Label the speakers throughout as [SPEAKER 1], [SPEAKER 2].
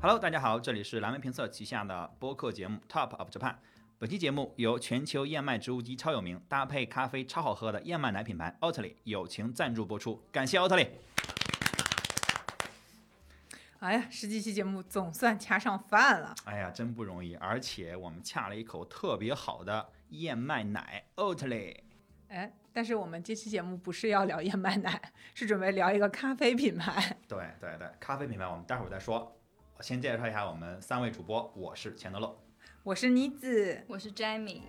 [SPEAKER 1] Hello，大家好，这里是蓝莓评测旗下的播客节目 Top of Japan。本期节目由全球燕麦植物基超有名，搭配咖啡超好喝的燕麦奶品牌奥特利友情赞助播出，感谢奥特利。
[SPEAKER 2] 哎呀，十几期节目总算掐上饭了。
[SPEAKER 1] 哎呀，真不容易，而且我们恰了一口特别好的燕麦奶奥特利。
[SPEAKER 2] 哎，但是我们这期节目不是要聊燕麦奶，是准备聊一个咖啡品牌。
[SPEAKER 1] 对对对，咖啡品牌我们待会儿再说。我先介绍一下我们三位主播，我是钱德勒。
[SPEAKER 2] 我是妮子，
[SPEAKER 3] 我是 Jamie，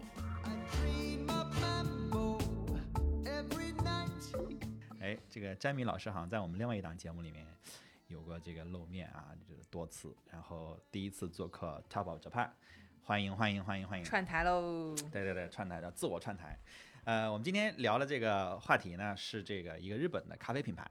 [SPEAKER 1] 哎，这个詹米老师好像在我们另外一档节目里面有过这个露面啊，就是多次，然后第一次做客 Top of Japan，欢迎欢迎欢迎欢迎！
[SPEAKER 2] 串台喽。
[SPEAKER 1] 对对对，串台的自我串台。呃，我们今天聊的这个话题呢，是这个一个日本的咖啡品牌，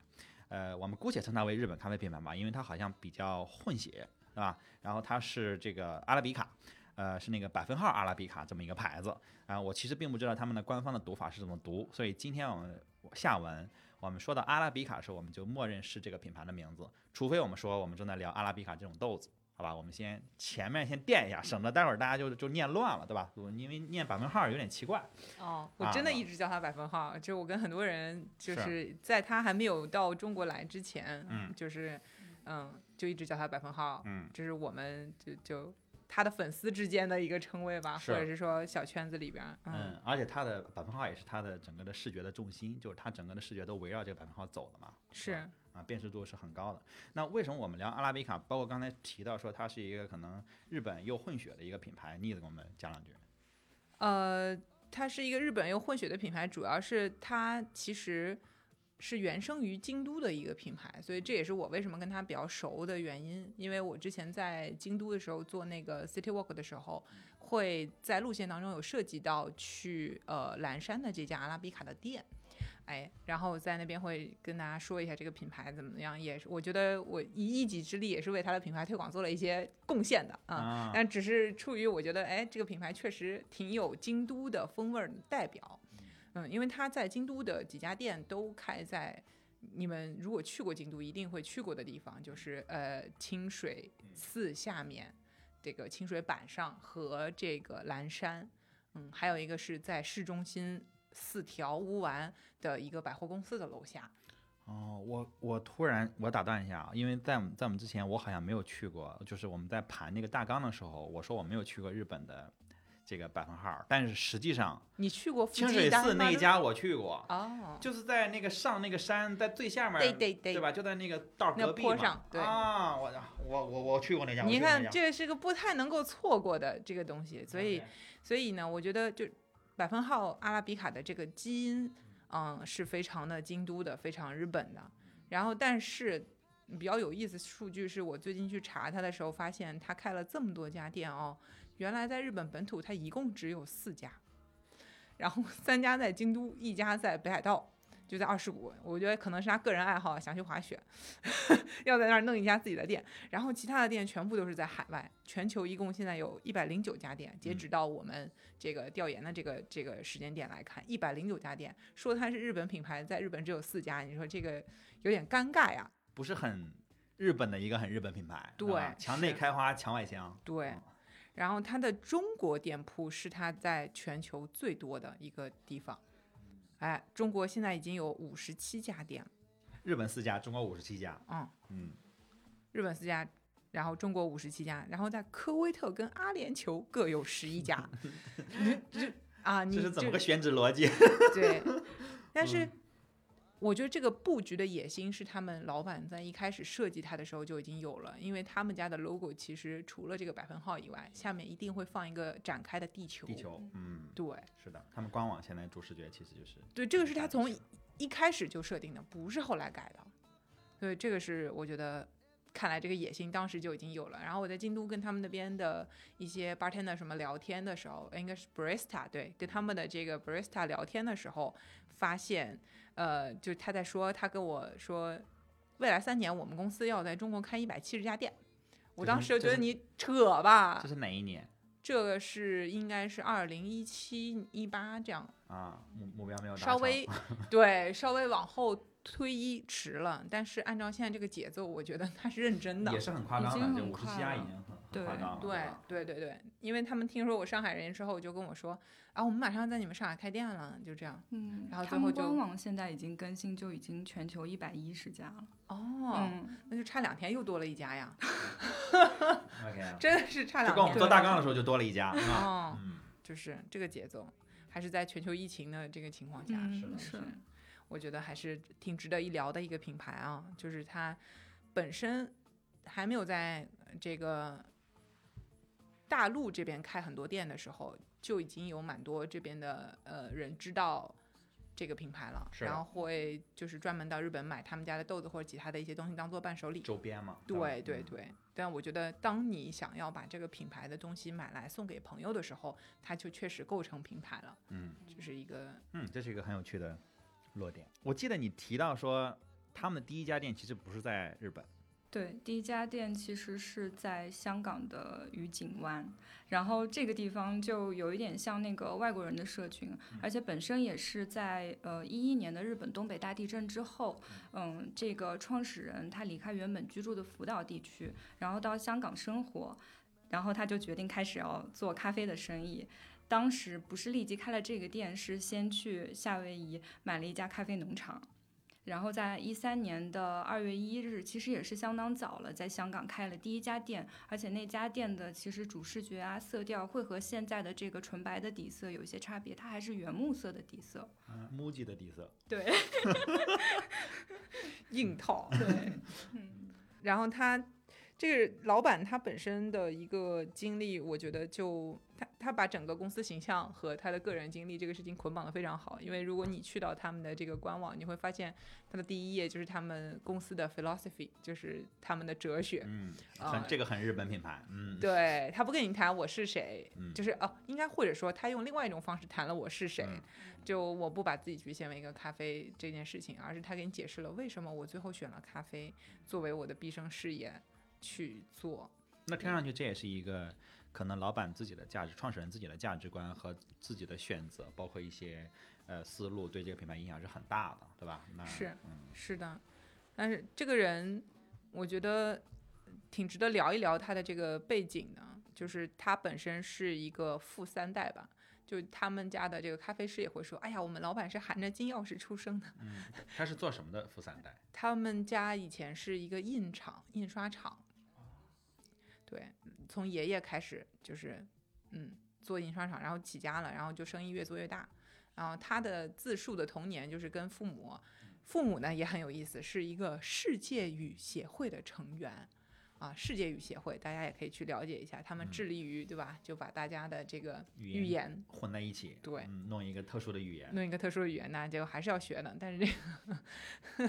[SPEAKER 1] 呃，我们姑且称它为日本咖啡品牌吧，因为它好像比较混血，是吧？然后它是这个阿拉比卡，呃，是那个百分号阿拉比卡这么一个牌子啊、我其实并不知道他们的官方的读法是怎么读，所以今天我们下文我们说到阿拉比卡的时候，我们就默认是这个品牌的名字，除非我们说我们正在聊阿拉比卡这种豆子。好吧，我们先前面先垫一下，省得待会儿大家就就念乱了，对吧？因为念百分号有点奇怪。
[SPEAKER 2] 哦，我真的
[SPEAKER 1] 啊
[SPEAKER 2] 一直叫它百分号，就我跟很多人，就是是在它还没有到中国来之前，
[SPEAKER 1] 嗯
[SPEAKER 2] 就是，嗯，就一直叫它百分号，
[SPEAKER 1] 嗯，
[SPEAKER 2] 这是我们就就他的粉丝之间的一个称谓吧，
[SPEAKER 1] 是
[SPEAKER 2] 或者是说小圈子里边儿，嗯，
[SPEAKER 1] 嗯，而且它的百分号也是它的整个的视觉的重心，就是它整个的视觉都围绕这个百分号走的嘛，吧
[SPEAKER 2] 是，
[SPEAKER 1] 啊，辨识度是很高的。那为什么我们聊阿拉比卡，包括刚才提到说它是一个可能日本又混血的一个品牌，你也给我们讲两句。
[SPEAKER 2] 呃，它是一个日本又混血的品牌，主要是它其实是原生于京都的一个品牌，所以这也是我为什么跟它比较熟的原因。因为我之前在京都的时候做那个 City Walk 的时候，会在路线当中有涉及到去呃岚山的这家阿拉比卡的店。哎，然后在那边会跟大家说一下这个品牌怎么样，也是我觉得我以一己之力也是为它的品牌推广做了一些贡献的啊。
[SPEAKER 1] 啊，
[SPEAKER 2] 但只是出于我觉得，哎，这个品牌确实挺有京都的风味儿的代表。嗯，因为它在京都的几家店都开在你们如果去过京都一定会去过的地方，就是呃清水
[SPEAKER 1] 嗯
[SPEAKER 2] 寺下面这个清水板上和这个岚山，嗯，还有一个是在市中心四条乌丸的一个百货公司的楼下。
[SPEAKER 1] 哦，我我突然我打断一下啊，因为在我们在我们之前，我好像没有去过，就是我们在盘那个大纲的时候，我说我没有去过日本的这个百分号，但是实际上
[SPEAKER 2] 你去过
[SPEAKER 1] 清水寺那一
[SPEAKER 2] 家？
[SPEAKER 1] 家我去过，
[SPEAKER 2] 哦，
[SPEAKER 1] 就是在那个上那个山，在最下面，
[SPEAKER 2] 对对对
[SPEAKER 1] 吧？就在那个道儿
[SPEAKER 2] 那
[SPEAKER 1] 隔壁
[SPEAKER 2] 坡
[SPEAKER 1] 嘛
[SPEAKER 2] 上对
[SPEAKER 1] 啊，我我我我去过那家，我
[SPEAKER 2] 你
[SPEAKER 1] 去过那
[SPEAKER 2] 看
[SPEAKER 1] 家，
[SPEAKER 2] 这是个不太能够错过的这个东西，所以
[SPEAKER 1] OK
[SPEAKER 2] 所以呢，我觉得就百分号阿拉比卡的这个基因，嗯，是非常的京都的，非常日本的。然后，但是比较有意思数据是我最近去查它的时候，发现它开了这么多家店哦，原来在日本本土它一共只有四家，然后三家在京都，一家在北海道。就在二世谷，我觉得可能是他个人爱好，想去滑雪， 要在那儿弄一家自己的店。然后其他的店全部都是在海外，全球一共现在有一百零九家店，
[SPEAKER 1] 嗯
[SPEAKER 2] 截止到我们这个调研的这个这个时间点来看，一百零九家店，说它是日本品牌，在日本只有四家，你说这个有点尴尬呀。
[SPEAKER 1] 不是很日本的一个很日本品牌，
[SPEAKER 2] 对
[SPEAKER 1] 是吧墙内
[SPEAKER 2] 是
[SPEAKER 1] 开花墙外香，
[SPEAKER 2] 对
[SPEAKER 1] 嗯，
[SPEAKER 2] 然后它的中国店铺是它在全球最多的一个地方，
[SPEAKER 1] 嗯
[SPEAKER 2] 哎，中国现在已经有五十七家店了，
[SPEAKER 1] 日本四家，中国五十七家，
[SPEAKER 2] 嗯，
[SPEAKER 1] 嗯，
[SPEAKER 2] 日本四家，然后中国五十七家，然后在科威特跟阿联酋各有十一家。 你这啊，你
[SPEAKER 1] 这是怎么
[SPEAKER 2] 这
[SPEAKER 1] 个选址逻辑？
[SPEAKER 2] 对，但
[SPEAKER 1] 嗯
[SPEAKER 2] 是我觉得这个布局的野心是他们老板在一开始设计它的时候就已经有了，因为他们家的 logo 其实除了这个百分号以外，下面一定会放一个展开的地球。
[SPEAKER 1] 地球，嗯，
[SPEAKER 2] 对
[SPEAKER 1] 是的，他们官网现在主视觉其实就是
[SPEAKER 2] 对，这个是他
[SPEAKER 1] 展
[SPEAKER 2] 从
[SPEAKER 1] 示
[SPEAKER 2] 一一开始就设定的，不是后来改的。所以这个是我觉得，看来这个野心当时就已经有了。然后我在京都跟他们那边的一些 bartender 什么聊天的时候，呃应该是 barista 对，跟他们的这个 barista 聊天的时候，发现，呃，就他在说，他跟我说，未来三年我们公司要在中国开一百七十家店。我
[SPEAKER 1] 这
[SPEAKER 2] 当
[SPEAKER 1] 是
[SPEAKER 2] 时就
[SPEAKER 1] 这
[SPEAKER 2] 觉得
[SPEAKER 1] 是
[SPEAKER 2] 你扯吧
[SPEAKER 1] 这，是哪一年？
[SPEAKER 2] 这个是应该是二零一七一八这样，
[SPEAKER 1] 啊，目目标没有达
[SPEAKER 2] 稍
[SPEAKER 1] 成
[SPEAKER 2] 微对稍微往后推一迟了，但是按照现在这个节奏，我觉得他是认真 的
[SPEAKER 1] 也。是很夸
[SPEAKER 3] 已
[SPEAKER 1] 张
[SPEAKER 3] 经
[SPEAKER 1] 的，这
[SPEAKER 3] 很
[SPEAKER 1] 五十
[SPEAKER 3] 快
[SPEAKER 1] 七家已
[SPEAKER 3] 了
[SPEAKER 1] 经很很
[SPEAKER 3] 对
[SPEAKER 1] 夸张了，
[SPEAKER 2] 对
[SPEAKER 1] 吧
[SPEAKER 2] 对对对，因为他们听说我上海人之后，就跟我说啊，我们马上在你们上海开店了，就这样。
[SPEAKER 3] 嗯，
[SPEAKER 2] 然后
[SPEAKER 3] 他
[SPEAKER 2] 最后
[SPEAKER 3] 们
[SPEAKER 2] 就
[SPEAKER 3] 官网现在已经更新，就已经全球一百一十家了。
[SPEAKER 2] 哦，
[SPEAKER 3] 嗯，
[SPEAKER 2] 那就差两天又多了一家 呀，
[SPEAKER 1] ，OK，
[SPEAKER 2] 真的是差
[SPEAKER 1] 就
[SPEAKER 2] 两
[SPEAKER 1] 跟我们
[SPEAKER 2] 天。
[SPEAKER 1] 做大纲的时候就多了一家，啊
[SPEAKER 2] 哦，
[SPEAKER 1] 嗯，
[SPEAKER 2] 就是这个节奏，还是在全球疫情的这个情况下，
[SPEAKER 3] 嗯
[SPEAKER 1] 是的
[SPEAKER 3] 是
[SPEAKER 2] 我觉得还是挺值得一聊的一个品牌啊，就是它本身还没有在呃这个大陆这边开很多店的时候，就已经有蛮多这边的呃人知道这个品牌了，
[SPEAKER 1] 是
[SPEAKER 2] 然后会就是专门到日本买他们家的豆子或者其他的一些东西当做伴手礼。
[SPEAKER 1] 周边嘛，吧
[SPEAKER 2] 对对
[SPEAKER 1] 嗯
[SPEAKER 2] 对，但我觉得当你想要把这个品牌的东西买来送给朋友的时候，它就确实构成品牌了，
[SPEAKER 1] 嗯
[SPEAKER 2] 就是一个
[SPEAKER 1] 嗯，这是一个很有趣的落点。我记得你提到说，他们的第一家店其实不是在日本，
[SPEAKER 3] 对，第一家店其实是在香港的愉景湾，然后这个地方就有一点像那个外国人的社群，而且本身也是在呃一一年的日本东北大地震之后，嗯，这个创始人他离开原本居住的福岛地区，然后到香港生活，然后他就决定开始要做咖啡的生意。当时不是立即开了这个店，是先去夏威夷买了一家咖啡农场，然后在一三年的二月一日，其实也是相当早了，在香港开了第一家店，而且那家店的其实主视觉啊、色调会和现在的这个纯白的底色有一些差别，它还是原木色的底色。
[SPEAKER 1] 嗯，MUJI 的底色，
[SPEAKER 3] 对
[SPEAKER 2] 硬套。
[SPEAKER 3] 对，
[SPEAKER 2] 然后他这个老板他本身的一个经历，我觉得就他他把整个公司形象和他的个人经历这个事情捆绑的非常好。因为如果你去到他们的这个官网，你会发现他的第一页就是他们公司的 philosophy，就是他们的哲学。
[SPEAKER 1] 嗯，
[SPEAKER 2] 啊
[SPEAKER 1] 很这个很日本品牌，嗯，
[SPEAKER 2] 对他不跟你谈我是谁，
[SPEAKER 1] 嗯
[SPEAKER 2] 就是哦，应该或者说他用另外一种方式谈了我是谁，
[SPEAKER 1] 嗯
[SPEAKER 2] 就我不把自己局限为一个咖啡这件事情，而是他给你解释了为什么我最后选了咖啡作为我的毕生事业去做。
[SPEAKER 1] 那听上去这也是一个可能老板自己的价值、创始人自己的价值观和自己的选择，包括一些呃思路，对这个品牌影响是很大的，对吧？那
[SPEAKER 2] 是
[SPEAKER 1] 嗯，
[SPEAKER 2] 是的，但是这个人，我觉得挺值得聊一聊他的这个背景的，就是他本身是一个富三代吧。就他们家的这个咖啡师也会说：“哎呀，我们老板是含着金钥匙出生的。”
[SPEAKER 1] 他是做什么的？富三代，
[SPEAKER 2] 他们家以前是一个印厂、印刷厂，
[SPEAKER 1] 哦
[SPEAKER 2] 对，从爷爷开始就是，嗯，做印刷厂，然后起家了，然后就生意越做越大。然后他的自述的童年就是跟父母，父母呢也很有意思，是一个世界语协会的成员。啊，世界语协会，大家也可以去了解一下，他们
[SPEAKER 1] 嗯
[SPEAKER 2] 致力于，对吧？就把大家的这个
[SPEAKER 1] 语言嗯
[SPEAKER 2] 语言
[SPEAKER 1] 混在一起，
[SPEAKER 2] 对
[SPEAKER 1] 嗯，弄一个特殊的语 言，
[SPEAKER 2] 弄一个特殊的语言，那就还是要学的。但是这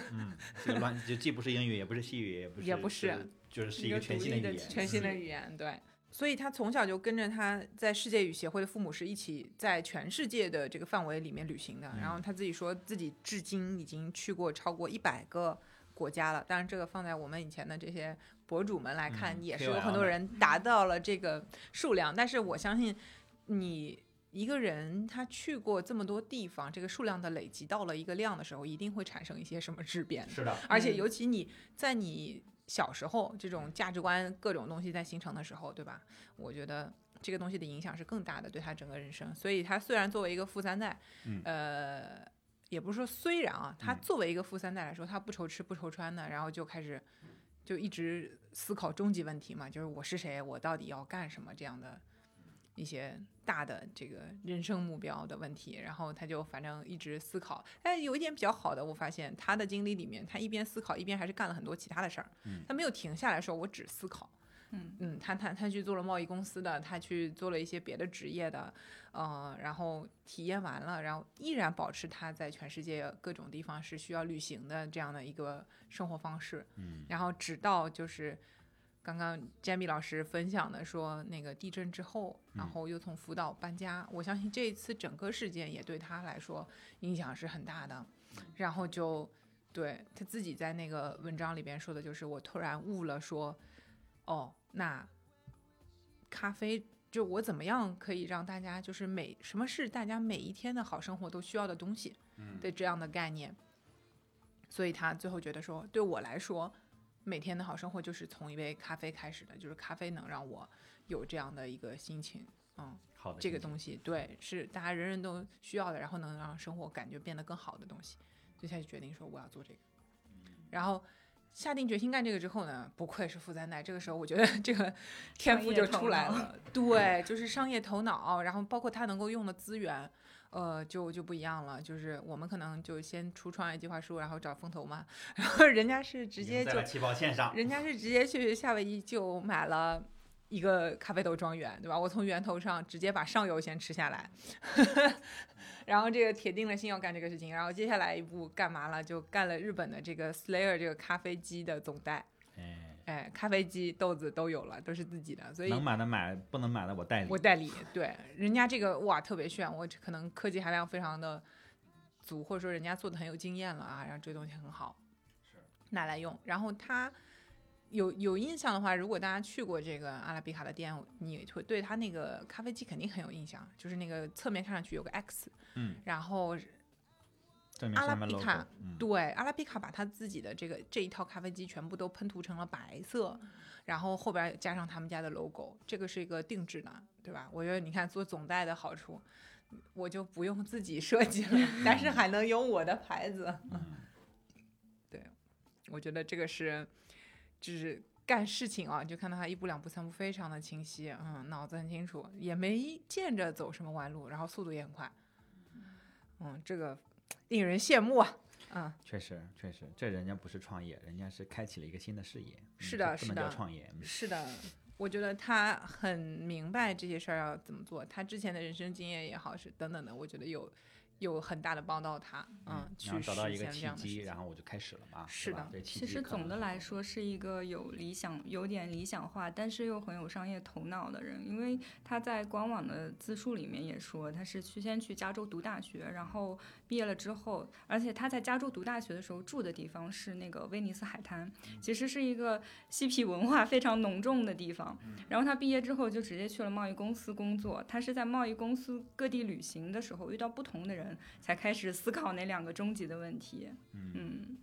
[SPEAKER 1] 嗯，就乱就既不是英语，也不是西语，也不是
[SPEAKER 2] 也不是
[SPEAKER 1] 是，就是是
[SPEAKER 3] 一
[SPEAKER 1] 一
[SPEAKER 3] 个
[SPEAKER 1] 个全
[SPEAKER 3] 独
[SPEAKER 1] 新
[SPEAKER 3] 立
[SPEAKER 1] 语
[SPEAKER 3] 的
[SPEAKER 1] 言，
[SPEAKER 2] 全新的
[SPEAKER 1] 嗯
[SPEAKER 2] 语言，对。所以他从小就跟着他在世界语协会的父母是一起在全世界的这个范围里面旅行的。
[SPEAKER 1] 嗯
[SPEAKER 2] 然后他自己说自己至今已经去过超过一百个国家了。当然，这个放在我们以前的这些博主们来看，
[SPEAKER 1] 嗯
[SPEAKER 2] 也是
[SPEAKER 1] KOL
[SPEAKER 2] 有很多人达到了这个数量。但是我相信你。一个人他去过这么多地方，这个数量的累积到了一个量的时候，一定会产生一些什么质变的。
[SPEAKER 1] 是的，
[SPEAKER 2] 而且
[SPEAKER 3] 嗯
[SPEAKER 2] 尤其你在你小时候这种价值观各种东西在形成的时候，对吧？我觉得这个东西的影响是更大的，对他整个人生。所以他虽然作为一个富三代，
[SPEAKER 1] 嗯
[SPEAKER 2] 呃，也不是说虽然啊，他
[SPEAKER 1] 嗯
[SPEAKER 2] 作为一个富三代来说，他不愁吃不愁穿的，然后就开始就一直思考终极问题嘛，就是我是谁，我到底要干什么这样的。一些大的这个人生目标的问题，然后他就反正一直思考。但有一点比较好的，我发现他的经历里面，他一边思考一边还是干了很多其他的事儿，
[SPEAKER 1] 嗯
[SPEAKER 2] 他没有停下来说我只思考。
[SPEAKER 3] 嗯
[SPEAKER 2] 嗯，他他他去做了贸易公司的，他去做了一些别的职业的，呃，然后体验完了，然后依然保持他在全世界各种地方是需要旅行的这样的一个生活方式。
[SPEAKER 1] 嗯，
[SPEAKER 2] 然后直到就是刚刚 Jamie 老师分享的说，那个地震之后，然
[SPEAKER 1] 嗯
[SPEAKER 2] 后又从福岛搬家，我相信这一次整个事件也对他来说影响是很大的。
[SPEAKER 1] 嗯
[SPEAKER 2] 然后就对他自己在那个文章里边说的就是，我突然悟了说，哦，那咖啡就我怎么样可以让大家就是每什么是大家每一天的好生活都需要的东西，
[SPEAKER 1] 嗯
[SPEAKER 2] 的这样的概念。所以他最后觉得说，对我来说，每天的好生活就是从一杯咖啡开始的，就是咖啡能让我有这样的一个心情。嗯，
[SPEAKER 1] 好的，
[SPEAKER 2] 这个
[SPEAKER 1] 东西。
[SPEAKER 2] 东西对是大家人人都需要的，然后能让生活感觉变得更好的东西，所以他就决定说我要做这个。
[SPEAKER 1] 嗯
[SPEAKER 2] 然后下定决心干这个之后呢，不愧是富三代，这个时候我觉得这个天
[SPEAKER 3] 商
[SPEAKER 2] 赋
[SPEAKER 3] 业
[SPEAKER 2] 就
[SPEAKER 3] 头
[SPEAKER 2] 出来
[SPEAKER 3] 脑
[SPEAKER 2] 了，对，就是商业头脑，然后包括他能够用的资源。呃，就就不一样了，就是我们可能就先出创业计划书，然后找风投嘛，然后人家是直接就
[SPEAKER 1] 起跑线上，
[SPEAKER 2] 人家是直接去夏威夷就买了一个咖啡豆庄园，对吧？我从源头上直接把上游先吃下来， 然后这个铁定了心要干这个事情，然后接下来一步干嘛了？就干了日本的这个 Slayer 这个咖啡机的总代，
[SPEAKER 1] 哎，
[SPEAKER 2] 哎，咖啡机豆子都有了，都是自己的，所以
[SPEAKER 1] 能买的买，不能买的我代理
[SPEAKER 2] 我。代理，对，人家这个哇特别炫，我可能科技含量非常的足，或者说人家做的很有经验了啊，然后这个东西很好，拿来用。然后它有有印象的话，如果大家去过这个阿拉比卡的店，你会对它那个咖啡机肯定很有印象，就是那个侧面看上去有个 X，
[SPEAKER 1] 嗯，
[SPEAKER 2] 然后
[SPEAKER 1] 证明是他们
[SPEAKER 2] 阿拉比
[SPEAKER 1] logo
[SPEAKER 2] 卡。
[SPEAKER 1] 嗯，
[SPEAKER 2] 对，阿拉比卡把他自己的这个这一套咖啡机全部都喷涂成了白色，然后后边儿加上他们家的 logo，这个是一个定制的，对吧？我觉得你看做总代的好处，我就不用自己设计了，但是还能有我的牌子。
[SPEAKER 1] 嗯
[SPEAKER 2] 我觉得这个是，就是干事情啊，就看到他一步两步三步非常的清晰，嗯，脑子很清楚，也没见着走什么弯路，然后速度也很快，嗯，这个令人羡慕啊，嗯。
[SPEAKER 1] 确实确实，这人家不是创业，人家是开启了一个新的事业。嗯
[SPEAKER 2] 是
[SPEAKER 1] 这
[SPEAKER 2] 的
[SPEAKER 1] 不
[SPEAKER 2] 是
[SPEAKER 1] 能叫
[SPEAKER 2] 的
[SPEAKER 1] 创业。嗯
[SPEAKER 2] 是的，我觉得他很明白这些事儿要怎么做，他之前的人生经验也好，是等等的，我觉得有有很大的帮到他，嗯，
[SPEAKER 1] 然后
[SPEAKER 2] 去实
[SPEAKER 1] 找到一个
[SPEAKER 2] 现这
[SPEAKER 1] 契
[SPEAKER 2] 样的事
[SPEAKER 1] 机，
[SPEAKER 2] 情。
[SPEAKER 1] 然后我就开始了嘛。
[SPEAKER 2] 是
[SPEAKER 1] 对吧
[SPEAKER 2] 的
[SPEAKER 1] 这契
[SPEAKER 3] 其
[SPEAKER 1] 机
[SPEAKER 3] 实
[SPEAKER 1] 可能
[SPEAKER 3] 总的
[SPEAKER 1] 是嗯
[SPEAKER 3] 来说是一个有理想、有点理想化，但是又很有商业头脑的人，因为他在官网的自述里面也说，他是去先去加州读大学，然后毕业了之后，而且他在加州读大学的时候住的地方是那个威尼斯海滩，其实是一个嬉皮文化非常浓重的地方。然后他毕业之后就直接去了贸易公司工作，他是在贸易公司各地旅行的时候遇到不同的人，才开始思考那两个终极的问题。嗯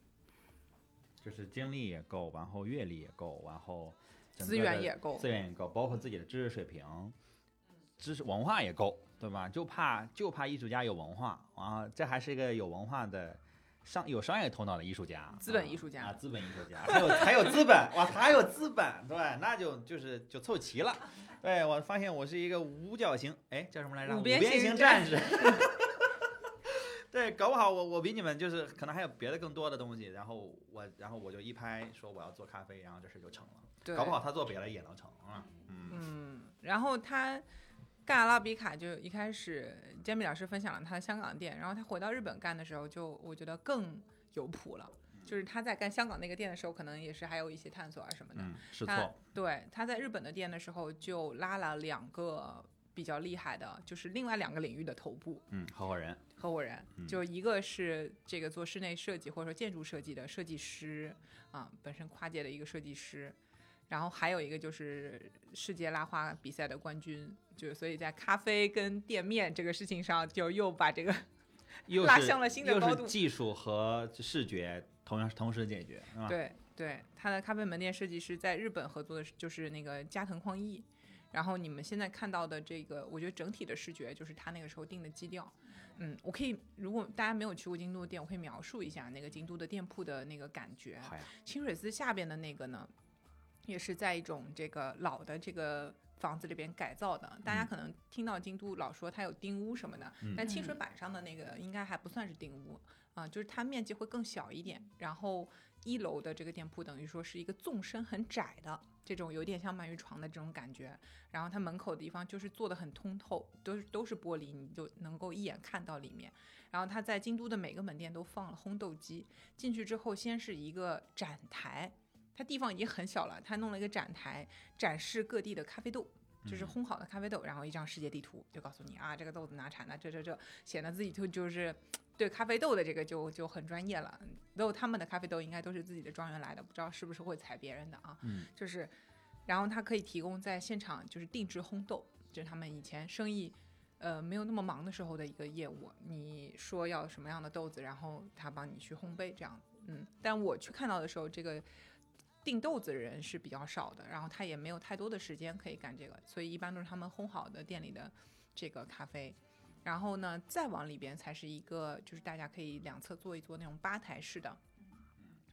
[SPEAKER 1] 就是精力也够，然后阅历也够，然后整
[SPEAKER 2] 资
[SPEAKER 1] 个
[SPEAKER 2] 源
[SPEAKER 1] 的
[SPEAKER 2] 也够
[SPEAKER 1] 资源也够，包括自己的知识水平、知识文化也够，对吧？就怕就怕艺术家有文化啊，这还是一个有文化的商有商业头脑的艺术家，
[SPEAKER 2] 资本艺术家
[SPEAKER 1] 啊，啊资本艺术家，还有还有资本，哇，还有资本，对，那就就是就凑齐了。对我发现我是一个五角形，哎，叫什么来着？
[SPEAKER 2] 五
[SPEAKER 1] 五
[SPEAKER 2] 边
[SPEAKER 1] 边
[SPEAKER 2] 形
[SPEAKER 1] 形战士。
[SPEAKER 2] 战
[SPEAKER 1] 对，搞不好我我比你们就是可能还有别的更多的东西，然后我然后我就一拍说我要做咖啡，然后这事就成了。
[SPEAKER 2] 对，
[SPEAKER 1] 搞不好他做别的也能成啊。嗯
[SPEAKER 2] 嗯，然后他干阿拉比卡就一开始煎饼老师分享了他香港店，然后他回到日本干的时候就，我觉得更有谱了。就是他在干香港那个店的时候，可能也是还有一些探索啊什么的。
[SPEAKER 1] 嗯，试
[SPEAKER 2] 他
[SPEAKER 1] 错。
[SPEAKER 2] 对，他在日本的店的时候就拉了两个比较厉害的，就是另外两个领域的头部
[SPEAKER 1] 嗯，合伙 人。
[SPEAKER 2] 合伙人，
[SPEAKER 1] 嗯
[SPEAKER 2] 就一个是这个做室内设计或者说建筑设计的设计师啊，本身跨界的一个设计师。然后还有一个就是世界拉花比赛的冠军，就是所以在咖啡跟店面这个事情上，就又把这个
[SPEAKER 1] 又
[SPEAKER 2] 拉
[SPEAKER 1] 是
[SPEAKER 2] 向了新的
[SPEAKER 1] 又
[SPEAKER 2] 高
[SPEAKER 1] 是
[SPEAKER 2] 度
[SPEAKER 1] 技术和视觉同样同时解决，是吧？
[SPEAKER 2] 对对，他的咖啡门店设计师在日本合作的是就是那个加藤匡一，然后你们现在看到的这个，我觉得整体的视觉就是他那个时候定的基调。嗯，我可以，如果大家没有去过京都的店，我可以描述一下那个京都的店铺的那个感觉。
[SPEAKER 1] 好呀，
[SPEAKER 2] 清水寺下边的那个呢，也是在一种这个老的这个房子里边改造的。大家
[SPEAKER 1] 嗯
[SPEAKER 2] 可能听到京都老说它有丁屋什么的，
[SPEAKER 1] 嗯
[SPEAKER 2] 但清水板上的那个应该还不算是丁屋啊、就是它面积会更小一点。然后一楼的这个店铺等于说是一个纵深很窄的。这种有点像鳗鱼床的这种感觉，然后它门口的地方就是做的很通透，都是都是玻璃，你就能够一眼看到里面。然后它在京都的每个门店都放了烘豆机，进去之后，先是一个展台，它地方已经很小了，它弄了一个展台，展示各地的咖啡豆。就是
[SPEAKER 1] 嗯
[SPEAKER 2] 烘好的咖啡豆，然后一张世界地图，就告诉你啊，这个豆子哪产的，这这这，显得自己就就是对咖啡豆的这个就就很专业了。然后他们的咖啡豆应该都是自己的庄园来的，不知道是不是会采别人的啊。
[SPEAKER 1] 嗯，
[SPEAKER 2] 就是，然后它可以提供在现场就是定制烘豆，这是他们以前生意。呃，没有那么忙的时候的一个业务，你说要什么样的豆子，然后他帮你去烘焙，这样，嗯。但我去看到的时候，这个订豆子的人是比较少的，然后他也没有太多的时间可以干这个，所以一般都是他们烘好的店里的这个咖啡。然后呢，再往里边才是一个，就是大家可以两侧坐一坐那种吧台式的，
[SPEAKER 1] 嗯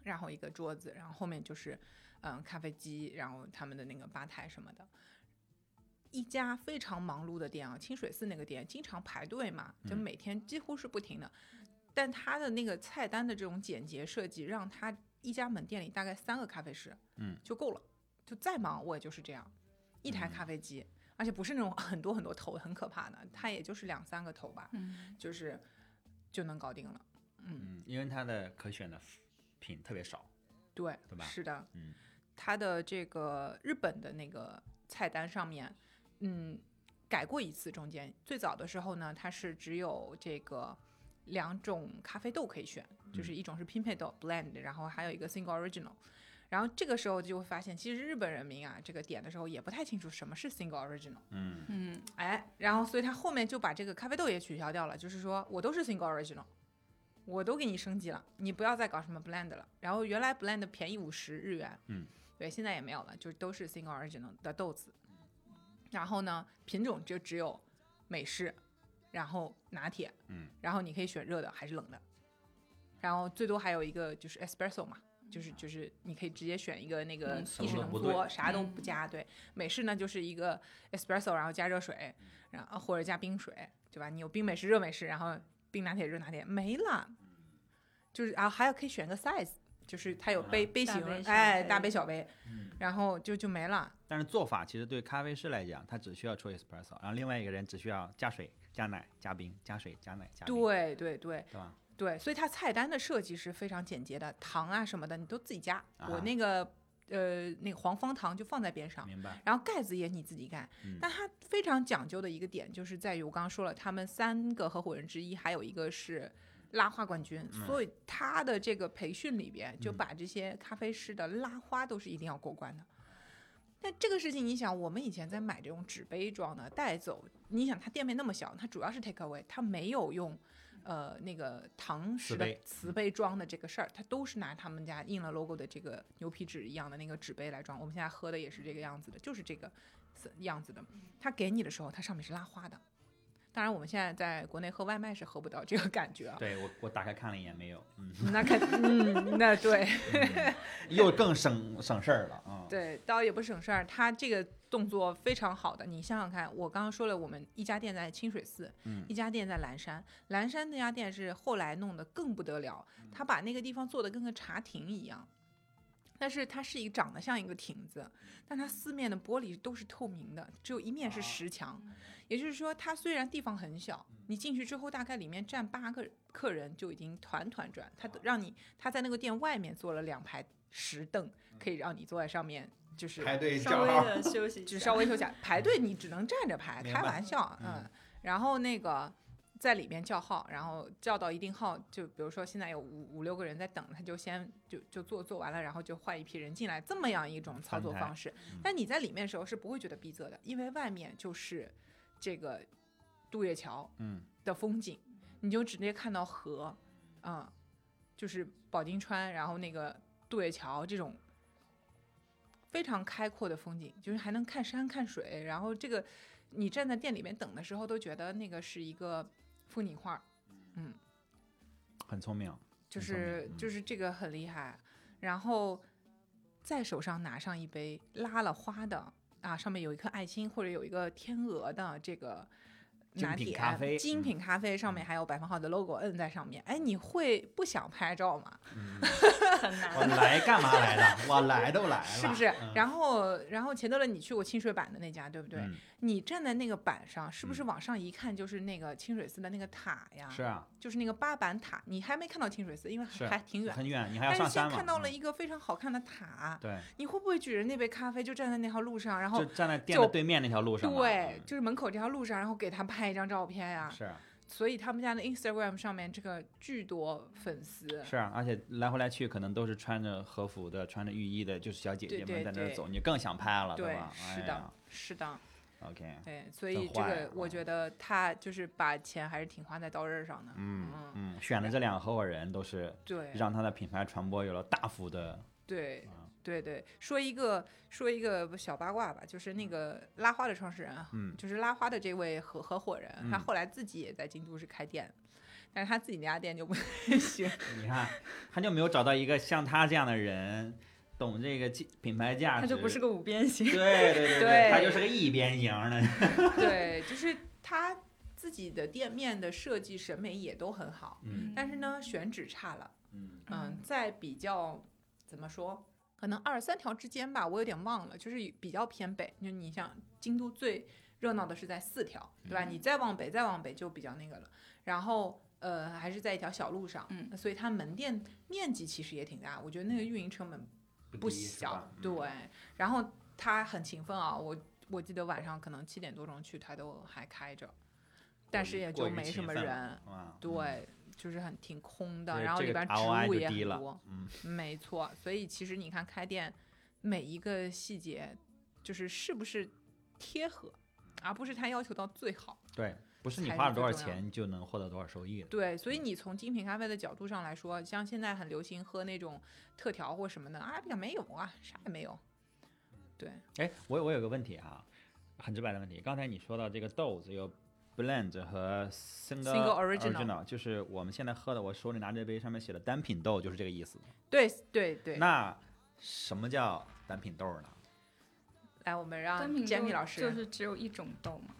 [SPEAKER 2] 然后一个桌子，然后后面就是，嗯，咖啡机，然后他们的那个吧台什么的。一家非常忙碌的店啊，清水寺那个店经常排队嘛，就
[SPEAKER 1] 嗯
[SPEAKER 2] 每天几乎是不停的。但它的那个菜单的这种简洁设计，让它一家门店里大概三个咖啡师，
[SPEAKER 1] 嗯，
[SPEAKER 2] 就够了。就再忙我也就是这样，一台
[SPEAKER 1] 嗯
[SPEAKER 2] 咖啡机，而且不是那种很多很多头，很可怕的，它也就是两三个头吧，
[SPEAKER 3] 嗯，
[SPEAKER 2] 就是就能搞定了。嗯，
[SPEAKER 1] 嗯，因为它的可选的品特别少，
[SPEAKER 2] 对，
[SPEAKER 1] 对吧
[SPEAKER 2] 是的，
[SPEAKER 1] 嗯，
[SPEAKER 2] 它的这个日本的那个菜单上面，嗯，改过一次。中间最早的时候呢，它是只有这个两种咖啡豆可以选，
[SPEAKER 1] 嗯
[SPEAKER 2] 就是一种是拼配豆 （blend），然后还有一个 single original。然后这个时候就会发现，其实日本人民啊，这个点的时候也不太清楚什么是 single original。
[SPEAKER 1] 嗯
[SPEAKER 3] 嗯，
[SPEAKER 2] 哎，然后所以他后面就把这个咖啡豆也取消掉了，就是说我都是 single original，我都给你升级了，你不要再搞什么 blend 了。然后原来 blend 便宜五十日元，
[SPEAKER 1] 嗯，
[SPEAKER 2] 对，现在也没有了，就是都是 single original 的豆子。然后呢，品种就只有美式，然后拿铁，
[SPEAKER 1] 嗯，
[SPEAKER 2] 然后你可以选热的还是冷的，然后最多还有一个就是 espresso 嘛。就是就是，你可以直接选一个那个
[SPEAKER 3] 浓缩
[SPEAKER 2] 意式浓
[SPEAKER 4] 嗯不
[SPEAKER 2] 缩，
[SPEAKER 4] 对
[SPEAKER 2] 啥都
[SPEAKER 3] 嗯
[SPEAKER 2] 不加。对，美式呢就是一个 espresso，然后加热水，
[SPEAKER 1] 嗯
[SPEAKER 2] 然后或者加冰水，对吧？你有冰美式、热美式，然后冰拿铁、热拿铁，没了。
[SPEAKER 1] 嗯
[SPEAKER 2] 就是啊，还有可以选个 size，就是它有
[SPEAKER 1] 啊
[SPEAKER 2] 杯、杯
[SPEAKER 3] 大
[SPEAKER 2] 型，
[SPEAKER 3] 杯小
[SPEAKER 2] 哎，
[SPEAKER 3] 杯
[SPEAKER 2] 大杯、小杯，
[SPEAKER 4] 嗯
[SPEAKER 2] 然后就就没了。
[SPEAKER 1] 但是做法其实对咖啡师来讲，他只需要出 espresso，然后另外一个人只需要加水、加奶、加冰、加水、加奶、加冰，
[SPEAKER 2] 对对对
[SPEAKER 1] 对吧？
[SPEAKER 2] 对，所以它菜单的设计是非常简洁的，糖啊什么的你都自己加。我
[SPEAKER 1] 啊
[SPEAKER 2] 那个呃那个黄方糖就放在边上。
[SPEAKER 1] 明白？
[SPEAKER 2] 然后盖子也你自己盖。
[SPEAKER 1] 嗯
[SPEAKER 2] 但它非常讲究的一个点，就是在于我刚刚说了，他们三个合伙人之一，还有一个是拉花冠军，
[SPEAKER 1] 嗯
[SPEAKER 2] 所以他的这个培训里边就
[SPEAKER 1] 嗯
[SPEAKER 2] 把这些咖啡师的拉花都是一定要过关的。那这个事情，你想，我们以前在买这种纸杯装的带走，你想它店面那么小，它主要是 take away，它没有用，呃，那个堂
[SPEAKER 1] 瓷
[SPEAKER 2] 食的
[SPEAKER 1] 杯嗯
[SPEAKER 2] 瓷杯装的这个事儿，它都是拿他们家印了 logo 的这个牛皮纸一样的那个纸杯来装。我们现在喝的也是这个样子的，就是这个色样子的。它给你的时候，它上面是拉花的。当然，我们现在在国内喝外卖是喝不到这个感觉啊。
[SPEAKER 1] 对我，我打开看了一眼，没有，嗯，
[SPEAKER 2] 那肯，嗯，那对，
[SPEAKER 1] 又更省省事儿了啊。嗯，
[SPEAKER 2] 对，倒也不省事儿，他这个动作非常好的。你想想看，我刚刚说了，我们一家店在清水寺，
[SPEAKER 1] 嗯
[SPEAKER 2] 一家店在蓝山，蓝山那家店是后来弄得更不得了，他把那个地方做的跟个茶亭一样。但是它是一个长得像一个亭子，但它四面的玻璃都是透明的，只有一面是石墙。也就是说，它虽然地方很小，你进去之后大概里面站八个客人就已经团团转。它都让你他在那个店外面做了两排石凳，可以让你坐在上面，就是
[SPEAKER 4] 排队
[SPEAKER 3] 稍
[SPEAKER 4] 叫
[SPEAKER 3] 微
[SPEAKER 4] 号，
[SPEAKER 3] 的休息一
[SPEAKER 2] 就
[SPEAKER 3] 下，
[SPEAKER 2] 稍微休息。排队你只能站着排，
[SPEAKER 1] 明
[SPEAKER 2] 开
[SPEAKER 1] 白
[SPEAKER 2] 玩笑，
[SPEAKER 1] 嗯
[SPEAKER 2] 嗯。然后那个在里面叫号，然后叫到一定号，就比如说现在有五五六个人在等，他就先就就做做完了，然后就换一批人进来，这么样一种操作
[SPEAKER 1] 翻台
[SPEAKER 2] 方式
[SPEAKER 1] 嗯。
[SPEAKER 2] 但你在里面的时候是不会觉得逼仄的，因为外面就是这个渡月桥，
[SPEAKER 1] 嗯，
[SPEAKER 2] 的风景，你就直接看到河，嗯，就是保定川，然后那个渡月桥这种非常开阔的风景，就是还能看山看水。然后这个你站在店里面等的时候，都觉得那个是一个风景画儿，
[SPEAKER 1] 很聪明，很
[SPEAKER 2] 就
[SPEAKER 1] 聪明
[SPEAKER 2] 是
[SPEAKER 1] 嗯
[SPEAKER 2] 就是这个很厉害。然后在手上拿上一杯拉了花的啊，上面有一颗爱心或者有一个天鹅的这个
[SPEAKER 1] 精
[SPEAKER 2] 拿
[SPEAKER 1] 品
[SPEAKER 2] 铁
[SPEAKER 1] 咖啡嗯
[SPEAKER 2] 精品咖啡上面还有百分号的 logo 摁在上面。哎，你会不想拍照吗？
[SPEAKER 1] 嗯，
[SPEAKER 3] 很难
[SPEAKER 1] 我。来干嘛来 的？我来都来了，
[SPEAKER 2] 是不是？
[SPEAKER 1] 嗯
[SPEAKER 2] 然后然后钱德勒，你去过清水板的那家对不对？
[SPEAKER 1] 嗯
[SPEAKER 2] 你站在那个板上，是不是
[SPEAKER 1] 嗯
[SPEAKER 2] 往上一看就是那个清水寺的那个塔呀？
[SPEAKER 1] 是啊，
[SPEAKER 2] 就是那个八板塔。你还没看到清水寺，因为
[SPEAKER 1] 是
[SPEAKER 2] 还还挺远。
[SPEAKER 1] 很远，你还要
[SPEAKER 2] 但是
[SPEAKER 1] 上
[SPEAKER 2] 先
[SPEAKER 1] 山嘛。
[SPEAKER 2] 看到了
[SPEAKER 1] 嗯
[SPEAKER 2] 一个非常好看的塔，
[SPEAKER 1] 对，
[SPEAKER 2] 你会不会举着那杯咖啡就站在那条路上，然后
[SPEAKER 1] 就站在店的
[SPEAKER 2] 就
[SPEAKER 1] 对面那条路上嘛。
[SPEAKER 2] 对，
[SPEAKER 1] 嗯
[SPEAKER 2] 就是门口这条路上，然后给他拍一张照片呀、
[SPEAKER 1] 是啊
[SPEAKER 2] 所以他们家的 Instagram 上面这个巨多粉丝，
[SPEAKER 1] 是啊，而且来回来去可能都是穿着和服的、穿着浴衣的，就是小姐
[SPEAKER 2] 对
[SPEAKER 1] 姐们
[SPEAKER 2] 对
[SPEAKER 1] 在那儿
[SPEAKER 2] 对
[SPEAKER 1] 走，你就更想拍了，
[SPEAKER 2] 对
[SPEAKER 1] 吧？哎
[SPEAKER 2] 是的
[SPEAKER 1] 呀
[SPEAKER 2] 是的，
[SPEAKER 1] OK，
[SPEAKER 2] 对，所
[SPEAKER 1] 真
[SPEAKER 2] 以这
[SPEAKER 1] 坏
[SPEAKER 2] 个我
[SPEAKER 1] 嗯
[SPEAKER 2] 觉得他就是把钱还是挺花在刀刃上的。
[SPEAKER 1] 嗯
[SPEAKER 2] 嗯
[SPEAKER 1] 嗯，选的这两个合伙人都是
[SPEAKER 2] 对，
[SPEAKER 1] 让他的品牌传播有了大幅的，
[SPEAKER 2] 对
[SPEAKER 1] 啊
[SPEAKER 2] 对对，说一个说一个小八卦吧，就是那个拉花的创始人啊，
[SPEAKER 1] 嗯
[SPEAKER 2] 就是拉花的这位合合伙人，他
[SPEAKER 1] 嗯
[SPEAKER 2] 后来自己也在京都是开店，但是他自己那家店就不太 行。
[SPEAKER 1] 你看他就没有找到一个像他这样的人，懂这个价品牌价值，
[SPEAKER 3] 它就不是个五边形。
[SPEAKER 1] 对对对
[SPEAKER 2] 对
[SPEAKER 1] 他就是个一边形的，
[SPEAKER 2] 对，就是他自己的店面的设计审美也都很好，
[SPEAKER 1] 嗯
[SPEAKER 2] 但是呢，选址差了。
[SPEAKER 1] 嗯
[SPEAKER 2] 嗯
[SPEAKER 3] 嗯，
[SPEAKER 2] 在比较怎么说，可能二三条之间吧，我有点忘了，就是比较偏北。就你像京都最热闹的是在四条，对吧？
[SPEAKER 3] 嗯
[SPEAKER 2] 你再往北，再往北就比较那个了。然后呃，还是在一条小路上，
[SPEAKER 3] 嗯
[SPEAKER 2] 所以它门店面积其实也挺大，我觉得那个运营成本不
[SPEAKER 1] 低是吧嗯
[SPEAKER 2] 小，对。然后他很勤奋啊，我我记得晚上可能七点多钟去，他都还开着，但
[SPEAKER 1] 过
[SPEAKER 2] 是
[SPEAKER 1] 于
[SPEAKER 2] 也
[SPEAKER 1] 过
[SPEAKER 2] 就
[SPEAKER 1] 于
[SPEAKER 2] 没
[SPEAKER 1] 勤
[SPEAKER 2] 什么
[SPEAKER 1] 奋了
[SPEAKER 2] 人，
[SPEAKER 1] 嗯哇，嗯，
[SPEAKER 2] 对，就是很挺空
[SPEAKER 1] 就
[SPEAKER 2] 的，
[SPEAKER 1] 是
[SPEAKER 2] 然后
[SPEAKER 1] 这个
[SPEAKER 2] 里边植
[SPEAKER 1] ROI
[SPEAKER 2] 物
[SPEAKER 1] 就
[SPEAKER 2] 也
[SPEAKER 1] 低了
[SPEAKER 2] 很多，
[SPEAKER 1] 嗯
[SPEAKER 2] 没错。所以其实你看开店每一个细节，就是是不是贴合，而不是他要求到最好。
[SPEAKER 1] 对，不是你
[SPEAKER 2] 才
[SPEAKER 1] 花
[SPEAKER 2] 是
[SPEAKER 1] 了
[SPEAKER 2] 最
[SPEAKER 1] 多少
[SPEAKER 2] 重要
[SPEAKER 1] 钱就能获得多少收益的，
[SPEAKER 2] 对，所以你从精品咖啡的角度上来说，像现在很流行喝那种特调或什么的，阿拉比卡没有啊，啥也没有。对，
[SPEAKER 1] 哎，我我有个问题啊，很直白的问题。刚才你说到这个豆子有 blend 和 single,
[SPEAKER 2] Single original
[SPEAKER 1] 就是我们现在喝的，我手里拿这杯上面写的单品豆，就是这个意思。
[SPEAKER 2] 对，对，对。
[SPEAKER 1] 那什么叫单品豆呢？
[SPEAKER 2] 来，我们
[SPEAKER 3] 单
[SPEAKER 2] 让
[SPEAKER 3] 品
[SPEAKER 2] Jamie
[SPEAKER 3] 豆
[SPEAKER 2] 老师，
[SPEAKER 3] 就是只有一种豆嘛，
[SPEAKER 1] 嗯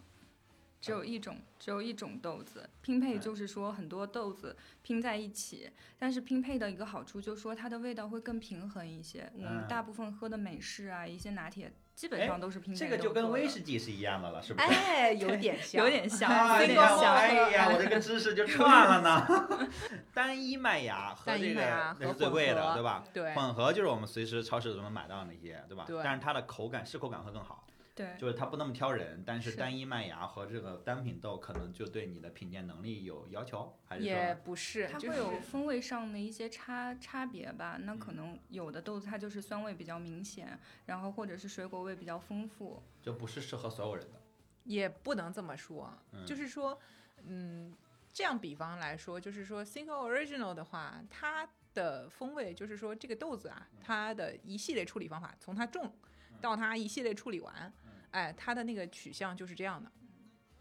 [SPEAKER 3] 只有一种只有一种豆子拼配，
[SPEAKER 1] 嗯
[SPEAKER 3] 就是说很多豆子拼在一起，但是拼配的一个好处就是说它的味道会更平衡一些。我
[SPEAKER 1] 嗯
[SPEAKER 3] 们大部分喝的美式啊，一些拿铁基
[SPEAKER 1] 哎
[SPEAKER 3] 本上都是拼配
[SPEAKER 1] 这个
[SPEAKER 3] 豆
[SPEAKER 1] 就跟
[SPEAKER 3] 做
[SPEAKER 1] 威
[SPEAKER 3] 的
[SPEAKER 1] 士忌是一样的了，是不是？
[SPEAKER 2] 哎，有
[SPEAKER 3] 对
[SPEAKER 2] 点像，
[SPEAKER 3] 有点像，
[SPEAKER 1] 啊，你
[SPEAKER 3] 有点
[SPEAKER 1] 看我
[SPEAKER 2] 像
[SPEAKER 3] 像。
[SPEAKER 1] 哎呀，我这个知识就串了呢。 单一麦芽和
[SPEAKER 2] 单一
[SPEAKER 1] 这个
[SPEAKER 2] 麦芽
[SPEAKER 1] 那
[SPEAKER 2] 和
[SPEAKER 1] 是最
[SPEAKER 2] 混
[SPEAKER 1] 贵的，
[SPEAKER 2] 合
[SPEAKER 1] 对吧？
[SPEAKER 2] 对，
[SPEAKER 1] 混合就是我们随时超市都能买到那些，对吧？
[SPEAKER 2] 对哎
[SPEAKER 1] 但是它的口感是口感会更好。
[SPEAKER 3] 对，
[SPEAKER 1] 就是它不那么挑人，但是
[SPEAKER 3] 是
[SPEAKER 1] 单一麦芽和这个单品豆可能就对你的品鉴能力有要求，还是
[SPEAKER 2] 也
[SPEAKER 1] 说
[SPEAKER 2] 不是，
[SPEAKER 3] 它
[SPEAKER 2] 就
[SPEAKER 3] 会
[SPEAKER 2] 是
[SPEAKER 3] 有风味上的一些差差别吧。那可
[SPEAKER 1] 嗯
[SPEAKER 3] 能有的豆子它就是酸味比较明显，然后或者是水果味比较丰富。
[SPEAKER 1] 就不是适合所有人的？
[SPEAKER 2] 也不能这么说，
[SPEAKER 1] 嗯
[SPEAKER 2] 就是说，嗯，这样比方来说，就是说 single original 的话，它的风味就是说这个豆子
[SPEAKER 1] 嗯
[SPEAKER 2] 啊，它的一系列处理方法，从它种到它一系列处理完
[SPEAKER 1] 嗯，
[SPEAKER 2] 哎，它的那个取向就是这样的，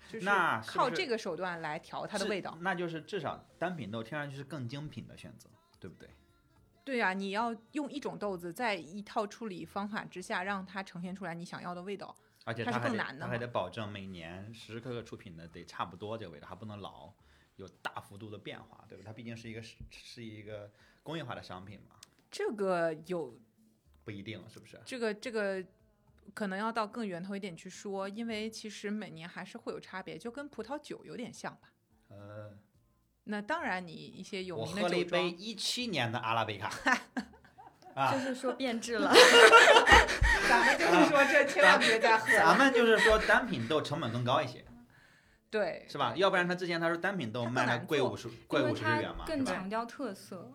[SPEAKER 2] 就是
[SPEAKER 1] 那是不
[SPEAKER 2] 靠
[SPEAKER 1] 是
[SPEAKER 2] 这个手段来调它的
[SPEAKER 1] 是
[SPEAKER 2] 味道。
[SPEAKER 1] 那就是至少单品豆听上去是更精品的选择，对不对？
[SPEAKER 2] 对呀、你要用一种豆子，在一套处理方法之下，让它呈现出来你想要的味道。
[SPEAKER 1] 而且
[SPEAKER 2] 它
[SPEAKER 1] 它
[SPEAKER 2] 是
[SPEAKER 1] 还
[SPEAKER 2] 更
[SPEAKER 1] 得
[SPEAKER 2] 难的
[SPEAKER 1] 它还
[SPEAKER 2] 嘛
[SPEAKER 1] 得保证每年时时刻刻出品的得差不多这个味道，还不能老有大幅度的变化，对吧？它毕竟是一个是是一个工业化的商品嘛，
[SPEAKER 2] 这个有
[SPEAKER 1] 不一定是不是？
[SPEAKER 2] 这个这个可能要到更源头一点去说，因为其实每年还是会有差别，就跟葡萄酒有点像吧。
[SPEAKER 1] 呃，
[SPEAKER 2] 那当然，你一些有
[SPEAKER 1] 我
[SPEAKER 2] 名
[SPEAKER 1] 喝
[SPEAKER 2] 的
[SPEAKER 1] 了一
[SPEAKER 2] 酒
[SPEAKER 1] 杯
[SPEAKER 2] 庄，
[SPEAKER 1] 一七年的阿拉比卡，啊
[SPEAKER 3] 就，是说变质 了。
[SPEAKER 2] 咱们就是说 这千万别再喝
[SPEAKER 1] 咱。们就是说单品豆成本更高一 些。
[SPEAKER 2] 对，
[SPEAKER 1] 是吧？
[SPEAKER 2] 对？
[SPEAKER 1] 要不然他之前他说单品豆
[SPEAKER 2] 它更
[SPEAKER 1] 卖了
[SPEAKER 2] 难
[SPEAKER 1] 贵
[SPEAKER 2] 做
[SPEAKER 1] 五十贵
[SPEAKER 3] 因为
[SPEAKER 1] 五十日
[SPEAKER 3] 它
[SPEAKER 1] 元嘛，是
[SPEAKER 3] 更
[SPEAKER 1] 吧？
[SPEAKER 3] 强调特色。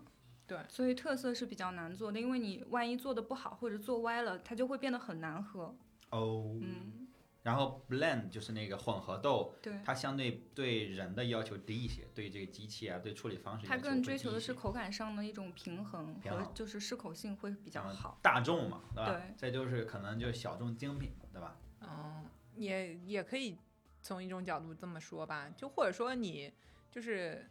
[SPEAKER 2] 对
[SPEAKER 3] 所以特色是比较难做的，因为你万一做的不好或者做歪了，它就会变得很难喝。
[SPEAKER 1] 哦，
[SPEAKER 3] 嗯，
[SPEAKER 1] 然后 blend 就是那个混合豆，
[SPEAKER 2] 嗯
[SPEAKER 3] 对，
[SPEAKER 1] 它相对对人的要求低一些，对这个机器啊，对处理方式
[SPEAKER 3] 它
[SPEAKER 1] 要求
[SPEAKER 3] 更
[SPEAKER 1] 会
[SPEAKER 3] 追
[SPEAKER 1] 低
[SPEAKER 3] 求
[SPEAKER 1] 一
[SPEAKER 3] 的
[SPEAKER 1] 些
[SPEAKER 3] 是口感上的一种平衡
[SPEAKER 1] 平
[SPEAKER 3] 和
[SPEAKER 1] 衡
[SPEAKER 3] 就是适口性会比较
[SPEAKER 1] 嗯
[SPEAKER 3] 好。
[SPEAKER 1] 大众嘛，对吧？
[SPEAKER 3] 对
[SPEAKER 1] 这就是可能就是小众精品嘛，对吧？
[SPEAKER 2] 嗯，也也可以从一种角度这么说吧，就或者说你就是。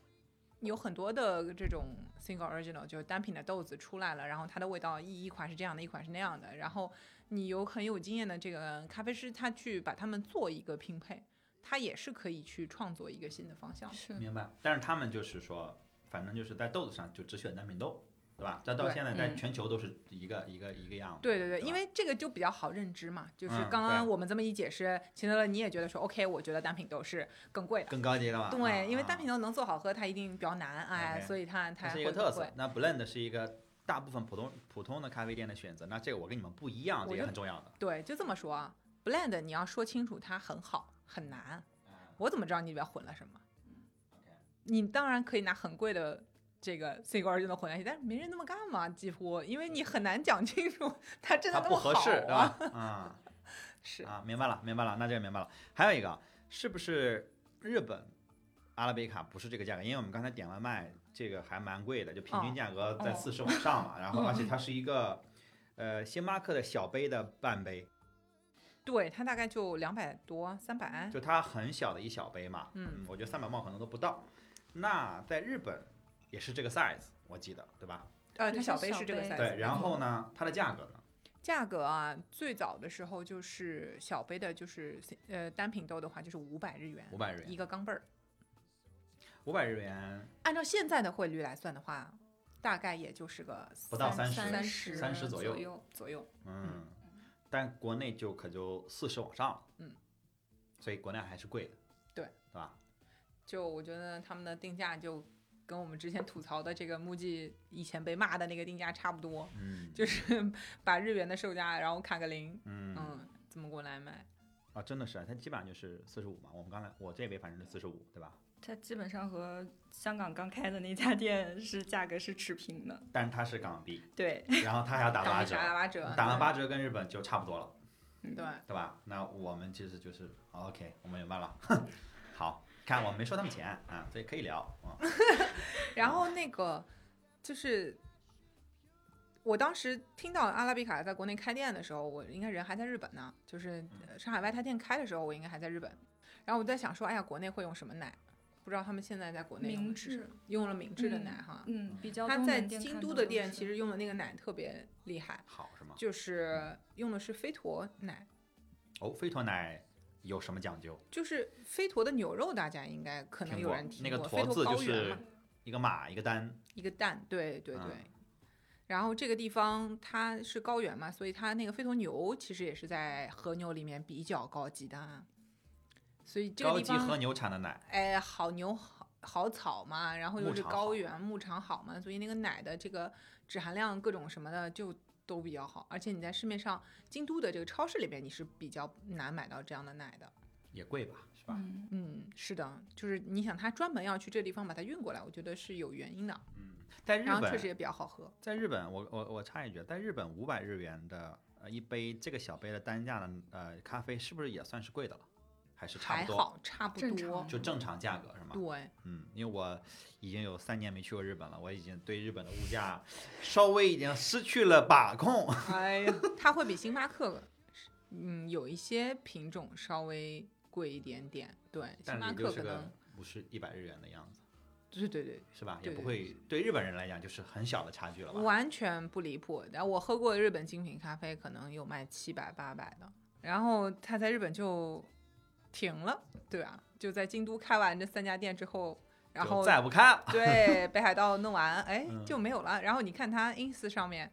[SPEAKER 2] 有很多的这种 single original 就是单品的豆子出来了，然后它的味道一一款是这样的，一款是那样的。然后你有很有经验的这个咖啡师，他去把它们做一个拼配，他也是可以去创作一个新的方向。
[SPEAKER 3] 是，
[SPEAKER 1] 明白。但是他们就是说，反正就是在豆子上就只选单品豆，对吧？这到
[SPEAKER 2] 对
[SPEAKER 1] 现在在
[SPEAKER 3] 嗯
[SPEAKER 1] 全球都是一个一个一个样子。
[SPEAKER 2] 对对对，
[SPEAKER 1] 吧
[SPEAKER 2] 因为这个就比较好认知嘛，就是
[SPEAKER 1] 嗯
[SPEAKER 2] 刚刚
[SPEAKER 1] 对
[SPEAKER 2] 我们这么一解释，秦德勒你也觉得说 OK，我觉得单品豆是更贵的。
[SPEAKER 1] 更高级了嘛。啊
[SPEAKER 2] 对，因为单
[SPEAKER 1] 啊
[SPEAKER 2] 品豆能做好喝，它一定比较难，哎，
[SPEAKER 1] OK
[SPEAKER 2] 所以它它
[SPEAKER 1] 它是一
[SPEAKER 2] 会
[SPEAKER 1] 个
[SPEAKER 2] 更
[SPEAKER 1] 特色
[SPEAKER 2] 贵。。
[SPEAKER 1] 那 blend 是一个大部分普通普通的咖啡店的选择。那这个我跟你们不一样，
[SPEAKER 2] 我
[SPEAKER 1] 这也
[SPEAKER 2] 就
[SPEAKER 1] 很重要的。
[SPEAKER 2] 对，就这么说啊，blend 你要说清楚它很好很难，我怎么知道你里边混了什么？你当然可以拿很贵的这个 C 高就能混在一起，但是没人那么干嘛，几乎因为你很难讲清楚它真
[SPEAKER 1] 它
[SPEAKER 2] 的那
[SPEAKER 1] 不
[SPEAKER 2] 么
[SPEAKER 1] 合
[SPEAKER 2] 好
[SPEAKER 1] 适，对
[SPEAKER 2] 啊，
[SPEAKER 1] 吧？啊，
[SPEAKER 2] 是
[SPEAKER 1] 啊，明白了，明白了，那这个明白了。还有一个，是不是日本阿拉比卡不是这个价格？因为我们刚才点外卖，这个还蛮贵的，就平均价格在
[SPEAKER 3] 哦
[SPEAKER 1] 四十往上嘛。然后，而且 它是一个呃星巴克的小杯的半杯，
[SPEAKER 2] 对，它大概就两百多、三百。
[SPEAKER 1] 就它很小的一小杯嘛。
[SPEAKER 2] 嗯，
[SPEAKER 1] 我觉得三百磅可能都不到。那在日本也是这个 size，我记得对吧？
[SPEAKER 2] 呃，
[SPEAKER 3] 也
[SPEAKER 2] 它
[SPEAKER 3] 是
[SPEAKER 2] 小杯
[SPEAKER 3] 小
[SPEAKER 2] 是这个
[SPEAKER 3] 杯
[SPEAKER 2] size。嗯
[SPEAKER 1] 对，然后呢，它的价格呢？
[SPEAKER 2] 价格啊，最早的时候就是小杯的，就是呃单品豆的话就是五百日元，
[SPEAKER 1] 五百日
[SPEAKER 2] 一
[SPEAKER 1] 元，
[SPEAKER 2] 个钢镚儿。
[SPEAKER 1] 五百日元
[SPEAKER 2] 按照现在的汇率来算的话，大概也就是个
[SPEAKER 1] 不到
[SPEAKER 2] 三
[SPEAKER 1] 30
[SPEAKER 3] 三
[SPEAKER 2] 十
[SPEAKER 1] 30
[SPEAKER 3] 十
[SPEAKER 1] 左右
[SPEAKER 3] 右，
[SPEAKER 2] 左右。
[SPEAKER 1] 嗯，但国内就可就四十往上了，
[SPEAKER 2] 嗯，
[SPEAKER 1] 所以国内还是贵的，
[SPEAKER 2] 对，
[SPEAKER 1] 对吧？
[SPEAKER 2] 就我觉得他们的定价就跟我们之前吐槽的这个木记以前被骂的那个定价差不多，
[SPEAKER 1] 嗯，
[SPEAKER 2] 就是 把日元的售价然后砍个零，
[SPEAKER 1] 嗯
[SPEAKER 2] 嗯，怎么过来买？
[SPEAKER 1] 啊，真的是，它基本上就是四十五嘛。我们刚才我这杯反正是四十五，对吧？
[SPEAKER 3] 它基本上和香港刚开的那家店是价格是持平的。
[SPEAKER 1] 但是它是港币，
[SPEAKER 3] 对，
[SPEAKER 1] 然后它还要打
[SPEAKER 2] 港
[SPEAKER 1] 八
[SPEAKER 2] 币
[SPEAKER 1] 折，
[SPEAKER 2] 打八折，
[SPEAKER 1] 打完八折跟日本就差不多了，
[SPEAKER 3] 嗯
[SPEAKER 2] 对，
[SPEAKER 1] 对吧？那我们其实就是好 OK，我们明白了。 好看，我没收他们钱啊，所以可以聊啊。
[SPEAKER 2] 然后那个就是我当时听到阿拉比卡在国内开店的时候，我应该人还在日本呢，就是
[SPEAKER 1] 嗯
[SPEAKER 2] 呃上海外滩店开的时候，我应该还在日本。然后我在想说，哎呀，国内会用什么奶？不知道他们现在在国内用
[SPEAKER 3] 明
[SPEAKER 2] 的是什
[SPEAKER 3] 治
[SPEAKER 2] 么，用了明治的
[SPEAKER 3] 嗯
[SPEAKER 2] 奶哈。
[SPEAKER 3] 嗯，比较
[SPEAKER 2] 他
[SPEAKER 3] 东
[SPEAKER 2] 在
[SPEAKER 3] 南店
[SPEAKER 2] 京
[SPEAKER 3] 看
[SPEAKER 2] 都
[SPEAKER 3] 到
[SPEAKER 2] 的店
[SPEAKER 3] 是
[SPEAKER 2] 其实用的那个奶特别厉害，
[SPEAKER 1] 好是吗？
[SPEAKER 2] 就是用的是飞驼奶，
[SPEAKER 1] 哦，飞驼奶有什么讲究？
[SPEAKER 2] 就是飞驼的牛肉，大家应该可能
[SPEAKER 1] 听
[SPEAKER 2] 有
[SPEAKER 1] 过
[SPEAKER 2] 人听
[SPEAKER 1] 那个
[SPEAKER 2] 过
[SPEAKER 1] 驼
[SPEAKER 2] 飞
[SPEAKER 1] 字
[SPEAKER 2] 驼
[SPEAKER 1] 就
[SPEAKER 2] 高原
[SPEAKER 1] 是
[SPEAKER 2] 嘛。
[SPEAKER 1] 一个马一个单，
[SPEAKER 2] 一个蛋，对对对。
[SPEAKER 1] 嗯
[SPEAKER 2] 然后这个地方它是高原嘛，所以它那个飞驼牛其实也是在和牛里面比较高级的啊，所以这
[SPEAKER 1] 高
[SPEAKER 2] 个地
[SPEAKER 1] 级和
[SPEAKER 2] 方
[SPEAKER 1] 牛产的奶。
[SPEAKER 2] 哎好牛好好草嘛，然后
[SPEAKER 1] 牧
[SPEAKER 2] 又是
[SPEAKER 1] 场
[SPEAKER 2] 高
[SPEAKER 1] 好
[SPEAKER 2] 原牧场好嘛，所以那个奶的这个脂含量各种什么的就都比较好，而且你在市面上京都的这个超市里边你是比较难买到这样的奶的。
[SPEAKER 1] 也贵吧，是吧？
[SPEAKER 3] 嗯，
[SPEAKER 2] 嗯，是的，就是你想他专门要去这地方把它运过来，我觉得是有原因的，
[SPEAKER 1] 嗯在日
[SPEAKER 2] 然后确实
[SPEAKER 1] 本，
[SPEAKER 2] 也比较好喝。
[SPEAKER 1] 在日本，我我我插一句，在日本五百日元的呃一杯这个小杯的单价的呃咖啡，是不是也算是贵的了？还是差
[SPEAKER 2] 还
[SPEAKER 1] 不多，
[SPEAKER 2] 好，差不
[SPEAKER 3] 正
[SPEAKER 2] 多
[SPEAKER 3] 常。
[SPEAKER 1] 就正常价格是吗？
[SPEAKER 2] 对，
[SPEAKER 1] 嗯，因为我已经有三年没去过日本了，我已经对日本的物价稍微已经失去了把控。
[SPEAKER 2] 哎呀，它会比星巴克，嗯，有一些品种稍微贵一点点。对，星
[SPEAKER 1] 但
[SPEAKER 2] 巴
[SPEAKER 1] 是就
[SPEAKER 2] 克
[SPEAKER 1] 是
[SPEAKER 2] 可
[SPEAKER 1] 个
[SPEAKER 2] 能，
[SPEAKER 1] 五十一百日元的样子，
[SPEAKER 2] 对对对，
[SPEAKER 1] 是吧？也
[SPEAKER 2] 对
[SPEAKER 1] 不
[SPEAKER 2] 对
[SPEAKER 1] 会对日本人来讲就是很小的差距了吧？
[SPEAKER 2] 完全不离谱。然后我喝过的日本精品咖啡，可能有卖七百八百的，然后它在日本就停了，对吧？就在京都开完这三家店之后，然
[SPEAKER 1] 就
[SPEAKER 2] 后
[SPEAKER 1] 再不开了，
[SPEAKER 2] 对，北海道弄完，哎
[SPEAKER 1] 嗯，
[SPEAKER 2] 就没有了。然后你看他 ins 上面，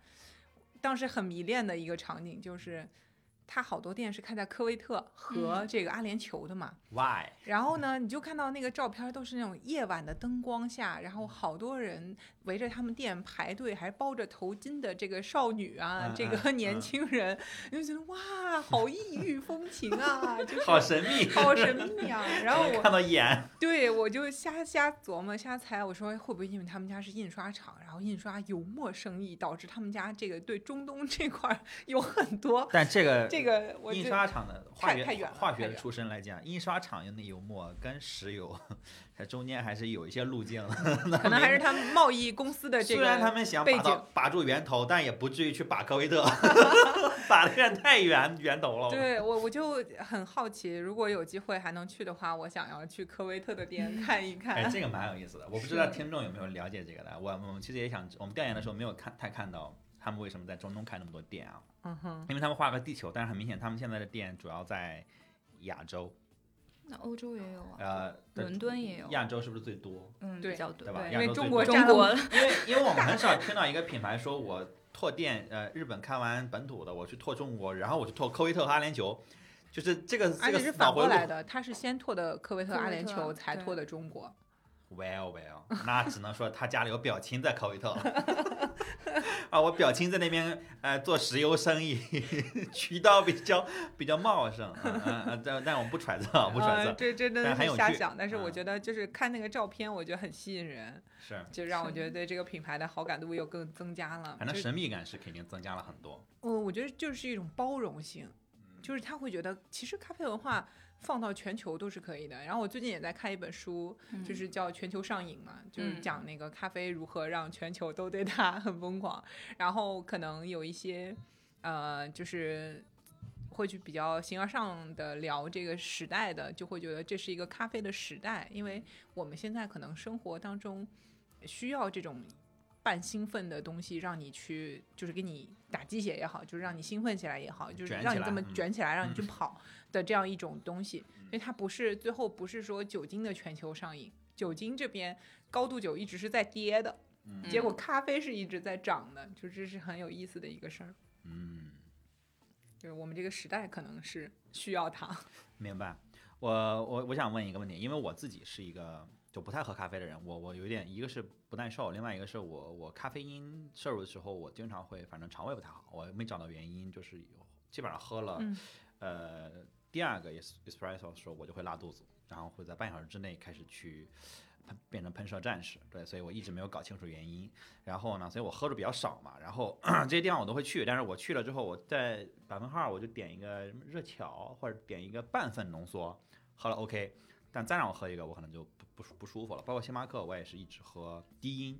[SPEAKER 2] 当时很迷恋的一个场景就是，他好多店是开在科威特和
[SPEAKER 3] 嗯
[SPEAKER 2] 这个阿联酋的嘛。
[SPEAKER 1] why？
[SPEAKER 2] 然后呢，你就看到那个照片都是那种夜晚的灯光下，然后好多人围着他们店排队，还包着头巾的这个少女啊，
[SPEAKER 1] 嗯
[SPEAKER 2] 这
[SPEAKER 1] 嗯
[SPEAKER 2] 个年
[SPEAKER 1] 嗯
[SPEAKER 2] 轻人，你就觉得哇，好异域风情啊， 就是
[SPEAKER 1] 好神秘，
[SPEAKER 2] 好神秘啊。然后 我
[SPEAKER 1] 看到 眼，
[SPEAKER 2] 对，我就瞎瞎琢磨、瞎猜，我说会不会因为他们家是印刷厂，然后印刷油墨生意，导致他们家这个对中东这块儿 有很多
[SPEAKER 1] 但这个
[SPEAKER 2] 这个，我
[SPEAKER 1] 印
[SPEAKER 2] 就
[SPEAKER 1] 刷厂的化
[SPEAKER 2] 太太
[SPEAKER 1] 学
[SPEAKER 2] 远了
[SPEAKER 1] 化
[SPEAKER 2] 太
[SPEAKER 1] 学
[SPEAKER 2] 远
[SPEAKER 1] 出身来讲，印刷厂用的油墨跟石油，它中间还是有一些路径的。
[SPEAKER 2] 可能还是他们贸易公司的 这
[SPEAKER 1] 虽然他
[SPEAKER 2] 个。
[SPEAKER 1] 们想
[SPEAKER 2] 背
[SPEAKER 1] 把到把住源头，但也不至于去把科威 特，打的远太远源头了。
[SPEAKER 2] 对啊我，我就很好奇，如果有机会还能去的话，我想要去科威特的 店看一
[SPEAKER 1] 哎，
[SPEAKER 2] 看。
[SPEAKER 1] 这个蛮有意思的，我不知道听众有没有了解这个的。我我们其实也想，我们调研的时候没有看太看到他们为什么在中东开那么多店啊，
[SPEAKER 2] 嗯哼，
[SPEAKER 1] 因为他们画个地球，但是很明显他们现在的店主要在亚洲，
[SPEAKER 3] 那欧洲也有
[SPEAKER 2] 哦
[SPEAKER 3] 啊，
[SPEAKER 1] 呃，
[SPEAKER 3] 伦敦也有，
[SPEAKER 1] 亚洲是不是最多？
[SPEAKER 3] 嗯，
[SPEAKER 2] 对
[SPEAKER 3] 比较多，
[SPEAKER 1] 对吧
[SPEAKER 2] 因
[SPEAKER 1] 亚
[SPEAKER 2] 为
[SPEAKER 1] 洲
[SPEAKER 2] 中
[SPEAKER 1] 最
[SPEAKER 2] 国
[SPEAKER 1] 多
[SPEAKER 2] 占
[SPEAKER 3] 中
[SPEAKER 2] 了
[SPEAKER 3] 国
[SPEAKER 1] 因为因为我们很少听到一个品牌说我拓店，呃，日本开完本土的，我去拓中国，然后我去拓科威特和阿联酋，就是这个
[SPEAKER 2] 而
[SPEAKER 1] 这
[SPEAKER 2] 且
[SPEAKER 1] 个
[SPEAKER 2] 是
[SPEAKER 1] 脑
[SPEAKER 2] 反
[SPEAKER 1] 回
[SPEAKER 2] 过
[SPEAKER 1] 路
[SPEAKER 2] 来。的，他是先拓的科威特、
[SPEAKER 3] 科
[SPEAKER 2] 阿
[SPEAKER 3] 威
[SPEAKER 2] 联
[SPEAKER 3] 特
[SPEAKER 2] 酋，才
[SPEAKER 3] 对
[SPEAKER 2] 拓的中国。
[SPEAKER 1] 啊 Well well，那只能说他家里有表亲在科威特 了。啊，我表亲在那边呃做石油生意，渠道比较比较茂盛。嗯嗯嗯，但但我们不揣测，不揣
[SPEAKER 2] 呃，
[SPEAKER 1] 测，
[SPEAKER 2] 这这真的
[SPEAKER 1] 但很
[SPEAKER 2] 是
[SPEAKER 1] 有
[SPEAKER 2] 瞎
[SPEAKER 1] 趣
[SPEAKER 2] 想，但是我
[SPEAKER 1] 嗯
[SPEAKER 2] 觉得就是看那个照片，我觉得很吸引人。
[SPEAKER 1] 是，
[SPEAKER 2] 就让我
[SPEAKER 3] 是
[SPEAKER 2] 觉得对这个品牌的好感度又更增加了。
[SPEAKER 1] 反正
[SPEAKER 2] 就，嗯
[SPEAKER 1] 神秘感是肯定增加了很多。
[SPEAKER 3] 嗯
[SPEAKER 2] 我我觉得就是一种包容性，就是他会觉得其实咖啡文化放到全球都是可以的。然后我最近也在看一本书，
[SPEAKER 1] 嗯
[SPEAKER 2] 就是叫《全球上瘾》嘛，就是
[SPEAKER 3] 嗯
[SPEAKER 2] 讲那个咖啡如何让全球都对它很疯狂，然后可能有一些呃，就是。会去比较形而上的聊这个时代的，就会觉得这是一个咖啡的时代，因为我们现在可能生活当中需要这种半兴奋的东西，让你去就是给你打鸡血也好，就是让你兴奋起来也好，就是
[SPEAKER 1] 卷
[SPEAKER 2] 让
[SPEAKER 1] 起
[SPEAKER 2] 你这
[SPEAKER 1] 来
[SPEAKER 2] 么
[SPEAKER 1] 嗯
[SPEAKER 2] 卷起来，让你
[SPEAKER 1] 嗯
[SPEAKER 2] 去跑的这样一种东西。所以它不是最后不是说酒精的全球上瘾，酒精这边高度酒一直是在跌的，
[SPEAKER 1] 嗯
[SPEAKER 2] 结果咖啡是一直在涨的，就这是很有意思的一个事儿。
[SPEAKER 1] 嗯，
[SPEAKER 2] 就是我们这个时代可能是需要它。
[SPEAKER 1] 明白。我我我想问一个问题，因为我自己是一个就不太喝咖啡的人，我我有点一个是不耐受，另外一个是我我咖啡因摄入的时候，我经常会反正肠胃不太好，我没找到原因，就是有基本上喝了，
[SPEAKER 2] 嗯
[SPEAKER 1] 呃，第二个 es- espresso 的时候我就会拉肚子，然后会在半小时之内开始去喷变成喷射战士，对，所以我一直没有搞清楚原因。然后呢，所以我喝的比较少嘛，然后这些地方我都会去，但是我去了之后，我在百分号我就点一个热巧或者点一个半份浓缩，喝了 OK，但再让我喝一个，我可能就不不舒不舒服了。包括星巴克，我也是一直喝低因，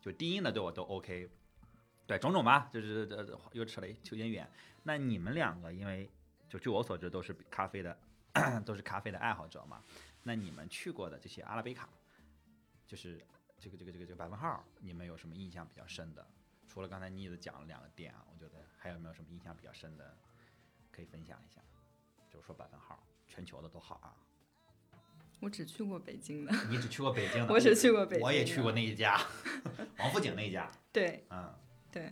[SPEAKER 1] 就低因的对我都 OK。对，种种吧，就是呃又扯了一有点远。那你们两个，因为就据我所知都是咖啡的， 都是咖啡的爱好者嘛。那你们去过的这些阿拉比卡，就是这个这个这个这个百分号，你们有什么印象比较深的？除了刚才你也讲了两个店啊，我觉得还有没有什么印象比较深的可以分享一下？就是说百分号，全球的都好啊。
[SPEAKER 3] 我只去过北京的，
[SPEAKER 1] 你只去过北京的，
[SPEAKER 3] 我只去过北京，
[SPEAKER 1] 啊我也去过。那一家， 王府井那一家，
[SPEAKER 3] 对
[SPEAKER 1] 嗯
[SPEAKER 3] 对，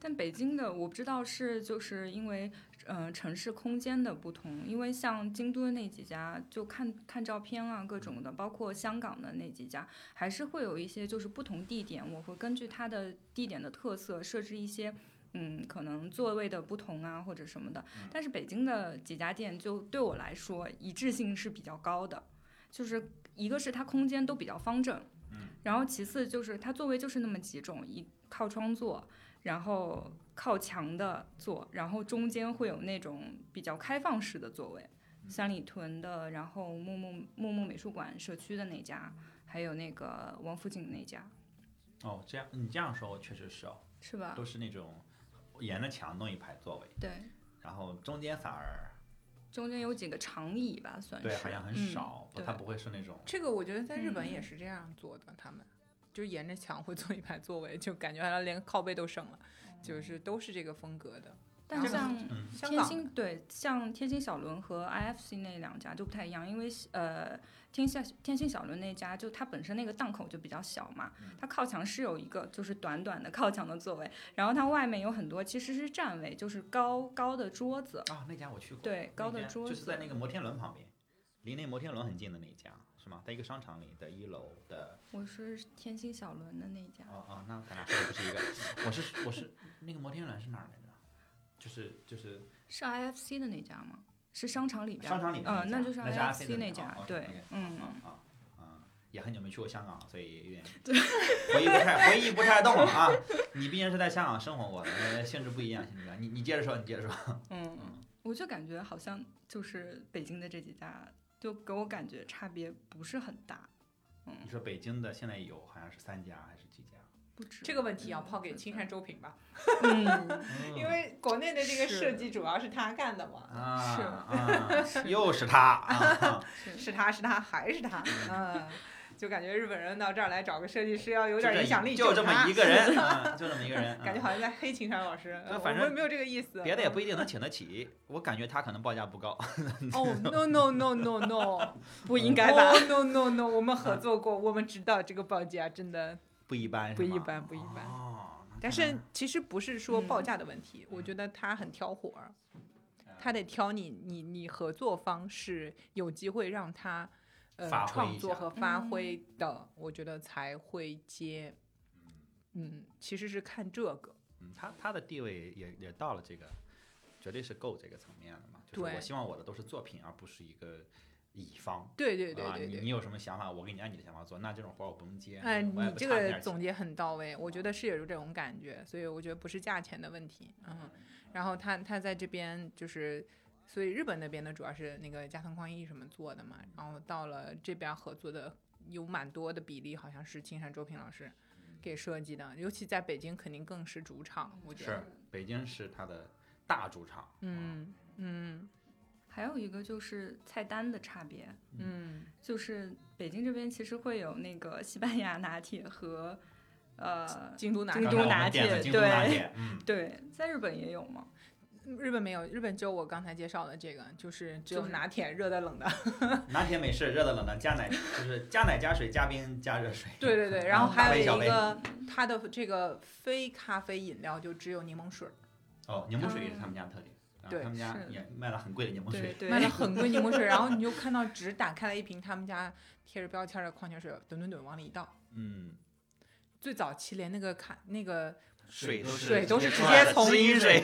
[SPEAKER 3] 但北京的我不知道是就是因为呃城市空间的不同，因为像京都的那几家，就看看照片啊各种的，包括香港的那几家，还是会有一些就是不同地点，我会根据它的地点的特色设置一些。嗯，可能座位的不同啊，或者什么的，但是北京的几家店就对我来说一致性是比较高的，就是一个是它空间都比较方正，
[SPEAKER 1] 嗯，
[SPEAKER 3] 然后其次就是它座位就是那么几种，一靠窗座，然后靠墙的座，然后中间会有那种比较开放式的座位，
[SPEAKER 1] 嗯
[SPEAKER 3] 三里屯的，然后木木木木美术馆社区的那家，还有那个王府井那家，
[SPEAKER 1] 哦，这样你这样说，我确实是哦，
[SPEAKER 3] 是吧
[SPEAKER 1] 都？是那种沿着墙弄一排座位，
[SPEAKER 3] 对，
[SPEAKER 1] 然后中间反而
[SPEAKER 3] 中间有几个长椅吧，算是。
[SPEAKER 1] 对好像很
[SPEAKER 3] 嗯
[SPEAKER 1] 少，不
[SPEAKER 3] 对
[SPEAKER 1] 它不会是那种
[SPEAKER 2] 这个我觉得在日本
[SPEAKER 3] 嗯
[SPEAKER 2] 也是这样做的，他们就沿着墙会坐一排座位，就感觉好像连靠背都省了，就是都是这个风格的。
[SPEAKER 3] 但
[SPEAKER 2] 然后
[SPEAKER 3] 像
[SPEAKER 1] 嗯
[SPEAKER 2] 香
[SPEAKER 3] 天
[SPEAKER 2] 港
[SPEAKER 3] 星对，像天星小轮和 IFC 那两家就不太一样，因为呃，天下天星小轮那家就它本身那个档口就比较小嘛，
[SPEAKER 1] 嗯
[SPEAKER 3] 它靠墙是有一个就是短短的靠墙的座位，然后它外面有很多其实是站位，就是高高的桌子，
[SPEAKER 1] 啊那家我去过，
[SPEAKER 3] 对，高
[SPEAKER 1] 那
[SPEAKER 3] 的
[SPEAKER 1] 家
[SPEAKER 3] 桌
[SPEAKER 1] 就是
[SPEAKER 3] 子
[SPEAKER 1] 在，那个摩天轮旁边，离那摩天轮很近的那一家是吗？在一个商场里的一楼的，
[SPEAKER 3] 我是天星小轮的那家，
[SPEAKER 1] 哦哦，那咱俩说的不是一个，我是我是那个摩天轮是哪儿来着？就是就是
[SPEAKER 3] 是 IFC 的那家吗？是商场里边儿，
[SPEAKER 1] 商场里面那
[SPEAKER 3] 嗯、
[SPEAKER 1] 家
[SPEAKER 3] 那就是 IFC
[SPEAKER 1] 那
[SPEAKER 3] 那
[SPEAKER 1] 家
[SPEAKER 3] 家
[SPEAKER 1] 哦，
[SPEAKER 3] 对，
[SPEAKER 1] OK，
[SPEAKER 3] 嗯，
[SPEAKER 1] 啊啊啊！也很久没去过香港，所以有点回忆不太回忆不太动了啊。你毕竟是在香港生活过的，呃性质不一样，性质不一样。你你接着说，你接着说。
[SPEAKER 3] 嗯，我就感觉好像就是北京的这几家，就给我感觉差别不是很大，
[SPEAKER 1] 你说北京的现在有好像是三家还是几家？
[SPEAKER 3] 不止
[SPEAKER 2] 这个问题要抛给青山周平吧，
[SPEAKER 3] 嗯，
[SPEAKER 2] 嗯因为国内的这个
[SPEAKER 3] 是
[SPEAKER 2] 设计主要是他干的嘛，
[SPEAKER 1] 啊
[SPEAKER 3] 是
[SPEAKER 1] 啊，又是他啊！
[SPEAKER 2] 是他是他还是 他，嗯，就感觉日本人到这儿来找个设计师要有
[SPEAKER 1] 有
[SPEAKER 2] 点影响力，
[SPEAKER 1] 就这
[SPEAKER 2] 他
[SPEAKER 1] 么一个 人，啊就这么一个人，
[SPEAKER 2] 感觉
[SPEAKER 1] 啊
[SPEAKER 2] 好像在黑秦山老师，
[SPEAKER 1] 对
[SPEAKER 2] 呃
[SPEAKER 1] 反
[SPEAKER 2] 我
[SPEAKER 1] 正
[SPEAKER 2] 们没有这个意思。嗯
[SPEAKER 1] 别的也不一定能请得起，我感觉他可能报价不高。
[SPEAKER 2] 哦、n o no no no no，
[SPEAKER 3] 不
[SPEAKER 2] 不
[SPEAKER 3] 应该
[SPEAKER 1] 哦
[SPEAKER 3] 吧？
[SPEAKER 2] no no no，我们合作过，我们知道这个报价真的
[SPEAKER 1] 不一般，
[SPEAKER 2] 不
[SPEAKER 1] 是吗
[SPEAKER 2] 一般，不一般。
[SPEAKER 1] 哦，那
[SPEAKER 2] 但
[SPEAKER 1] 可能
[SPEAKER 2] 是其实不是说报
[SPEAKER 3] 嗯
[SPEAKER 2] 价的问题，我觉得他很挑活儿，
[SPEAKER 1] 嗯
[SPEAKER 2] 他得挑你你你合作方是有机会让他呃
[SPEAKER 1] 发挥
[SPEAKER 2] 创
[SPEAKER 1] 一
[SPEAKER 2] 作
[SPEAKER 1] 下
[SPEAKER 2] 和发
[SPEAKER 3] 嗯
[SPEAKER 2] 挥的，我觉得才会接。嗯，其实是看这个，
[SPEAKER 1] 嗯，他他的地位也也到了这个，绝对是够这个层面了嘛。就是我
[SPEAKER 2] 对
[SPEAKER 1] 希望我的都是作品，而不是一个乙方。
[SPEAKER 2] 对对对
[SPEAKER 1] 啊，
[SPEAKER 2] 对
[SPEAKER 1] 你
[SPEAKER 2] 对。
[SPEAKER 1] 你有什么想法，我给你按你的想法做。那这种活儿我不用接。
[SPEAKER 2] 哎，你
[SPEAKER 1] 我也不
[SPEAKER 2] 这
[SPEAKER 1] 差
[SPEAKER 2] 个
[SPEAKER 1] 点
[SPEAKER 2] 总
[SPEAKER 1] 钱啊
[SPEAKER 2] 结很到位，我觉得是有这种嗯感觉，所以我觉得不是价钱的问题，嗯。然后他他在这边就是所以日本那边呢，主要是那个加藤宽一什么做的嘛，然后到了这边合作的有蛮多的比例，好像是青山周平老师
[SPEAKER 1] 嗯
[SPEAKER 2] 给设计的，尤其在北京肯定更是主场，我觉得
[SPEAKER 1] 是，嗯北京是它的大主场，啊，
[SPEAKER 2] 嗯嗯
[SPEAKER 3] 还有一个就是菜单的差别，
[SPEAKER 2] 嗯，
[SPEAKER 3] 就是北京这边其实会有那个西班牙拿铁和呃
[SPEAKER 2] 京都拿
[SPEAKER 3] 京
[SPEAKER 1] 刚
[SPEAKER 3] 都
[SPEAKER 1] 才我
[SPEAKER 3] 拿
[SPEAKER 1] 们点
[SPEAKER 3] 铁
[SPEAKER 1] 了京都拿
[SPEAKER 3] 对
[SPEAKER 1] 铁，嗯，
[SPEAKER 3] 对，在日本也有吗？
[SPEAKER 2] 日本没有，日本只有我刚才介绍的这个，就是只有
[SPEAKER 3] 就是
[SPEAKER 2] 拿铁热的冷的，
[SPEAKER 1] 拿铁美式热的冷的加奶，就是加奶加水加冰加热水，
[SPEAKER 2] 对对对，然后
[SPEAKER 1] 嗯大
[SPEAKER 2] 还
[SPEAKER 1] 杯小
[SPEAKER 2] 有一
[SPEAKER 1] 杯
[SPEAKER 2] 个它的这个非咖啡饮料就只有柠檬水儿，
[SPEAKER 1] 哦，柠檬水也是他们家的特点，啊
[SPEAKER 2] 对
[SPEAKER 1] 他们家
[SPEAKER 3] 是
[SPEAKER 1] 也卖了很贵的柠檬
[SPEAKER 3] 对
[SPEAKER 1] 水，
[SPEAKER 3] 对，
[SPEAKER 2] 卖了很贵柠檬水，然后你就看到只打开了一瓶他们家贴着标签的矿泉水，吨吨吨往里一倒。
[SPEAKER 1] 嗯，
[SPEAKER 2] 最早期连那个卡那个
[SPEAKER 1] 水都是
[SPEAKER 2] 水都是
[SPEAKER 1] 直
[SPEAKER 2] 直
[SPEAKER 1] 接
[SPEAKER 2] 接从
[SPEAKER 1] 直饮水，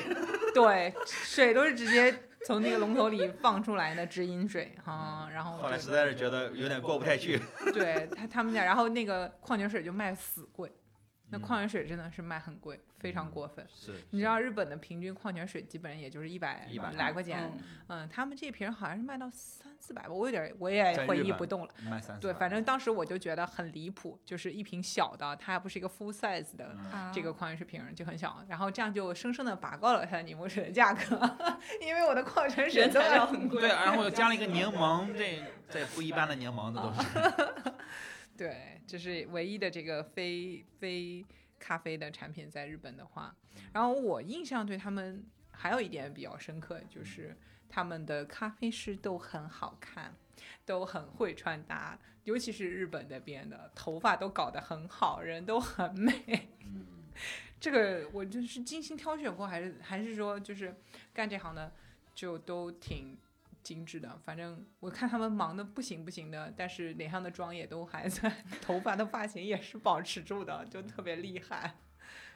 [SPEAKER 2] 对水都是直接从那个龙头里放出来的直饮水啊，然后
[SPEAKER 1] 嗯后来
[SPEAKER 2] 就
[SPEAKER 1] 实在是觉得有点过不太去，
[SPEAKER 2] 对他他们家，然后那个矿泉水就卖死贵， 那
[SPEAKER 1] 嗯
[SPEAKER 2] 矿泉水真的是卖很贵，非常过分。
[SPEAKER 1] 是，
[SPEAKER 2] 你知道日本的平均矿泉水基本上也就是一百
[SPEAKER 1] 100
[SPEAKER 2] 来块钱，
[SPEAKER 3] 嗯
[SPEAKER 2] 嗯，他们这瓶好像是卖到三四百吧，我有点我也
[SPEAKER 1] 在
[SPEAKER 2] 回
[SPEAKER 1] 日
[SPEAKER 2] 忆
[SPEAKER 1] 本
[SPEAKER 2] 不动了。
[SPEAKER 1] 卖三
[SPEAKER 2] 对，反正当时我就觉得很离谱，就是一瓶小的，它还不是一个 full size 的
[SPEAKER 1] 嗯
[SPEAKER 3] 啊
[SPEAKER 2] 这个矿泉水瓶儿，就很小，然后这样就生生的拔高了它的柠檬水的价格， 因为我的矿泉水
[SPEAKER 3] 原
[SPEAKER 2] 都
[SPEAKER 3] 材料
[SPEAKER 2] 要
[SPEAKER 3] 很贵，
[SPEAKER 1] 对，然后又加了一个柠檬，这这不一般的柠檬，这都
[SPEAKER 2] 啊
[SPEAKER 1] 是
[SPEAKER 2] 对，这是唯一的这个非非咖啡的产品在日本的话，然后我印象对他们还有一点比较深刻，就是他们的咖啡师都很好看，都很会穿搭，尤其是日本那边的，头发都搞得很好，人都很美。这个我就是精心挑选过，还是还是说就是干这行的就都挺精致的。反正我看他们忙的不行不行的，但是脸上的妆也都还在， 头发的发型也是保持住的，就特别厉害。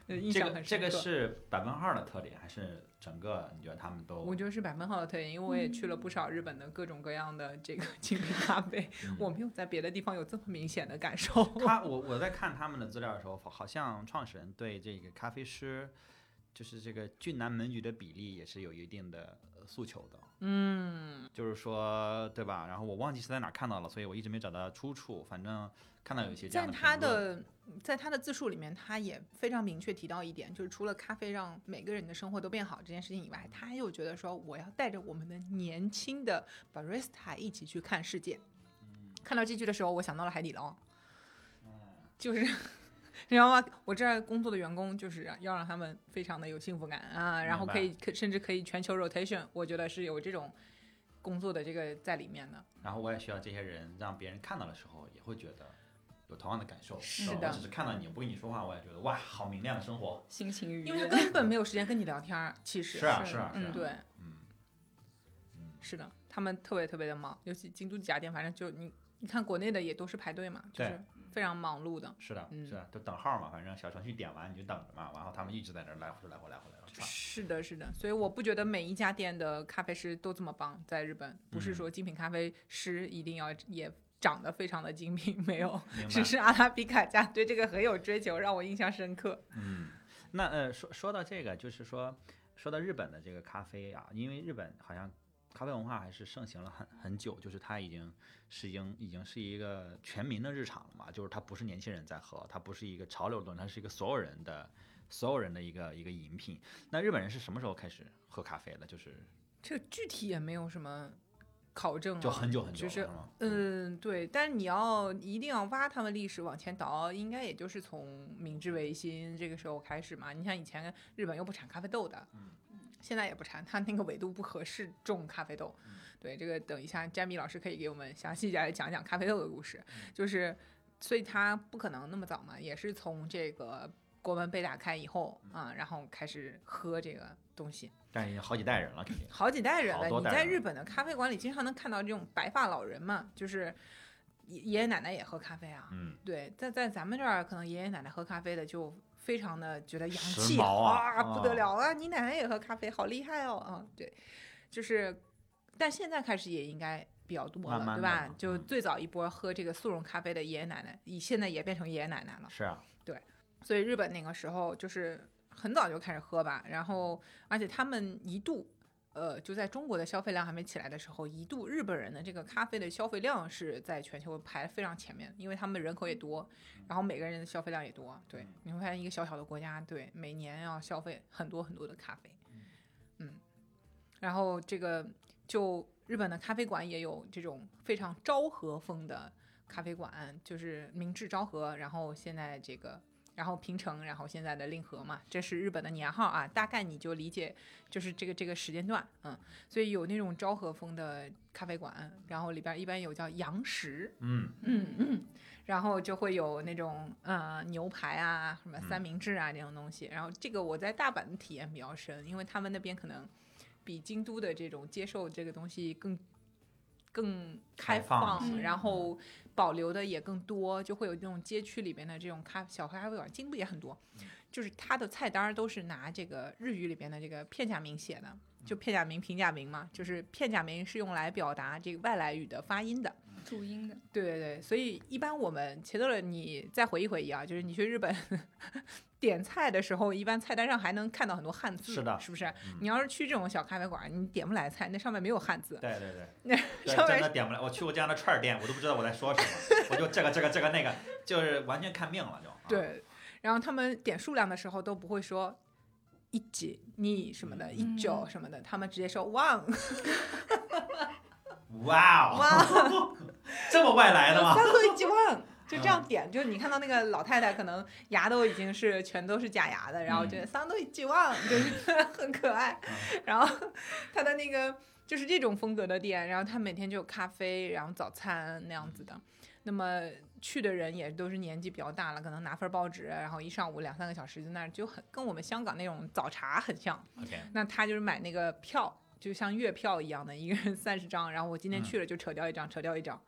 [SPEAKER 2] 呃印
[SPEAKER 1] 这
[SPEAKER 2] 象
[SPEAKER 1] 个
[SPEAKER 2] 很
[SPEAKER 1] 这
[SPEAKER 2] 深刻。
[SPEAKER 1] 个是百分号的特点，还是整个你觉得他们都
[SPEAKER 2] 我觉得是百分号的特点，因为我也去了不少日本的各种各样的这个精品咖啡，
[SPEAKER 1] 嗯
[SPEAKER 2] 我没有在别的地方有这么明显的感受。
[SPEAKER 1] 他我我在看他们的资料的时候，好像创始人对这个咖啡师，就是这个俊男美女的比例也是有一定的呃诉求的。
[SPEAKER 2] 嗯，
[SPEAKER 1] 就是说，对吧？然后我忘记是在哪儿看到了，所以我一直没找到出处。反正看到有一些这
[SPEAKER 2] 在
[SPEAKER 1] 样
[SPEAKER 2] 他
[SPEAKER 1] 评论
[SPEAKER 2] 的在他的自述里面，他也非常明确提到一点，就是除了咖啡让每个人的生活都变好这件事情以
[SPEAKER 1] 嗯
[SPEAKER 2] 外，他又觉得说我要带着我们的年轻的 barista 一起去看世界。
[SPEAKER 1] 嗯
[SPEAKER 2] 看到这句的时候，我想到了海底捞， 就是。你知道吗？我这儿工作的员工就是要让他们非常的有幸福感啊，然后
[SPEAKER 1] 明白
[SPEAKER 2] 可以可甚至可以全球 rotation，我觉得是有这种工作的这个在里面的。
[SPEAKER 1] 然后我也需要这些人，让别人看到的时候也会觉得有同样的感受。
[SPEAKER 2] 是
[SPEAKER 1] 吧
[SPEAKER 2] 的
[SPEAKER 1] 我只是看到你不跟你说话，我也觉得哇，好明亮的生活。
[SPEAKER 3] 心情愉悦，
[SPEAKER 2] 因为他根本没有时间跟你聊天儿，其实
[SPEAKER 1] 啊，
[SPEAKER 3] 是
[SPEAKER 1] 是啊，是啊
[SPEAKER 3] 嗯。
[SPEAKER 2] 对，
[SPEAKER 1] 嗯，嗯
[SPEAKER 2] 是的，他们特别特别的忙，尤其京都几家店，反正就你你看国内的也都是排队嘛，就
[SPEAKER 1] 对
[SPEAKER 2] 是非常忙碌的。
[SPEAKER 1] 是的，
[SPEAKER 2] 嗯
[SPEAKER 1] 是啊的，就等号嘛，反正小程序点完你就等着嘛，然后他们一直在那儿来回来回来 回来回来。
[SPEAKER 2] 是的，是的，所以我不觉得每一家店的咖啡师都这么棒，在日本不是
[SPEAKER 1] 嗯
[SPEAKER 2] 说精品咖啡师一定要也长得非常的精品，没有，
[SPEAKER 1] 明白
[SPEAKER 2] 只是阿拉比卡家对这个很有追求，让我印象深刻。
[SPEAKER 1] 嗯，那呃，说说到这个，就是说说到日本的这个咖啡啊，因为日本好像咖啡文化还是盛行了很很久，就是它已经是已经已经是一个全民的日常了嘛，就是它不是年轻人在喝，它不是一个潮流的东西，它是一个所有人的所有人的一个一个饮品。那日本人是什么时候开始喝咖啡的？就是
[SPEAKER 2] 这具体也没有什么考证、啊，
[SPEAKER 1] 就很久很久
[SPEAKER 2] 就
[SPEAKER 1] 了，
[SPEAKER 2] 是
[SPEAKER 1] 吗？
[SPEAKER 2] 嗯，对，但是你要一定要挖他们历史往前倒，应该也就是从明治维新这个时候开始嘛。你像以前日本又不产咖啡豆的，
[SPEAKER 1] 嗯
[SPEAKER 2] 现在也不产，它那个纬度不合适种咖啡豆。
[SPEAKER 1] 嗯
[SPEAKER 2] 对，这个等一下詹米老师可以给我们详细来讲讲咖啡豆的故事，
[SPEAKER 1] 嗯
[SPEAKER 2] 就是所以它不可能那么早嘛，也是从这个国门被打开以后
[SPEAKER 1] 嗯
[SPEAKER 2] 啊、然后开始喝这个东西。
[SPEAKER 1] 但已经好几代人了，肯定。
[SPEAKER 2] 好几代人
[SPEAKER 1] 好
[SPEAKER 2] 了。
[SPEAKER 1] 多
[SPEAKER 2] 你
[SPEAKER 1] 代
[SPEAKER 2] 在
[SPEAKER 1] 人
[SPEAKER 2] 日本的咖啡馆里经常能看到这种白发老人嘛，就是爷爷爷奶奶也喝咖啡啊。
[SPEAKER 1] 嗯，
[SPEAKER 2] 对，在在咱们这儿，可能爷爷奶奶喝咖啡的就非常的觉得洋
[SPEAKER 1] 时
[SPEAKER 2] 气
[SPEAKER 1] 髦啊
[SPEAKER 2] 不得了啊！你奶奶也喝咖啡，好厉害哦啊！对，就是，但现在开始也应该比较多了，
[SPEAKER 1] 慢慢
[SPEAKER 2] 对
[SPEAKER 1] 的
[SPEAKER 2] 吧
[SPEAKER 1] 嘛？
[SPEAKER 2] 就
[SPEAKER 1] 嗯
[SPEAKER 2] 最早一波喝这个速溶咖啡的爷爷奶奶，以现在也变成爷爷奶奶了。
[SPEAKER 1] 是啊，
[SPEAKER 2] 所以日本那个时候就是很早就开始喝吧，然后而且他们一度，呃，就在中国的消费量还没起来的时候，一度日本人的这个咖啡的消费量是在全球排非常前面，因为他们人口也多，然后每个人的消费量也多。对
[SPEAKER 1] 嗯，
[SPEAKER 2] 你会发现一个小小的国家，对每年要消费很多很多的咖啡
[SPEAKER 1] 嗯，
[SPEAKER 2] 嗯，然后这个就日本的咖啡馆也有这种非常昭和风的咖啡馆，就是明治昭和，然后现在这个。然后平成，然后现在的令和嘛，这是日本的年号啊，大概你就理解就是这个这个时间段，嗯，所以有那种昭和风的咖啡馆，然后里边儿一般有叫洋食，
[SPEAKER 1] 嗯
[SPEAKER 2] 嗯嗯，然后就会有那种呃牛排啊、什么
[SPEAKER 1] 嗯
[SPEAKER 2] 三明治啊这种东西。然后这个我在大阪的体验比较深，因为他们那边可能比京都的这种接受这个东西更更开
[SPEAKER 1] 开放嗯
[SPEAKER 2] 放，
[SPEAKER 3] 一些
[SPEAKER 2] 然后保留的也更多，就会有这种街区里边的这种咖小咖啡馆，京都也很多
[SPEAKER 1] 嗯，
[SPEAKER 2] 就是它的菜单儿都是拿这个日语里边的这个片假名写的。就片假名、平假名嘛，就是片假名是用来表达这个外来语的发音的，
[SPEAKER 3] 注音的，
[SPEAKER 2] 对对对，所以一般我们切到了，你再回忆回忆啊，就是你去日本 点菜的时候，一般菜单上还能看到很多汉字，
[SPEAKER 1] 是的
[SPEAKER 2] 是不是？你要是去这种小咖啡馆，你点不来菜，那上面没有汉字，
[SPEAKER 1] 对对对，
[SPEAKER 2] 那
[SPEAKER 1] 对
[SPEAKER 2] 稍微
[SPEAKER 1] 真的点不来。我去过这样的串儿店，我都不知道我在说什么，我就这个这个这个那个，就是完全看命了就。啊，
[SPEAKER 2] 对。然后他们点数量的时候都不会说一几、你什么的、一九
[SPEAKER 3] 嗯
[SPEAKER 2] 什么的，他们直接说 one
[SPEAKER 1] 哇哦，
[SPEAKER 2] one
[SPEAKER 1] 这么外 来的吗？
[SPEAKER 2] 三个一 one。就这样点，就是你看到那个老太太，可能牙都已经是全都是假牙的，然后觉得三都一起望，就是 很可爱。 然后她的那个就是这种风格的店，然后她每天就有咖啡，然后早餐那样子的。那么去的人也都是年纪比较大了，可能拿份报纸，然后一上午两三个小时就那儿，就很跟我们香港那种早茶很像。
[SPEAKER 1] OK，
[SPEAKER 2] 那他就是买那个票，就像月票一样的，一个人三十张，然后我今天去了就扯掉一张，扯掉一张。
[SPEAKER 1] 嗯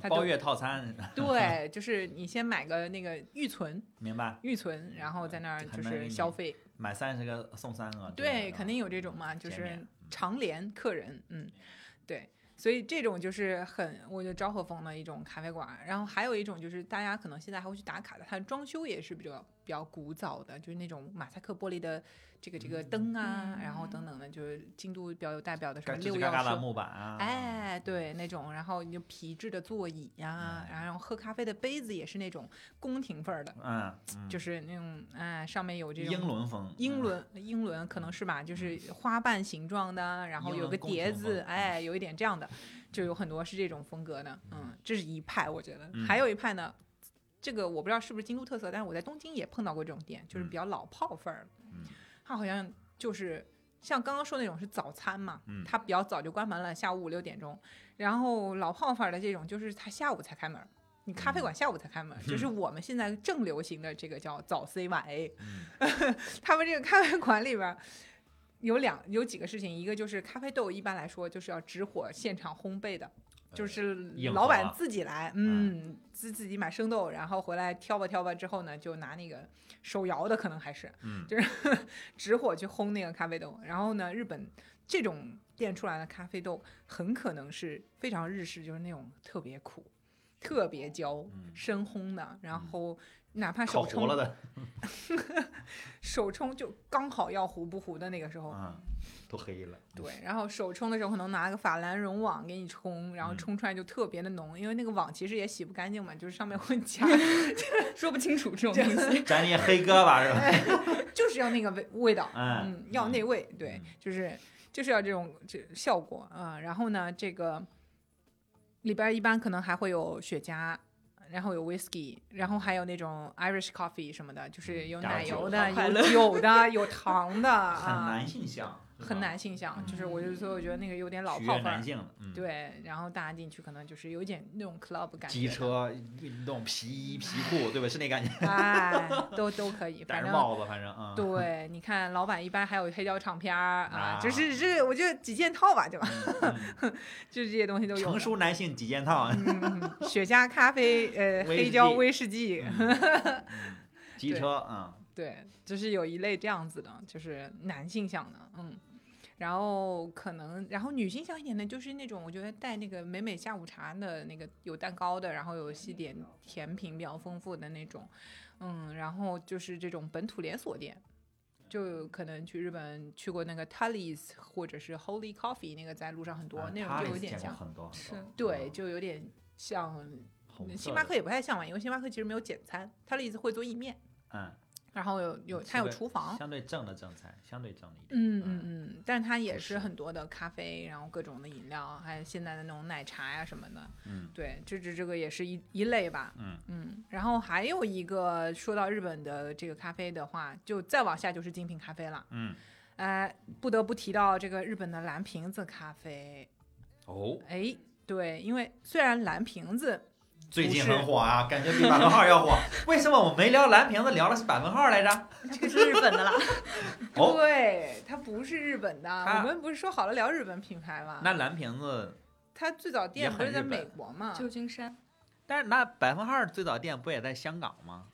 [SPEAKER 2] 他
[SPEAKER 1] 包
[SPEAKER 2] 就
[SPEAKER 1] 月套餐，
[SPEAKER 2] 对，就是你先买个那个预存，
[SPEAKER 1] 明白？
[SPEAKER 2] 预存，然后在那儿
[SPEAKER 1] 还能
[SPEAKER 2] 就
[SPEAKER 1] 给
[SPEAKER 2] 是
[SPEAKER 1] 你啊
[SPEAKER 2] 消费。
[SPEAKER 1] 买三十个送三个。
[SPEAKER 2] 对，肯定有这种嘛，就
[SPEAKER 1] 减
[SPEAKER 2] 是
[SPEAKER 1] 免
[SPEAKER 2] 常连客人，嗯，对。所以这种就是很，我觉得昭和风的一种咖啡馆。然后还有一种就是大家可能现在还会去打卡的，它的装修也是比较比较古早的，就是那种马赛克玻璃的这个
[SPEAKER 1] 嗯
[SPEAKER 2] 这个灯啊，然后等等的，就是京都比较有代表的什
[SPEAKER 1] 嘎
[SPEAKER 2] 么
[SPEAKER 1] 吱
[SPEAKER 2] 六
[SPEAKER 1] 吱
[SPEAKER 2] 要
[SPEAKER 1] 嘎嘎的
[SPEAKER 2] 社
[SPEAKER 1] 木板啊。
[SPEAKER 2] 哎，对，那种，然后你就皮质的座椅呀、然后喝咖啡的杯子也是那种宫廷范儿的，
[SPEAKER 1] 嗯，嗯，
[SPEAKER 2] 就是那种，哎，上面有这种
[SPEAKER 1] 英伦风，嗯
[SPEAKER 2] 英伦英伦可能是吧，就是花瓣形状的，然后
[SPEAKER 1] 英
[SPEAKER 2] 有
[SPEAKER 1] 伦
[SPEAKER 2] 个
[SPEAKER 1] 宫
[SPEAKER 2] 碟
[SPEAKER 1] 廷风嗯
[SPEAKER 2] 子，哎，有一点这样的，就有很多是这种风格的，嗯，这是一派，我觉得，
[SPEAKER 1] 嗯
[SPEAKER 2] 还有一派呢。这个我不知道是不是京都特色，但是我在东京也碰到过这种店，就是比较老炮范儿的
[SPEAKER 1] 嗯。
[SPEAKER 2] 它好像就是像刚刚说那种是早餐嘛，
[SPEAKER 1] 嗯
[SPEAKER 2] 它比较早就关门了，下午五六点钟。然后老炮范儿的这种，就是它下午才开门儿，你咖
[SPEAKER 1] 嗯
[SPEAKER 2] 啡馆下午才开门儿， 就是我们现在正流行的这个叫早 C 晚 A。
[SPEAKER 1] 嗯，
[SPEAKER 2] 他们这个咖啡馆里边儿有两有几个事情，一个就是咖啡豆一般来说就是要直火现场烘焙的，就是
[SPEAKER 1] 呃硬
[SPEAKER 2] 老
[SPEAKER 1] 核
[SPEAKER 2] 板
[SPEAKER 1] 啊哎
[SPEAKER 2] 自己来，嗯，自自己买生豆，然后回来挑吧挑吧之后呢，就拿那个手摇的，可能还是，
[SPEAKER 1] 嗯
[SPEAKER 2] 就是直火去烘那个咖啡豆。然后呢，日本这种店出来的咖啡豆很可能是非常日式，就是那种特别苦。特别焦
[SPEAKER 1] 嗯，
[SPEAKER 2] 深烘的，然
[SPEAKER 1] 嗯
[SPEAKER 2] 后哪怕
[SPEAKER 1] 烤
[SPEAKER 2] 手
[SPEAKER 1] 糊
[SPEAKER 2] 冲
[SPEAKER 1] 了的，
[SPEAKER 2] 手冲就刚好要糊不糊的那个时候，
[SPEAKER 1] 嗯，都黑了，
[SPEAKER 2] 对，然后手冲的时候可能拿个法兰绒网给你冲，然后
[SPEAKER 1] 嗯
[SPEAKER 2] 冲出来就特别的浓，因为那个网其实也洗不干净嘛，就是上面 会夹，
[SPEAKER 3] 说不清楚这种东西。
[SPEAKER 1] 咱也黑胳膊是吧？
[SPEAKER 2] 就是要那个味味道，
[SPEAKER 1] 嗯
[SPEAKER 2] 嗯，要那味，对
[SPEAKER 1] 嗯，
[SPEAKER 2] 就是就是要这种这效果啊、然后呢，这个里边儿一般可能还会有雪茄。然后有 whisky，然后还有那种 Irish coffee 什么的，就是有
[SPEAKER 1] 加
[SPEAKER 2] 奶
[SPEAKER 1] 酒
[SPEAKER 2] 油
[SPEAKER 1] 好
[SPEAKER 2] 的、
[SPEAKER 1] 快
[SPEAKER 2] 有酒的、有糖的
[SPEAKER 1] 嗯很啊
[SPEAKER 2] 啊，
[SPEAKER 1] 男性向，是吧
[SPEAKER 2] 很男性向。就是我就所以我觉得那个有点老
[SPEAKER 1] 取
[SPEAKER 2] 炮
[SPEAKER 1] 悦
[SPEAKER 2] 范儿
[SPEAKER 1] 男，性的，嗯，
[SPEAKER 2] 对，然后大家进去可能就是有一点那种 club 感觉，
[SPEAKER 1] 机，车、运动皮衣、皮裤，对吧？是那感觉，
[SPEAKER 2] 哎，都都可 以，
[SPEAKER 1] 戴
[SPEAKER 2] 反
[SPEAKER 1] 着
[SPEAKER 2] 正。
[SPEAKER 1] 帽子，反正啊，嗯
[SPEAKER 2] 对，你看，老板一般还有黑胶唱片儿
[SPEAKER 1] 啊
[SPEAKER 2] 啊，就是这，我就 几件套吧，对吧？
[SPEAKER 1] 嗯
[SPEAKER 2] 就是这些东西都有的。
[SPEAKER 1] 成熟男性几件套，
[SPEAKER 2] 嗯，雪茄、咖啡、呃，
[SPEAKER 1] 威士
[SPEAKER 2] 黑胶、
[SPEAKER 1] 忌嗯
[SPEAKER 2] 威士忌，
[SPEAKER 1] 机车啊，
[SPEAKER 2] 对，就是有一类这样子的，就是男性向的，嗯。然后可能，然后女性向一点的，就是那种我觉得带那个美美下午茶的那个有蛋糕的，然后有西点甜品比较丰富的那种，嗯，然后就是这种本土连锁店，就可能去日本去过那个 Tully's 或者是 Holy Coffee 那个在路上很多，
[SPEAKER 1] 啊
[SPEAKER 2] 那
[SPEAKER 1] 它
[SPEAKER 2] 种就
[SPEAKER 1] 也
[SPEAKER 2] 有
[SPEAKER 1] 是
[SPEAKER 2] 点
[SPEAKER 1] 见过
[SPEAKER 2] 像，
[SPEAKER 1] 很多，很
[SPEAKER 3] 是
[SPEAKER 1] 多
[SPEAKER 2] 对，
[SPEAKER 1] 嗯
[SPEAKER 2] 就有点像
[SPEAKER 1] 红
[SPEAKER 2] 星
[SPEAKER 1] 色
[SPEAKER 2] 巴
[SPEAKER 1] 的
[SPEAKER 2] 克也不太像吧，因为星巴克其实没有简餐，Tully's 会做意面，
[SPEAKER 1] 嗯，
[SPEAKER 2] 然后有有
[SPEAKER 1] 是
[SPEAKER 2] 它有
[SPEAKER 1] 个
[SPEAKER 2] 厨房，
[SPEAKER 1] 相嗯对正的正餐，相对正的一点，
[SPEAKER 2] 嗯嗯嗯，但是它也
[SPEAKER 1] 主
[SPEAKER 2] 是
[SPEAKER 1] 食
[SPEAKER 2] 很多的咖啡，然后各种的饮料，还有现在的那种奶茶呀、什么的。
[SPEAKER 1] 嗯，
[SPEAKER 2] 对，这这这个也是一一类吧。
[SPEAKER 1] 嗯
[SPEAKER 2] 嗯，然后还有一个说到日本的这个咖啡的话，就再往下就是精品咖啡了。
[SPEAKER 1] 嗯，
[SPEAKER 2] 哎，不得不提到这个日本的蓝瓶子咖啡。
[SPEAKER 1] 哦，
[SPEAKER 2] 哎，对，因为虽然蓝瓶子
[SPEAKER 1] 最
[SPEAKER 2] 不
[SPEAKER 1] 近
[SPEAKER 2] 是
[SPEAKER 1] 很火啊，感觉比百分号要 火。为什么我没聊蓝瓶子，聊的是百分号来着？
[SPEAKER 3] 这个是日本的啦。
[SPEAKER 1] 哦
[SPEAKER 2] 对它不是日本的，
[SPEAKER 1] 它
[SPEAKER 2] 我们不是说好了聊日本品牌吗？
[SPEAKER 1] 那蓝瓶子，
[SPEAKER 2] 它最早店不
[SPEAKER 1] 很
[SPEAKER 2] 是在
[SPEAKER 1] 日
[SPEAKER 2] 美
[SPEAKER 1] 本
[SPEAKER 2] 国吗？
[SPEAKER 3] 旧金山，
[SPEAKER 1] 但是那百分号最早店不也在香港吗？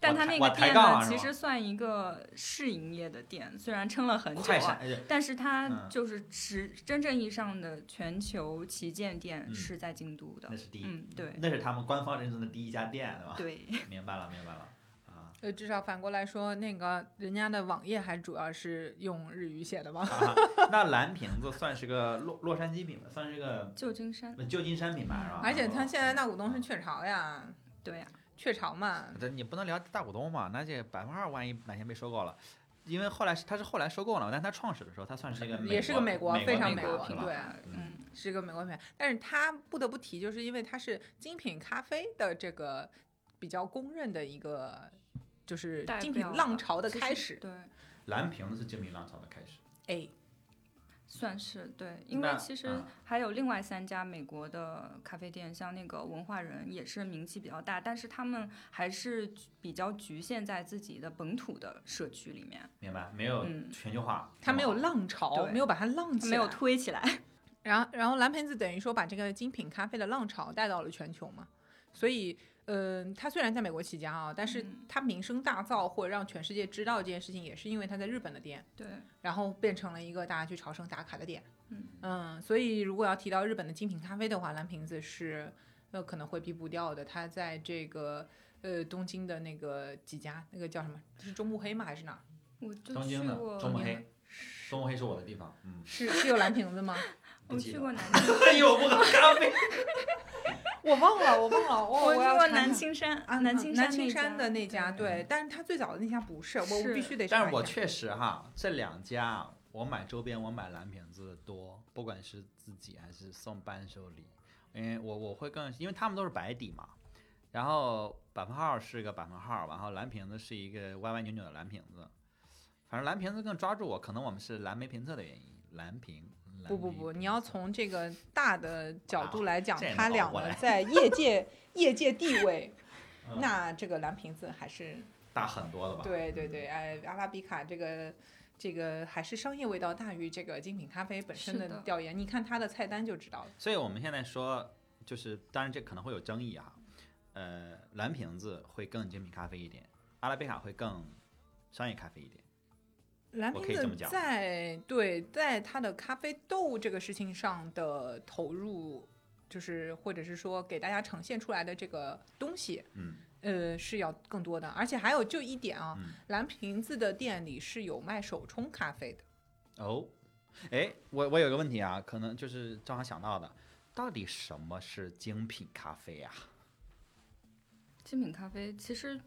[SPEAKER 3] 但
[SPEAKER 1] 我
[SPEAKER 3] 它
[SPEAKER 1] 抬
[SPEAKER 3] 那
[SPEAKER 1] 我
[SPEAKER 3] 个
[SPEAKER 1] 抬
[SPEAKER 3] 店
[SPEAKER 1] 杠了啊是
[SPEAKER 3] 呢，其
[SPEAKER 1] 吧
[SPEAKER 3] 实算一个试营业的店，虽然撑了很久
[SPEAKER 1] 快闪
[SPEAKER 3] 啊，，
[SPEAKER 1] 哎
[SPEAKER 3] 但是它
[SPEAKER 1] 嗯
[SPEAKER 3] 就是实真正意义上的全球旗舰店
[SPEAKER 1] 嗯
[SPEAKER 3] 是在京都的
[SPEAKER 1] 那。是第一，
[SPEAKER 3] 嗯，对
[SPEAKER 1] 那是他们官方认证的第一家店，对吧？
[SPEAKER 3] 对，
[SPEAKER 1] 明白了，明白了啊。
[SPEAKER 2] 呃，至少反过来说，那个人家的网页还主要是用日语写的吗？
[SPEAKER 1] 啊那蓝瓶子算是个洛洛杉矶品牌，算是个
[SPEAKER 3] 旧金山，
[SPEAKER 1] 旧金山品牌是吧？
[SPEAKER 2] 而且他现在大股东是雀巢呀，
[SPEAKER 3] 对啊呀、
[SPEAKER 2] 雀巢嘛，
[SPEAKER 1] 这你不能聊大股东嘛？那这百分号万一哪天被收购了，因为后来是他是后来收购了，但他创始的时候他算是一个
[SPEAKER 2] 也是个美国
[SPEAKER 1] 国
[SPEAKER 2] 非常
[SPEAKER 1] 美
[SPEAKER 2] 美
[SPEAKER 1] 国
[SPEAKER 2] 国
[SPEAKER 1] 是
[SPEAKER 2] 品
[SPEAKER 1] 吧
[SPEAKER 2] 牌对
[SPEAKER 1] 嗯
[SPEAKER 3] 嗯，
[SPEAKER 2] 是个美国品牌。但是它不得不提，就是因为它是精品咖啡的这个比较公认的一个，就是
[SPEAKER 3] 代
[SPEAKER 2] 精品
[SPEAKER 3] 表
[SPEAKER 2] 浪
[SPEAKER 3] 吧
[SPEAKER 2] 潮的
[SPEAKER 3] 就是
[SPEAKER 2] 开始。
[SPEAKER 3] 对，
[SPEAKER 1] 蓝瓶子是精品浪潮的开始。
[SPEAKER 2] 哎，
[SPEAKER 3] 算是对，因为
[SPEAKER 1] 那
[SPEAKER 3] 其实
[SPEAKER 1] 嗯
[SPEAKER 3] 还有另外三家美国的咖啡店，像那个文化人也是名气比较大，但是他们还是比较局限在自己的本土的社区里面，
[SPEAKER 1] 明白，没有
[SPEAKER 3] 嗯
[SPEAKER 1] 全球化，
[SPEAKER 2] 它没有
[SPEAKER 1] 浪。
[SPEAKER 2] 浪潮，
[SPEAKER 3] 对
[SPEAKER 2] 没有把它浪起来。
[SPEAKER 3] 没
[SPEAKER 1] 啊
[SPEAKER 3] 有推起来。
[SPEAKER 2] 然后，然后蓝瓶子等于说把这个精品咖啡的浪潮带到了全球嘛，所以，嗯、它虽然在美国起家啊，但是
[SPEAKER 3] 嗯
[SPEAKER 2] 它名声大噪或者让全世界知道这件事情，也是因为它在日本的店，
[SPEAKER 3] 对，
[SPEAKER 2] 然后变成了一个大家去朝圣打卡的点。
[SPEAKER 3] 嗯
[SPEAKER 2] 所以如果要提到日本的精品咖啡的话，蓝瓶子是呃可能会比不掉的。它在这个呃东京的那个几家，那个叫什么？是中目黑吗？还是哪儿？
[SPEAKER 3] 我就
[SPEAKER 1] 东
[SPEAKER 3] 去
[SPEAKER 1] 京的
[SPEAKER 3] 过，
[SPEAKER 1] 中目黑，中目黑是我的地方，嗯，
[SPEAKER 2] 是是有蓝瓶子吗？
[SPEAKER 1] 不
[SPEAKER 3] 我
[SPEAKER 1] 记
[SPEAKER 3] 去
[SPEAKER 1] 得
[SPEAKER 3] 过
[SPEAKER 1] 了。
[SPEAKER 2] 哦
[SPEAKER 3] 南京，
[SPEAKER 1] 哎呦，我喝咖啡，
[SPEAKER 2] 我忘了，我忘了，我
[SPEAKER 3] 我去
[SPEAKER 2] 要
[SPEAKER 3] 过
[SPEAKER 2] 查
[SPEAKER 3] 南
[SPEAKER 2] 查
[SPEAKER 3] 青山
[SPEAKER 2] 啊，
[SPEAKER 3] 南
[SPEAKER 2] 青
[SPEAKER 3] 青山
[SPEAKER 2] 青
[SPEAKER 3] 那
[SPEAKER 2] 山的那家，
[SPEAKER 1] 对
[SPEAKER 2] 对，但是他最早的那家不是，我我
[SPEAKER 3] 是
[SPEAKER 2] 必须得查一
[SPEAKER 1] 但
[SPEAKER 2] 下。
[SPEAKER 1] 是我确实哈，这两家我买周边，我买蓝瓶子多，不管是自己还是送伴手礼，因为我我会更，因为他们都是白底嘛，然后百分号是个百分号，然后蓝瓶子是一个歪歪扭扭的蓝瓶子，反正蓝瓶子更抓住我，可能我们是蓝莓评测的原因，蓝瓶。蓝
[SPEAKER 2] 不不
[SPEAKER 1] 莓
[SPEAKER 2] 不，
[SPEAKER 1] 评
[SPEAKER 2] 你要
[SPEAKER 1] 测
[SPEAKER 2] 从这个 大的角度来讲
[SPEAKER 1] 啊这也，能
[SPEAKER 2] 他
[SPEAKER 1] 熬
[SPEAKER 2] 俩
[SPEAKER 1] 过
[SPEAKER 2] 呢
[SPEAKER 1] 来
[SPEAKER 2] 在业界业界地位，
[SPEAKER 1] 嗯
[SPEAKER 2] 那这个蓝瓶子还是
[SPEAKER 1] 大很多了吧？
[SPEAKER 2] 对对对，哎，阿拉比卡这个。这个还是商业味道大于这个精品咖啡本身
[SPEAKER 3] 是
[SPEAKER 2] 的
[SPEAKER 3] 的
[SPEAKER 2] 调研，你看它的菜单就知道了。
[SPEAKER 1] 所以我们现在说，就是当然这可能会有争议啊，呃，蓝瓶子会更精品咖啡一点，阿拉比卡会更商业咖啡一点。
[SPEAKER 2] 蓝
[SPEAKER 1] 我
[SPEAKER 2] 瓶
[SPEAKER 1] 可以这么
[SPEAKER 2] 子
[SPEAKER 1] 讲
[SPEAKER 2] 在对在它的咖啡豆这个事情上的投入，就是或者是说给大家呈现出来的这个东西，
[SPEAKER 1] 嗯
[SPEAKER 2] 呃，是要更多的。而且还有就一点啊，
[SPEAKER 1] 嗯，
[SPEAKER 2] 蓝瓶子的店里是有卖手冲咖啡的。
[SPEAKER 1] 哦，哎，我我有个问题啊，可能就是正好想到的，到底什么是精品咖啡啊呀、
[SPEAKER 3] 精品咖啡其实。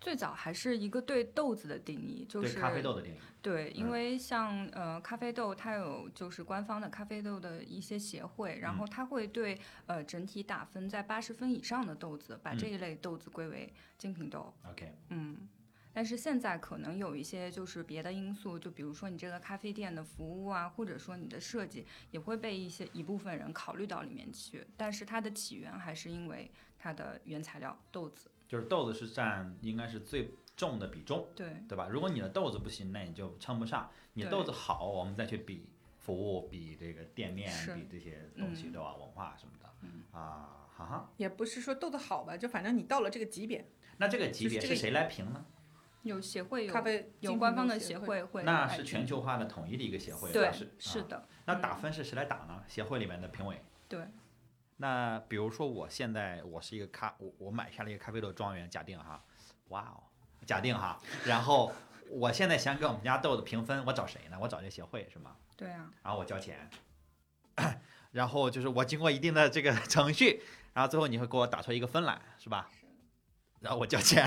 [SPEAKER 3] 最早还是一个对豆子的定义，就是
[SPEAKER 1] 对咖啡豆的定义。
[SPEAKER 3] 对，
[SPEAKER 1] 嗯
[SPEAKER 3] 因为像呃咖啡豆，它有就是官方的咖啡豆的一些协会，然
[SPEAKER 1] 嗯
[SPEAKER 3] 后它会对呃整体打分在八十分以上的豆子，把这
[SPEAKER 1] 嗯
[SPEAKER 3] 一类豆子归为精品豆。
[SPEAKER 1] OK，
[SPEAKER 3] 嗯，但是现在可能有一些就是别的因素，就比如说你这个咖啡店的服务啊，或者说你的设计，也会被一些一部分人考虑到里面去。但是它的起源还是因为它的原材料豆子。
[SPEAKER 1] 就是豆子是占应该是最重的比重，
[SPEAKER 3] 对，
[SPEAKER 1] 对吧？如果你的豆子不行，那你就称不上；你的
[SPEAKER 3] 对
[SPEAKER 1] 豆子好，我们再去比服务、比这个店面、
[SPEAKER 3] 是
[SPEAKER 1] 比这些东西，
[SPEAKER 3] 嗯
[SPEAKER 1] 对吧？文化什么的，
[SPEAKER 3] 嗯
[SPEAKER 1] 啊，哈哈。
[SPEAKER 2] 也不是说豆的好吧，就反正你到了这个级别，
[SPEAKER 1] 那这个级别
[SPEAKER 2] 就是这
[SPEAKER 1] 是
[SPEAKER 2] 个
[SPEAKER 1] 谁来评呢？
[SPEAKER 3] 有协会有
[SPEAKER 2] 咖啡
[SPEAKER 3] 有官方的
[SPEAKER 2] 协
[SPEAKER 3] 协，会会
[SPEAKER 1] 那
[SPEAKER 3] 来
[SPEAKER 1] 是
[SPEAKER 3] 评
[SPEAKER 1] 全球化的统一的一个协会，
[SPEAKER 3] 对
[SPEAKER 1] 是
[SPEAKER 3] 是
[SPEAKER 1] 啊
[SPEAKER 3] 的，嗯
[SPEAKER 1] 那打分是谁来打呢？协会里面的评委。
[SPEAKER 3] 对。
[SPEAKER 1] 那比如说，我现在我是一个咖，我我买下了一个咖啡豆庄园，假定哈，哇哦，假定哈，然后我现在想给我们家豆子评分，我找谁呢？我找这协会是吗？
[SPEAKER 3] 对啊，
[SPEAKER 1] 然后我交钱， 然后就是我经过一定的这个程序， 然后最后你会给我打出一个分来，是吧？然后我交钱，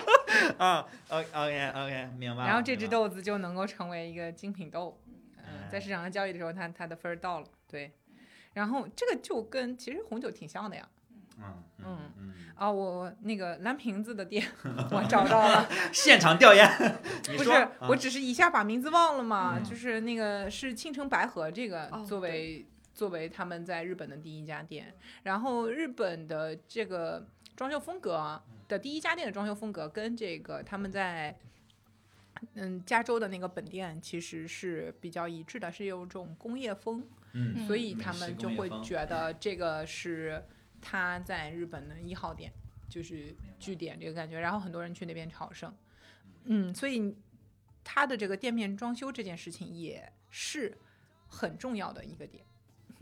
[SPEAKER 1] 啊，OK OK OK，明白了。
[SPEAKER 2] 然后这只
[SPEAKER 1] 明白了
[SPEAKER 2] 豆子就能够成为一个精品豆，
[SPEAKER 1] 哎
[SPEAKER 2] 嗯，在市场上交易的时候，它它的分儿到了，对。然后这个就跟其实红酒挺像的呀，
[SPEAKER 1] 嗯嗯
[SPEAKER 2] 嗯
[SPEAKER 1] 嗯，
[SPEAKER 2] 啊，我那个蓝瓶子 的店我找到了，
[SPEAKER 1] 嗯现场调研， 你
[SPEAKER 2] 不
[SPEAKER 1] 说
[SPEAKER 2] 是，我
[SPEAKER 1] 嗯
[SPEAKER 2] 只是一下把名字忘了嘛，
[SPEAKER 1] 嗯
[SPEAKER 2] 就是那个是青城白河这个
[SPEAKER 3] 哦
[SPEAKER 2] 作为、作为他们在日本的第一家店，然后日本的这个装修风格啊的第一家店的装修风格跟这个他们在。嗯，加州的那个本店其实是比较一致的，是有种工业风，
[SPEAKER 1] 嗯
[SPEAKER 2] 所以
[SPEAKER 1] 美
[SPEAKER 2] 他
[SPEAKER 1] 式
[SPEAKER 2] 们
[SPEAKER 1] 工
[SPEAKER 2] 就
[SPEAKER 1] 业
[SPEAKER 2] 会
[SPEAKER 1] 风
[SPEAKER 2] 觉得这个是他在日本的一号店，就是据点这个感觉。然后很多人去那边朝圣，嗯，所以他的这个店面装修这件事情也是很重要的一个点。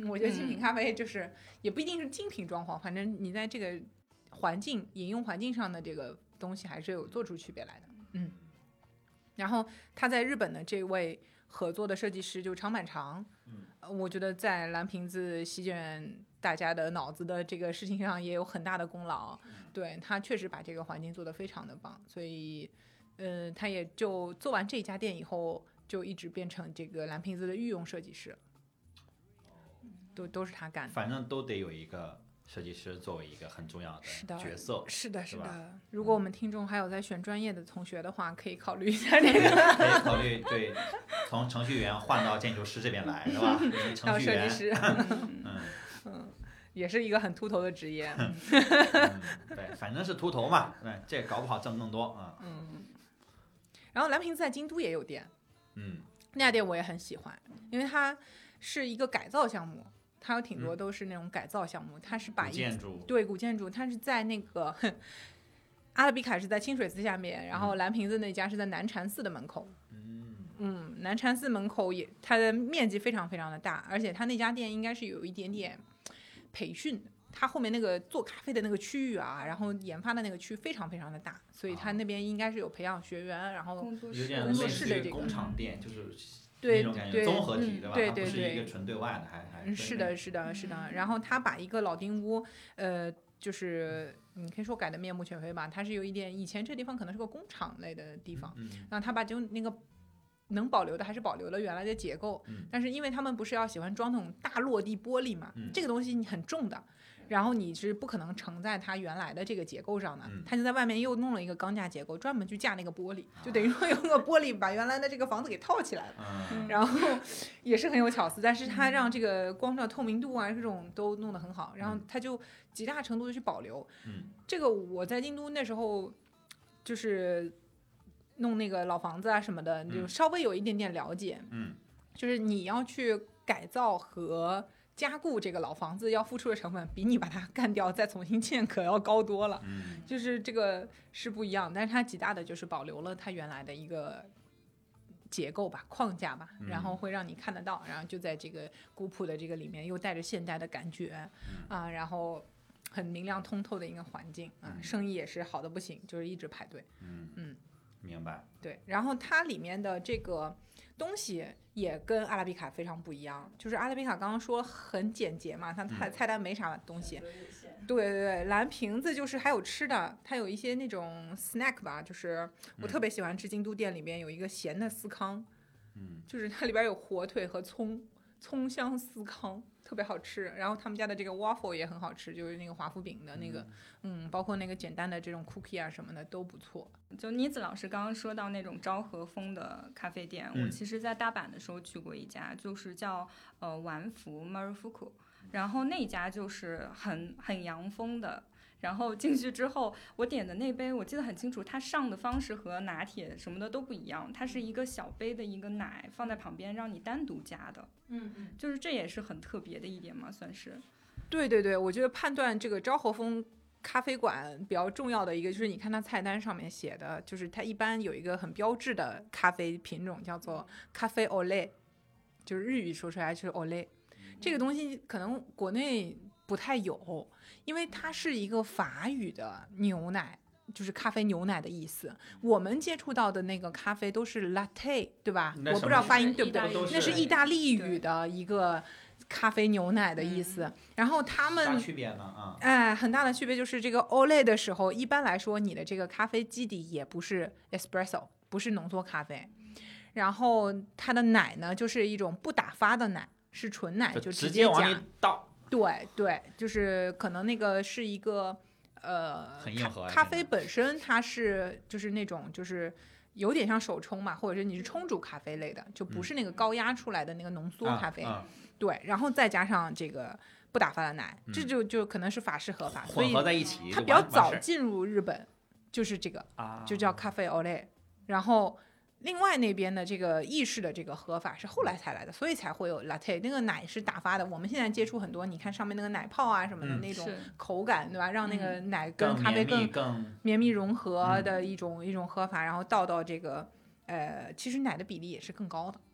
[SPEAKER 2] 我觉得精品
[SPEAKER 3] 嗯
[SPEAKER 2] 咖啡就是也不一定是精品装潢，反正你在这个环境饮用环境上的这个东西还是有做出区别来的。嗯，然后他在日本的这位合作的设计师就长坂长，
[SPEAKER 1] 嗯
[SPEAKER 2] 呃我觉得在蓝瓶子席卷大家的脑子的这个事情上也有很大的功劳。
[SPEAKER 1] 嗯
[SPEAKER 2] 对他确实把这个环境做得非常的棒，所以，嗯、他也就做完这家店以后，就一直变成这个蓝瓶子的御用设计师，
[SPEAKER 1] 哦
[SPEAKER 2] 都都是他干的。
[SPEAKER 1] 反正都得有一个设计师作为一个很重要
[SPEAKER 2] 是的，
[SPEAKER 1] 角色
[SPEAKER 2] 是的，
[SPEAKER 1] 哦是
[SPEAKER 2] 是
[SPEAKER 1] 吧嗯
[SPEAKER 2] 的。如果我们听众还有在选专业的同学的话，可以考虑一下 这个。
[SPEAKER 1] 可以考虑对从程序员换到建筑师这边来，是 吧？你
[SPEAKER 2] 当
[SPEAKER 1] 程序
[SPEAKER 2] 设计
[SPEAKER 1] 员，
[SPEAKER 2] 师，
[SPEAKER 1] 嗯
[SPEAKER 2] 嗯，也是一个很秃头的职业。
[SPEAKER 1] 嗯，对，反正是秃头嘛，对，这搞不好挣更多啊，
[SPEAKER 2] 嗯，然后蓝瓶子在京都也有店，
[SPEAKER 1] 嗯
[SPEAKER 2] 那家店我也很喜欢，因为它是一个改造项目，它有挺多都是那种改造项目，它是把
[SPEAKER 1] 嗯古
[SPEAKER 2] 一
[SPEAKER 1] 建筑，
[SPEAKER 2] 对古建筑，它是在那个阿拉比卡是在清水寺下面，然后蓝瓶子那家是在南禅寺的门口。
[SPEAKER 1] 嗯
[SPEAKER 2] 嗯，南禅寺门口也它的面积非常非常的大，而且它那家店应该是有一点点培训的。它后面那个做咖啡的那个区域啊，然后研发的那个区非常非常的大，所
[SPEAKER 1] 啊
[SPEAKER 2] 以它那边应该是有培养学员，然后
[SPEAKER 3] 工作室
[SPEAKER 1] 有点
[SPEAKER 2] 工作
[SPEAKER 1] 类
[SPEAKER 2] 室
[SPEAKER 1] 似
[SPEAKER 2] 的
[SPEAKER 1] 于
[SPEAKER 2] 这个
[SPEAKER 1] 工厂店，就是那
[SPEAKER 2] 对
[SPEAKER 1] 种感觉，
[SPEAKER 2] 对
[SPEAKER 1] 综合体
[SPEAKER 3] 嗯
[SPEAKER 1] 对吧？
[SPEAKER 2] 对
[SPEAKER 1] 它不
[SPEAKER 2] 对
[SPEAKER 1] 是
[SPEAKER 2] 对
[SPEAKER 1] 一个纯对外的，还还
[SPEAKER 2] 嗯，是的，，是的，是的。然后他把一个老丁屋，呃，就是你可以说改的面目全非吧，它是有一点以前这地方可能是个工厂类的地方，
[SPEAKER 1] 嗯
[SPEAKER 2] 然后他把就那个能保留的还是保留了原来的结构，
[SPEAKER 1] 嗯
[SPEAKER 2] 但是因为他们不是要喜欢装那种大落地玻璃嘛，
[SPEAKER 1] 嗯
[SPEAKER 2] 这个东西你很重的。然后你是不可能承在它原来的这个结构上的
[SPEAKER 1] 嗯，
[SPEAKER 2] 他就在外面又弄了一个钢架结构，专门去架那个玻璃，
[SPEAKER 1] 啊
[SPEAKER 2] 就等于说用个玻璃把原来的这个房子给套起来了。
[SPEAKER 1] 嗯，
[SPEAKER 2] 然后也是很有巧思，但是它让这个光照透明度啊这种都弄得很好，然后它就极大程度的去保留。
[SPEAKER 1] 嗯，
[SPEAKER 2] 这个我在京都那时候就是弄那个老房子啊什么的，就
[SPEAKER 1] 嗯
[SPEAKER 2] 稍微有一点点了解，
[SPEAKER 1] 嗯，
[SPEAKER 2] 就是你要去改造和。加固这个老房子要付出的成本，比你把它干掉再重新建可要高多了。
[SPEAKER 1] 嗯
[SPEAKER 2] 就是这个是不一样，但是它极大的就是保留了它原来的一个结构吧、框架吧，
[SPEAKER 1] 嗯
[SPEAKER 2] 然后会让你看得到，然后就在这个古朴的这个里面又带着现代的感觉，
[SPEAKER 1] 嗯
[SPEAKER 2] 啊，然后很明亮通透的一个环境啊，
[SPEAKER 1] 嗯
[SPEAKER 2] 生意也是好的不行，就是一直排队。
[SPEAKER 1] 嗯嗯
[SPEAKER 2] 嗯，
[SPEAKER 1] 明白，
[SPEAKER 2] 对，然后它里面的这个东西也跟阿拉比卡非常不一样，就是阿拉比卡刚刚说很简洁嘛，它菜
[SPEAKER 1] 嗯
[SPEAKER 2] 菜单没啥东西，对对对，蓝瓶子就是还有吃的，它有一些那种 snack 吧，就是
[SPEAKER 1] 嗯
[SPEAKER 2] 我特别喜欢吃京都店里面有一个咸的司康，
[SPEAKER 1] 嗯
[SPEAKER 2] 就是它里边有火腿和葱，葱香司康特别好吃。然后他们家的这个 waffle 也很好吃，就是那个华夫饼的那个，嗯包括那个简单的这种 cookie 啊什么的都不错。
[SPEAKER 3] 就妮子老师刚刚说到那种昭和风的咖啡店，
[SPEAKER 1] 嗯
[SPEAKER 3] 我其实在大阪的时候去过一家，就是叫呃丸福 Marufuku，然后那家就是很很洋风的。然后进去之后，我点的那杯我记得很清楚，它上的方式和拿铁什么的都不一样，它是一个小杯的一个奶放在旁边让你单独加的，
[SPEAKER 2] 嗯嗯，
[SPEAKER 3] 就是这也是很特别的一点嘛，算是。
[SPEAKER 2] 对对对，我觉得判断这个昭和风咖啡馆比较重要的一个就是，你看它菜单上面写的，就是它一般有一个很标志的咖啡品种叫做咖啡 Olay，就是日语说出来就是 Olay，这个东西可能国内不太有，因为它是一个法语的牛奶。就是咖啡牛奶的意思。我们接触到的那个咖啡都是 latte，对吧？
[SPEAKER 1] 那
[SPEAKER 2] 我
[SPEAKER 1] 什
[SPEAKER 2] 不知道
[SPEAKER 1] 么
[SPEAKER 2] 发
[SPEAKER 3] 是
[SPEAKER 2] 音对不对
[SPEAKER 3] 意大利，
[SPEAKER 1] 语
[SPEAKER 2] 那是意大利
[SPEAKER 3] 对
[SPEAKER 2] 语的一个咖啡牛奶的意思。然后他
[SPEAKER 1] 啥
[SPEAKER 2] 们
[SPEAKER 1] 嗯区别呢？啊，
[SPEAKER 2] 哎，很大的区别就是这个 Olay 的时候，一般来说你的这个咖啡基底也不是 espresso，不是浓缩咖啡，然后它的奶呢就是一种不打发的奶，是纯奶，就
[SPEAKER 1] 哎直
[SPEAKER 2] 接
[SPEAKER 1] 接
[SPEAKER 2] 加
[SPEAKER 1] 往里。倒，
[SPEAKER 2] 对对，就是可能那个是一个呃，
[SPEAKER 1] 很硬核啊
[SPEAKER 2] 咖
[SPEAKER 1] 这
[SPEAKER 2] 啡本身它是就是那种就是。有点像手冲嘛，或者是你是冲煮咖啡类的，就不
[SPEAKER 1] 嗯
[SPEAKER 2] 是那个高压出来的那个浓缩
[SPEAKER 1] 啊
[SPEAKER 2] 咖啡。
[SPEAKER 1] 啊
[SPEAKER 2] 对，然后再加上这个不打发的奶，这
[SPEAKER 1] 嗯
[SPEAKER 2] 就就可能是法式和法，所
[SPEAKER 1] 混
[SPEAKER 2] 以
[SPEAKER 1] 合在一起就
[SPEAKER 2] 它
[SPEAKER 1] 完，
[SPEAKER 2] 比较
[SPEAKER 1] 完事
[SPEAKER 2] 早
[SPEAKER 1] 儿
[SPEAKER 2] 进入日本，就是这个
[SPEAKER 1] 啊，
[SPEAKER 2] 就叫咖啡 Olay。然后另外那边的这个意式的这个喝法是后来才来的，所以才会有 latte。那个奶是打发的，我们现在接触很多，你看上面那个奶泡啊什么的
[SPEAKER 1] 嗯
[SPEAKER 2] 那种
[SPEAKER 3] 是
[SPEAKER 2] 口感，对吧？让那个奶跟
[SPEAKER 1] 更
[SPEAKER 2] 咖啡
[SPEAKER 1] 绵密
[SPEAKER 2] 更
[SPEAKER 1] 更
[SPEAKER 2] 绵密融合
[SPEAKER 1] 嗯
[SPEAKER 2] 的一种一种喝法，然后倒到这个呃，其实奶的比例也是更高的。
[SPEAKER 3] 嗯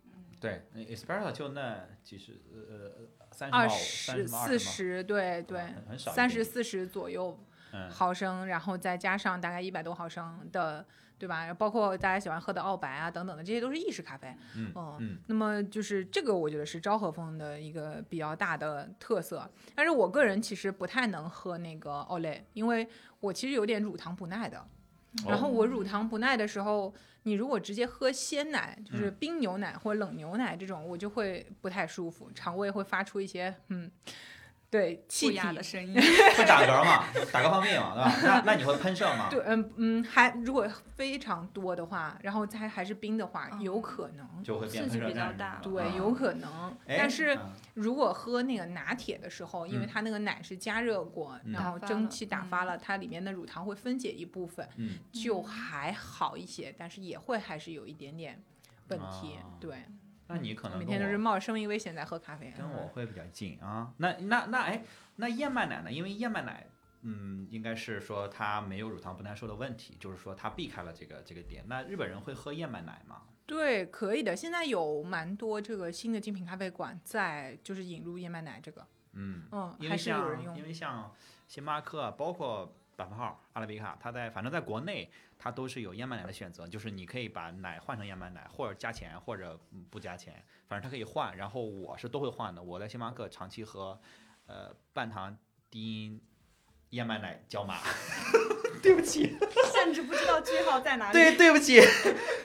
[SPEAKER 1] 对那，espresso 哎就那几十呃呃三十
[SPEAKER 2] 二
[SPEAKER 1] 十
[SPEAKER 2] 十四十，对对，
[SPEAKER 1] 很很少一
[SPEAKER 2] 三
[SPEAKER 1] 点
[SPEAKER 2] 十
[SPEAKER 1] 点
[SPEAKER 2] 四十左右
[SPEAKER 1] 嗯
[SPEAKER 2] 毫升，然后再加上大概一百多毫升的，对吧？包括大家喜欢喝的澳白啊等等的，这些都是意式咖啡。
[SPEAKER 1] 嗯
[SPEAKER 2] 哦
[SPEAKER 1] 嗯
[SPEAKER 2] 那么就是这个，我觉得是昭和风的一个比较大的特色。但是我个人其实不太能喝那个 Olay，因为我其实有点乳糖不耐的。然后我
[SPEAKER 3] 哦
[SPEAKER 2] 乳糖不耐的时候，你如果直接喝鲜奶，就是冰牛奶或冷牛奶这种，我就会不太舒服，肠胃会发出一些嗯，对气
[SPEAKER 3] 不
[SPEAKER 2] 体
[SPEAKER 3] 雅的声音，
[SPEAKER 1] 会 打嗝嘛，打嗝放屁嘛，对吧？那那你会喷射吗？
[SPEAKER 2] 对，嗯嗯，还如果非常多的话，然后它还是冰的话，有
[SPEAKER 3] 嗯
[SPEAKER 2] 可能，
[SPEAKER 1] 就会变喷
[SPEAKER 3] 刺激
[SPEAKER 1] 射
[SPEAKER 3] 比较
[SPEAKER 1] 站着
[SPEAKER 3] 大
[SPEAKER 1] 嘛
[SPEAKER 2] 对，
[SPEAKER 1] 啊
[SPEAKER 2] 有可能。
[SPEAKER 1] 哎
[SPEAKER 2] 但是
[SPEAKER 1] 嗯
[SPEAKER 2] 如果喝那个拿铁的时候，因为
[SPEAKER 1] 嗯
[SPEAKER 2] 它那个奶是加热过，
[SPEAKER 1] 嗯
[SPEAKER 2] 然
[SPEAKER 3] 打
[SPEAKER 2] 后
[SPEAKER 3] 发
[SPEAKER 2] 蒸
[SPEAKER 3] 了
[SPEAKER 2] 汽打发了，它里面的乳糖会分解一部分，
[SPEAKER 1] 嗯
[SPEAKER 2] 就
[SPEAKER 3] 嗯
[SPEAKER 2] 还好一些，但是也会还是有一点点问题。
[SPEAKER 1] 啊
[SPEAKER 2] 对，
[SPEAKER 1] 那你可能
[SPEAKER 2] 每天都
[SPEAKER 1] 跟我
[SPEAKER 2] 是冒着生命危险在喝咖啡。
[SPEAKER 1] 跟我
[SPEAKER 2] 嗯
[SPEAKER 1] 会比较近啊。那那那哎，那燕麦奶呢？因为燕麦奶，嗯，应该是说它没有乳糖不耐受的问题，就是说它避开了这个这个点。那日本人会喝燕麦奶吗？
[SPEAKER 2] 对，可以的。现在有蛮多这个新的精品咖啡馆在就是引入燕麦奶这个，
[SPEAKER 1] 嗯，
[SPEAKER 2] 嗯，
[SPEAKER 1] 因
[SPEAKER 2] 还
[SPEAKER 1] 为
[SPEAKER 2] 是有人
[SPEAKER 1] 像
[SPEAKER 2] 用
[SPEAKER 1] 因。为像星巴克啊，包括百分号、阿拉比卡，它在反正在国内它都是有燕麦奶的选择，就是你可以把奶换成燕麦奶，或者加钱，或者嗯不加钱，反正它可以换。然后我是都会换的，我在星巴克长期喝，呃，半糖低因燕麦奶焦麻。 对不起，
[SPEAKER 3] 甚至不知道句号在哪里。
[SPEAKER 1] 对对不 起，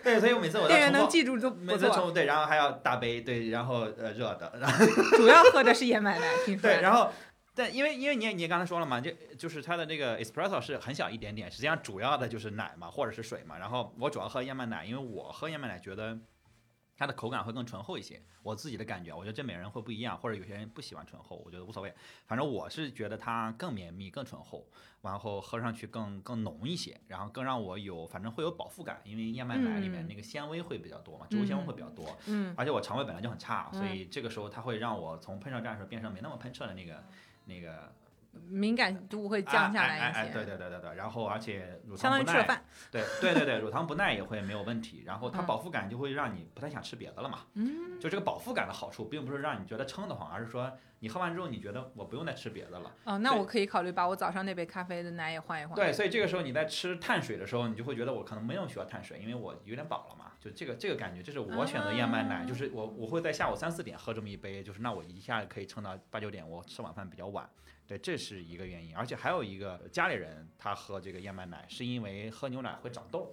[SPEAKER 1] 对，所以我每次我
[SPEAKER 2] 啊
[SPEAKER 1] 在
[SPEAKER 2] 店员
[SPEAKER 1] 重
[SPEAKER 2] 能
[SPEAKER 1] 复，
[SPEAKER 2] 记住就
[SPEAKER 1] 每
[SPEAKER 2] 不
[SPEAKER 1] 次重
[SPEAKER 2] 错，
[SPEAKER 1] 复对，然后还要大杯对，然后呃热的，然后
[SPEAKER 2] 主要喝的是燕麦奶，听说。
[SPEAKER 1] 对，然后但因为因为你也你也刚才说了嘛，就就是它的那个 espresso 是很小一点点，实际上主要的就是奶嘛或者是水嘛，然后我主要喝燕麦奶，因为我喝燕麦奶觉得。它的口感会更醇厚一些，我自己的感觉，我觉得这每人会不一样，或者有些人不喜欢醇厚，我觉得无所谓。反正我是觉得它更绵密、更醇厚，然后喝上去更更浓一些，然后更让我有反正会有饱腹感，因为燕麦奶里面
[SPEAKER 2] 嗯
[SPEAKER 1] 那个纤维会比较多嘛，植物纤维会比较多，
[SPEAKER 2] 嗯，
[SPEAKER 1] 而且我肠胃本来就很差，啊所
[SPEAKER 2] 嗯
[SPEAKER 1] 以这个时候它会让我从喷射战士变成没那么喷射的那个那个
[SPEAKER 2] 敏感度会降下
[SPEAKER 1] 哎哎哎
[SPEAKER 2] 来一
[SPEAKER 1] 哎
[SPEAKER 2] 些，
[SPEAKER 1] 对对对对对，然后而且乳
[SPEAKER 2] 相
[SPEAKER 1] 糖
[SPEAKER 2] 当于
[SPEAKER 1] 不
[SPEAKER 2] 吃了
[SPEAKER 1] 耐，
[SPEAKER 2] 饭。
[SPEAKER 1] 对对对对，乳糖不耐也会没有问题，然后它
[SPEAKER 2] 嗯
[SPEAKER 1] 饱腹感就会让你不太想吃别的了嘛。
[SPEAKER 2] 嗯，
[SPEAKER 1] 就这个饱腹感的好处，并不是让你觉得撑得慌，而是说你喝完之后你觉得我不用再吃别的了。
[SPEAKER 2] 哦，那
[SPEAKER 1] 对
[SPEAKER 2] 我可以考虑把我早上那杯咖啡的奶也换一换。
[SPEAKER 1] 对，所以这个时候你在吃碳水的时候，你就会觉得我可能没有需要碳水，因为我有点饱了嘛。就这个这个感觉，这是我选择燕麦奶，
[SPEAKER 2] 啊
[SPEAKER 1] 就是我我会在下午三四点喝这么一杯，就是那我一下可以撑到八九点，我吃晚饭比较晚。对，这是一个原因，而且还有一个家里人他喝这个燕麦奶是因为喝牛奶会长痘，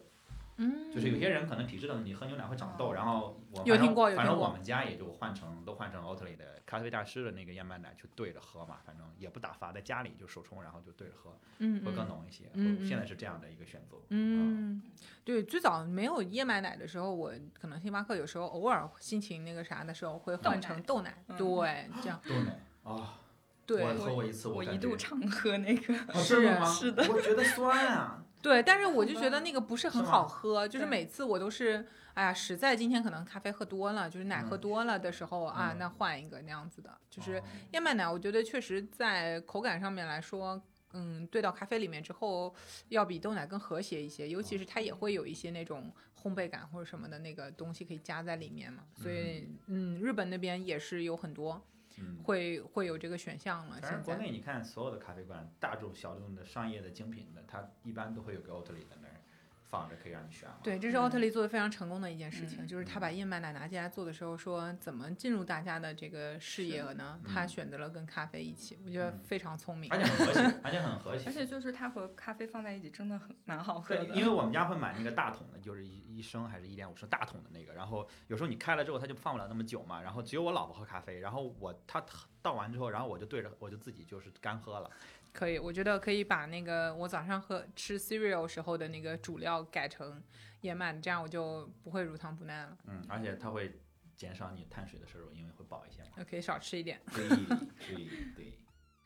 [SPEAKER 2] 嗯，
[SPEAKER 1] 就是有些人可能体质的问题喝牛奶会长痘，然后我
[SPEAKER 2] 有
[SPEAKER 1] 反正
[SPEAKER 2] 听过有
[SPEAKER 1] 反正
[SPEAKER 2] 听过
[SPEAKER 1] 我们家也就换成都换成 Oatly 的咖啡大师的那个燕麦奶去兑着喝嘛，反正也不打发，在家里就手冲，然后就兑着喝。
[SPEAKER 2] 嗯
[SPEAKER 1] 会更
[SPEAKER 2] 嗯
[SPEAKER 1] 浓一些。
[SPEAKER 2] 嗯
[SPEAKER 1] 会现
[SPEAKER 2] 嗯
[SPEAKER 1] 在是这样的一个选择。
[SPEAKER 2] 嗯，对，最早没有燕麦奶的时候，我可能星巴克有时候偶尔心情那个啥的时候会换成豆奶，
[SPEAKER 3] 豆奶嗯
[SPEAKER 2] 对，这 样
[SPEAKER 1] 豆奶啊，我
[SPEAKER 2] 对
[SPEAKER 1] 喝过一 次，
[SPEAKER 3] 我
[SPEAKER 1] 感
[SPEAKER 3] 一度
[SPEAKER 1] 觉
[SPEAKER 3] 常喝那 个，
[SPEAKER 1] 啊真的
[SPEAKER 2] 是
[SPEAKER 1] 吗？
[SPEAKER 3] 是的，
[SPEAKER 1] 我觉得酸啊。
[SPEAKER 2] 对，但是我就觉得那个不是很
[SPEAKER 1] 是吗
[SPEAKER 2] 好喝，就是
[SPEAKER 3] 嗯对
[SPEAKER 2] 每次我都是哎呀，实在今天可能咖啡喝多了，就是奶喝
[SPEAKER 1] 嗯
[SPEAKER 2] 多了的时候啊
[SPEAKER 1] 嗯，
[SPEAKER 2] 那换一个那样子的， 就是
[SPEAKER 1] 哦
[SPEAKER 2] 燕麦奶，我觉得确实在口感上面来说，嗯，兑到咖啡里面之后，要比豆奶更和谐一些。尤其是它也会有一些那种烘焙感或嗯者什么的那个东西可以加在里面嘛，所以嗯，日本那边也是有很多
[SPEAKER 1] 嗯
[SPEAKER 2] 会会有这个选项了。
[SPEAKER 1] 反正
[SPEAKER 2] 现
[SPEAKER 1] 国
[SPEAKER 2] 在
[SPEAKER 1] 内你看所有的咖啡馆，大众、小众的、商业的、精品的，它一般都会有个 outlet 在那儿放着，可以让你选嘛。
[SPEAKER 2] 对，这是
[SPEAKER 3] 嗯
[SPEAKER 2] 奥特利做的非常成功的一件事情，
[SPEAKER 3] 嗯
[SPEAKER 2] 就是他把燕麦奶拿进来做的时候说，怎么进入大家的这个视野呢？
[SPEAKER 1] 嗯
[SPEAKER 2] 他选择了跟咖啡一起，我觉得
[SPEAKER 1] 嗯
[SPEAKER 2] 非常聪明。
[SPEAKER 1] 而且很和谐，而且很和谐
[SPEAKER 3] 而。且就是它和咖啡放在一起真的很蛮好喝
[SPEAKER 1] 对，
[SPEAKER 3] 的。
[SPEAKER 1] 因为我们家会买那个大桶的，就是一一升还是一点五升大桶的那个。然后有时候你开了之后，它就放不了那么久嘛。然后只有我老婆喝咖啡，然后我她倒完之后，然后我就对着我就自己就是干喝了。
[SPEAKER 2] 可以，我觉得可以把那个我早上喝吃 cereal 时候的那个主料改成燕麦，这样我就不会乳糖不耐了，
[SPEAKER 1] 嗯，而且它会减少你碳水的摄入，因为会饱一些嘛。
[SPEAKER 3] 嗯
[SPEAKER 2] 我可以少吃一点。
[SPEAKER 1] 对对对。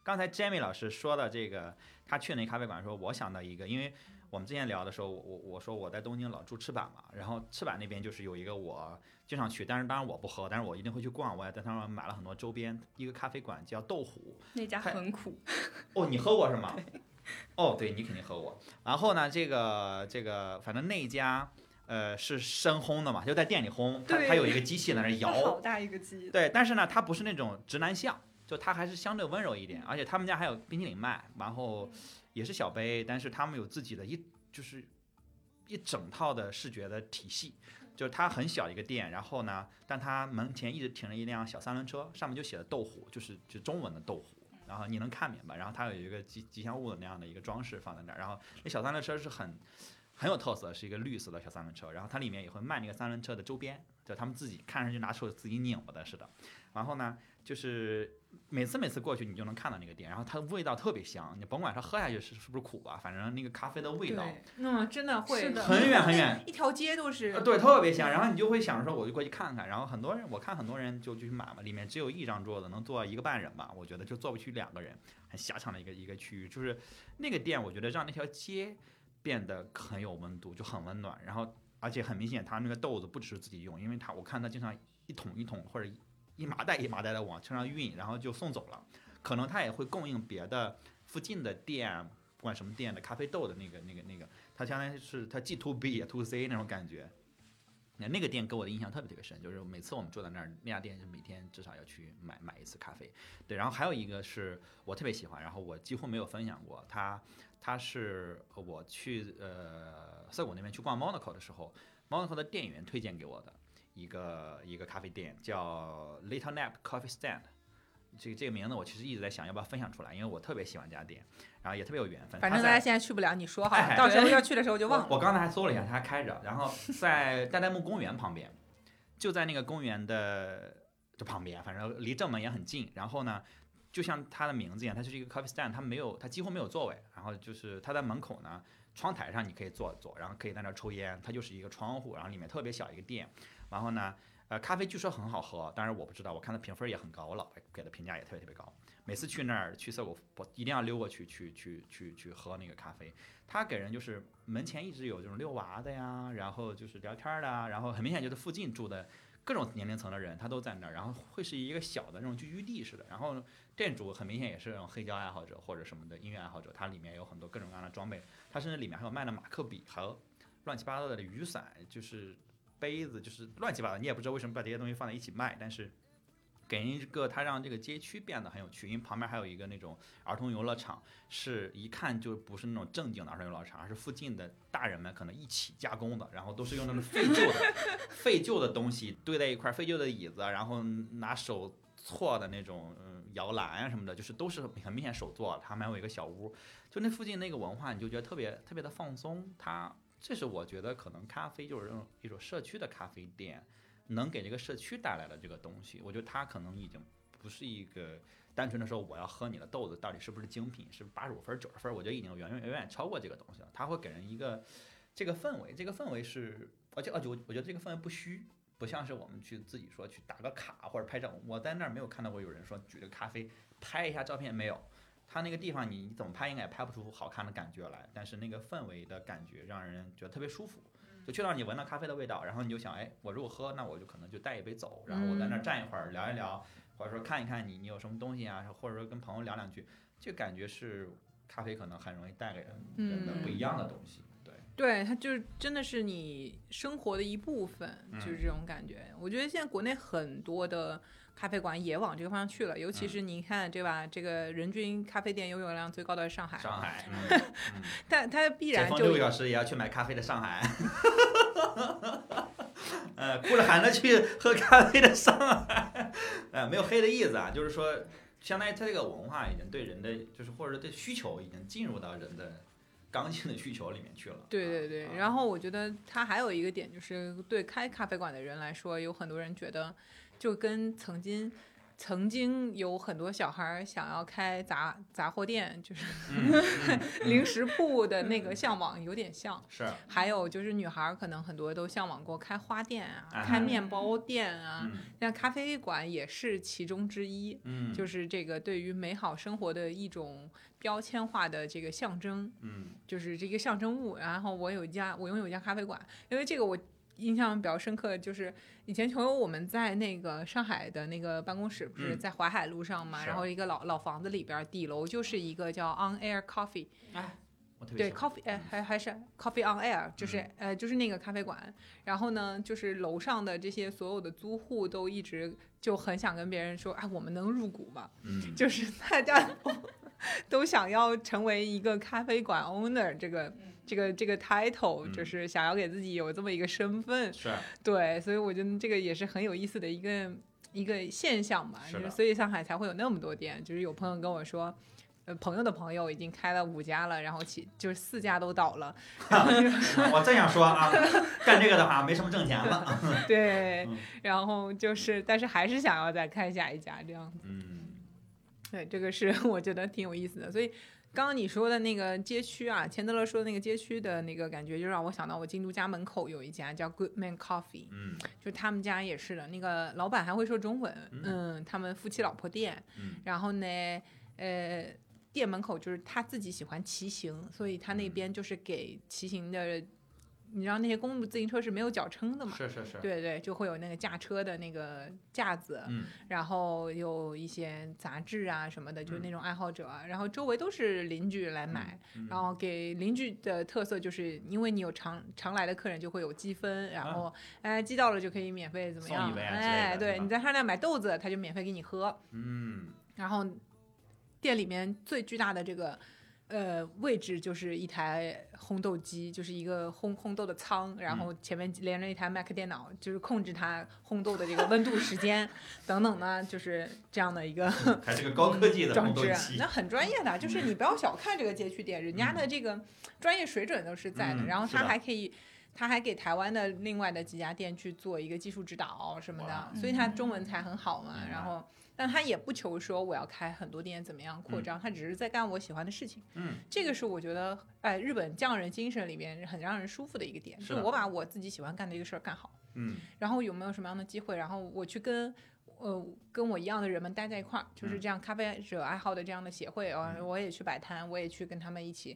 [SPEAKER 1] 刚才 Jamie 老师说到这个，他去那咖啡馆的时候，我想到一个，因为我们之前聊的时候，我我我说我在东京老住赤坂嘛，然后赤坂那边就是有一个我经常去，但是当然我不喝，但是我一定会去逛，我也在他们买了很多周边，一个咖啡馆叫豆虎，
[SPEAKER 3] 那家
[SPEAKER 1] 太
[SPEAKER 3] 很苦，
[SPEAKER 1] 哦，你喝过是吗？ 哦，对你肯定喝过。然后呢，这个这个，反正那一家呃是深烘的嘛，就在店里烘，它
[SPEAKER 3] 对
[SPEAKER 1] 它有一个机器在那儿
[SPEAKER 3] 它 好
[SPEAKER 1] 摇。
[SPEAKER 3] 大一个鸡。
[SPEAKER 1] 对，但是呢，它不是那种直男像，就它还是相对温柔一点。而且他们家还有冰淇淋卖，然后也是小杯，但是他们有自己的一就是一整套的视觉的体系。就是它很小一个店，然后呢，但它门前一直停着一辆小三轮车，上面就写了“豆虎”，就是就中文的“豆虎”，然后你能看明白。然后它有一个吉吉祥物的那样的一个装饰放在那儿，然后那小三轮车是很很有特色，是一个绿色的小三轮车，然后它里面也会卖那个三轮车的周边，就他们自己看上去拿手自己拧巴的似的。然后呢，就是每次每次过去你就能看到那个店，然后它味道特别香，你甭管它喝下去是是不是苦吧，反正那个咖啡的味道
[SPEAKER 3] 对
[SPEAKER 2] 嗯，真的会
[SPEAKER 3] 是的
[SPEAKER 1] 很远很远。
[SPEAKER 2] 一条街都是
[SPEAKER 1] 呃，。对，特别香。然后你就会想说，我就过去看看。然后很多人，我看很多人就就去买嘛，里面只有一张桌子，能坐一个半人吧，我觉得就坐不去两个人，很狭长的一个一个区域。就是那个店，我觉得让那条街变得很有温度，就很温暖。然后而且很明显，他那个豆子不只是自己用，因为他我看他经常一桶一桶或者一麻袋一麻袋的往车上运，然后就送走了。可能他也会供应别的附近的店，不管什么店的咖啡豆的那个那个那个，它相当于是它既 to B 也 to C 那种感觉。那那个店给我的印象特别特别深，就是每次我们坐在那儿，那家店就每天至少要去买买一次咖啡。对，然后还有一个是我特别喜欢，然后我几乎没有分享过，它它是我去呃涩谷那边去逛 Monaco 的时候，Monaco 的店员推荐给我的一个一个咖啡店，叫 Little Nap Coffee Stand。这个这个名字我其实一直在想要不要分享出来，因为我特别喜欢这家店，然后也特别有缘分。
[SPEAKER 2] 反
[SPEAKER 1] 它
[SPEAKER 2] 正大
[SPEAKER 1] 在
[SPEAKER 2] 家现在去不了，你说好了，
[SPEAKER 1] 哎
[SPEAKER 2] 到时候
[SPEAKER 3] 对
[SPEAKER 2] 要去的时候 就忘了。
[SPEAKER 1] 我刚才还搜了一下，它还开着，然后在代代木公园旁边，就在那个公园的这旁边，反正离正门也很近。然后呢，就像它的名字一样，它就是一个 coffee stand，它没有，它几乎没有座位。然后就是它在门口呢，窗台上你可以坐坐，然后可以在那儿抽烟，它就是一个窗户，然后里面特别小一个店。然后呢，呃，咖啡据说很好喝，当然我不知道，我看它评分也很高，我老婆给的评价也特别特别高。每次去那儿去涩谷，我一定要溜过去去去去去喝那个咖啡。他给人就是门前一直有这种遛娃的呀，然后就是聊天儿的啊，然后很明显就是附近住的各种年龄层的人，他都在那儿，然后会是一个小的那种聚居地似的。然后店主很明显也是那种黑胶爱好者或者什么的音乐爱好者，它里面有很多各种各样的装备，它甚至里面还有卖的马克笔，还有乱七八糟的雨伞，就是杯子，就是乱七八糟，你也不知道为什么把这些东西放在一起卖，但是。给人一个，它让这个街区变得很有趣，因为旁边还有一个那种儿童游乐场，是一看就不是那种正经的儿童游乐场，而是附近的大人们可能一起加工的，然后都是用那种废旧的、废旧的东西堆在一块儿，废旧的椅子啊，然后拿手搓的那种嗯摇篮啊什么的，就是都是很明显手做的。他们还有一个小屋，就那附近那个文化，你就觉得特别特别的放松。它这是我觉得可能咖啡就是这种一种社区的咖啡店能给这个社区带来的这个东西，我觉得它可能已经不是一个。单纯的说我要喝你的豆子到底是不是精品，是八十五分九十分，我觉得已经远远远远超过这个东西了。它会给人一个这个氛围，这个氛围是，而且而且我我觉得这个氛围不虚，不像是我们去自己说去打个卡或者拍照。我在那儿没有看到过有人说举着咖啡拍一下照片，没有。它那个地方你你怎么拍应该也拍不出好看的感觉来，但是那个氛围的感觉让人觉得特别舒服。就去到你闻到咖啡的味道，然后你就想，哎，我如果喝，那我就可能就带一杯走，然后我在那儿站一会儿，聊一聊，或者说看一看你你有什么东西啊，或者说跟朋友聊
[SPEAKER 2] 嗯
[SPEAKER 1] 两句，这感觉是咖啡可能很容易带给人人的不一样的东西。对，
[SPEAKER 2] 对，它就是真的是你生活的一部分，就是
[SPEAKER 1] 嗯
[SPEAKER 2] 这种感觉。我觉得现在国内很多的咖啡馆也往这个方向去了，尤
[SPEAKER 1] 嗯
[SPEAKER 2] 其是你看，对吧？这个人均咖啡店拥有量最高的是上海，
[SPEAKER 1] 上海，
[SPEAKER 2] 但它 必
[SPEAKER 1] 解
[SPEAKER 2] 然
[SPEAKER 1] 放
[SPEAKER 2] 就
[SPEAKER 1] 六个小时也要去买咖啡的上海， 呃，哭着喊着去喝咖啡的上海， 呃，没有黑的意思啊，就是说，相当于他这个文化已经对人的，就是或者是对需求已经进入到人的刚性的需求里面去了。
[SPEAKER 2] 对对对
[SPEAKER 1] 啊，
[SPEAKER 2] 然后我觉得它还有一个点，就是对开咖啡馆的人来说，有很多人觉得，就跟曾经曾经有很多小孩儿想要开杂杂货店，就是
[SPEAKER 1] 嗯
[SPEAKER 2] 零食铺的那个向往有点像。
[SPEAKER 1] 是，
[SPEAKER 2] 还有就是女孩儿可能很多都向往过开花店啊、
[SPEAKER 1] 啊哈
[SPEAKER 2] 开面包店啊，
[SPEAKER 1] 嗯
[SPEAKER 2] 那咖啡馆也是其中之一。
[SPEAKER 1] 嗯，
[SPEAKER 2] 就是这个对于美好生活的一种标签化的这个象征，
[SPEAKER 1] 嗯
[SPEAKER 2] 就是这个象征物。然后我有一家，我拥有一家咖啡馆，因为这个我印象比较深刻，就是以前球友我们在那个上海的那个办公室，不是
[SPEAKER 1] 嗯
[SPEAKER 2] 在淮海路上嘛，
[SPEAKER 1] 是
[SPEAKER 2] 然后一个老老房子里边儿，底楼就是一个叫 On Air Coffee，
[SPEAKER 1] 我特别
[SPEAKER 2] 对
[SPEAKER 1] 喜欢
[SPEAKER 2] Coffee，哎，还还
[SPEAKER 1] 嗯
[SPEAKER 2] 是 Coffee on Air，就是、呃就是那个咖啡馆。然后呢，就是楼上的这些所有的租户都一直就很想跟别人说，啊，我们能入股吗？
[SPEAKER 1] 嗯
[SPEAKER 2] 就是大家都都想要成为一个咖啡馆 owner 这个这个这个 title，
[SPEAKER 1] 嗯
[SPEAKER 2] 就是想要给自己有这么一个身份。
[SPEAKER 1] 是
[SPEAKER 2] 对，所以我觉得这个也是很有意思的一个一个现象吧。
[SPEAKER 1] 是
[SPEAKER 2] 就
[SPEAKER 1] 的
[SPEAKER 2] 是所以上海才会有那么多店。就是有朋友跟我说。呃，朋友的朋友已经开了五家了，然后其就是四家都倒了，
[SPEAKER 1] 我正想说啊， 干这个的话没什么挣钱了。
[SPEAKER 2] 对
[SPEAKER 1] 嗯，
[SPEAKER 2] 然后就是，但是还是想要再开下一家这样
[SPEAKER 1] 嗯
[SPEAKER 2] 对，这个是 我觉得挺有意思的。所以刚刚你说的那个街区啊，钱德勒说的那个街区的那个感觉，就让我想到我京都家门口有一家叫 Goodman Coffee，
[SPEAKER 1] 嗯
[SPEAKER 2] 就他们家也是的，那个老板还会说中文，
[SPEAKER 1] 嗯
[SPEAKER 2] 嗯，他们夫妻老婆店，
[SPEAKER 1] 嗯
[SPEAKER 2] 然后呢，呃。店门口就是他自己喜欢骑行，所以他那
[SPEAKER 1] 嗯
[SPEAKER 2] 边就是给骑行的，你知道那些公路自行车是没有脚撑的嘛？
[SPEAKER 1] 是是是，
[SPEAKER 2] 对对，就会有那个驾车的那个架子，
[SPEAKER 1] 嗯
[SPEAKER 2] 然后有一些杂志啊什么的，就是
[SPEAKER 1] 嗯
[SPEAKER 2] 那种爱好者，啊然后周围都是邻居来买，
[SPEAKER 1] 嗯
[SPEAKER 2] 然后给邻居的特色就是因为你有常常来的客人就会有积分，然后、哎积到了就可以免费怎么
[SPEAKER 1] 啊送
[SPEAKER 2] 样？
[SPEAKER 1] 一杯啊之类
[SPEAKER 2] 哎，
[SPEAKER 1] 的
[SPEAKER 2] 对
[SPEAKER 1] 是吧
[SPEAKER 2] 你在他那买豆子，他就免费给你喝，
[SPEAKER 1] 嗯
[SPEAKER 2] 然后店里面最巨大的这个。呃，位置就是一台烘豆机，就是一个烘烘豆的仓，然后前面连着一台 Mac 电脑，就是控制它烘豆的这个温度、时间 等等呢，就是这样的一个
[SPEAKER 1] 还是个高科技的
[SPEAKER 2] 嗯装
[SPEAKER 1] 红豆
[SPEAKER 2] 置，啊
[SPEAKER 1] 机
[SPEAKER 2] 那很专 业的。啊就是你不要小看这个街区店，人家的这个专业水准都是在的。
[SPEAKER 1] 嗯
[SPEAKER 2] 然后
[SPEAKER 1] 是
[SPEAKER 2] 他
[SPEAKER 1] 的
[SPEAKER 2] 还可以，他还给台湾的另外的几家店去做一个技术指导啊什么
[SPEAKER 1] 哇嗯
[SPEAKER 2] 的，所以他中文才很好嘛
[SPEAKER 1] 明。白
[SPEAKER 2] 然后，但他也不求说我要开很多店怎么样扩张，他只是在干我喜欢的事情。
[SPEAKER 1] 嗯
[SPEAKER 2] 这个是我觉得，哎，日本匠人精神里面很让人舒服的一个点，
[SPEAKER 1] 是
[SPEAKER 2] 就
[SPEAKER 1] 的
[SPEAKER 2] 我把我自己喜欢干的一个事儿干好。
[SPEAKER 1] 嗯
[SPEAKER 2] 然后有没有什么样的机会，然后我去跟呃跟我一样的人们待在一块儿，就是
[SPEAKER 1] 嗯
[SPEAKER 2] 这样咖啡者爱好的这样的协会，呃，
[SPEAKER 1] 嗯
[SPEAKER 2] 我也去摆摊，我也去跟他们一起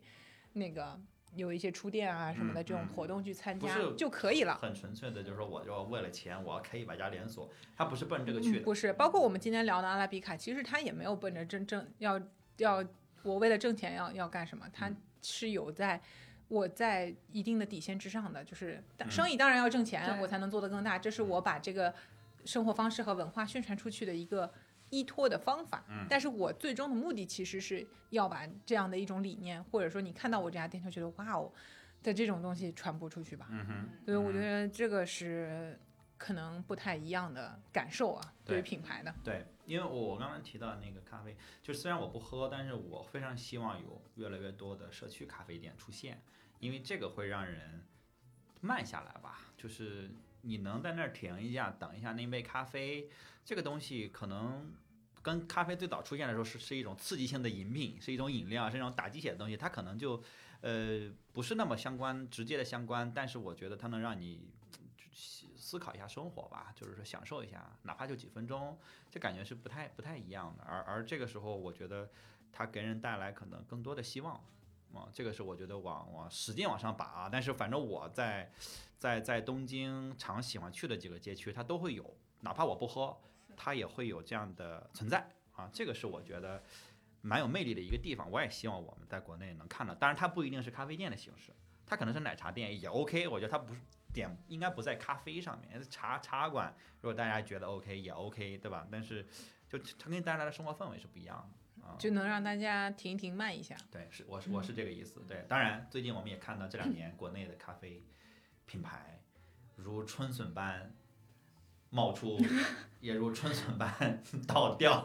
[SPEAKER 2] 那个有一些出店啊什么的
[SPEAKER 1] 嗯
[SPEAKER 2] 这种
[SPEAKER 1] 嗯
[SPEAKER 2] 活动去参
[SPEAKER 1] 不
[SPEAKER 2] 加
[SPEAKER 1] 是
[SPEAKER 2] 就可以了。
[SPEAKER 1] 很纯粹的，就是说我就为了钱，我要开一百家连锁，他不是奔这个去
[SPEAKER 2] 嗯，
[SPEAKER 1] 的。
[SPEAKER 2] 不是，包括我们今天聊的阿拉比卡，其实他也没有奔着真正要要我为了挣钱要要干什么，他
[SPEAKER 1] 嗯
[SPEAKER 2] 是有在。我在一定的底线之上的，就是当
[SPEAKER 1] 嗯
[SPEAKER 2] 生意当然要挣钱，
[SPEAKER 3] 对
[SPEAKER 2] 我才能做得更大。这是我把这个生活方式和文化宣传出去的一个依托的方法。
[SPEAKER 1] 嗯
[SPEAKER 2] 但是我最终的目的其实是要把这样的一种理念，或者说你看到我这家店就觉得哇哦的这种东西传播出去吧。
[SPEAKER 1] 嗯哼，
[SPEAKER 2] 所以
[SPEAKER 1] 嗯
[SPEAKER 2] 我觉得这个是可能不太一样的感受啊，对于
[SPEAKER 1] 对
[SPEAKER 2] 品牌的，
[SPEAKER 1] 对，因为我我刚刚提到那个咖啡，就虽然我不喝，但是我非常希望有越来越多的社区咖啡店出现，因为这个会让人慢下来吧，就是你能在那儿停一下，等一下那杯咖啡，这个东西可能。跟咖啡最早出现的时候是是一种刺激性的饮品，是一种饮料，是一种打鸡血的东西，它可能就，呃，不是那么相关，直接的相关，但是我觉得它能让你思思考一下生活吧，就是说享受一下，哪怕就几分钟，这感觉是不太不太一样的。而而这个时候，我觉得它给人带来可能更多的希望。啊、这个是我觉得往往使劲往上拔啊，但是反正我在在在东京常喜欢去的几个街区，它都会有，哪怕我不喝，它也会有这样的存在啊。这个是我觉得蛮有魅力的一个地方，我也希望我们在国内能看到。当然，它不一定是咖啡店的形式，它可能是奶茶店也 OK，我觉得它不是点应该不在咖啡上面，茶茶馆如果大家觉得 OK 也 OK，对吧？但是就它跟大家的生活氛围是不一样的啊。
[SPEAKER 2] 就能让大家停一停，慢一下。
[SPEAKER 1] 对，是我是我
[SPEAKER 2] 嗯
[SPEAKER 1] 是这个意思。对，当然最近我们也看到这两年国内的咖啡品牌如春笋般冒 出，也如春笋般 倒掉。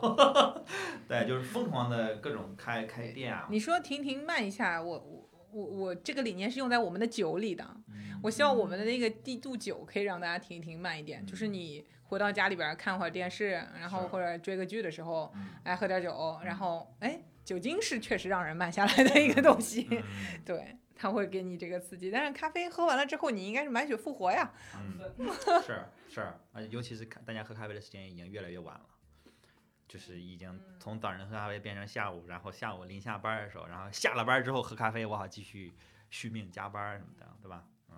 [SPEAKER 1] 对，就是疯狂的各种开开店啊。
[SPEAKER 2] 你说停停，慢一下，我我我我这个理念是用在我们的酒里的。
[SPEAKER 1] 嗯
[SPEAKER 2] 我希望我们的那个地度酒可以让大家停一停，慢一点。就是你回到家里边儿看会儿电视，然后
[SPEAKER 1] 嗯是
[SPEAKER 2] 或者追个剧的时候，
[SPEAKER 1] 嗯
[SPEAKER 2] 哎，喝点酒，然后哎，酒精是确实让人慢下来的一个东西，
[SPEAKER 1] 嗯
[SPEAKER 2] 对，它会给你这个刺激。但是咖啡喝完了之后，你应该是满血复活呀。
[SPEAKER 1] 嗯， 是是，而且尤其是看大家喝咖啡的时间已经越来越晚了，就是已经
[SPEAKER 2] 嗯
[SPEAKER 1] 从早上喝咖啡变成下午，然后下午临下班儿的时候，然后下了班儿之后喝咖啡，我好继续续命加班儿什么的，对吧？嗯，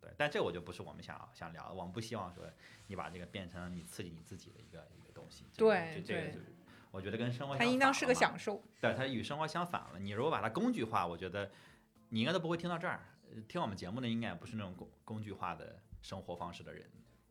[SPEAKER 1] 对，但这我就不是我们想想聊的，我们不希望说你把这个变成你刺激你自己的一个一个东西。这个
[SPEAKER 2] 对
[SPEAKER 1] 就这个
[SPEAKER 2] 对
[SPEAKER 1] 就是我觉得跟生活
[SPEAKER 2] 它
[SPEAKER 1] 相
[SPEAKER 2] 应当
[SPEAKER 1] 反
[SPEAKER 2] 是
[SPEAKER 1] 哎了
[SPEAKER 2] 个
[SPEAKER 1] 嘛
[SPEAKER 2] 享受。
[SPEAKER 1] 对，它与生活相反了。你如果把它工具化，我觉得你应该都不会听到这儿。呃听我们节目的应该也不是那种工工具化的生活方式的人，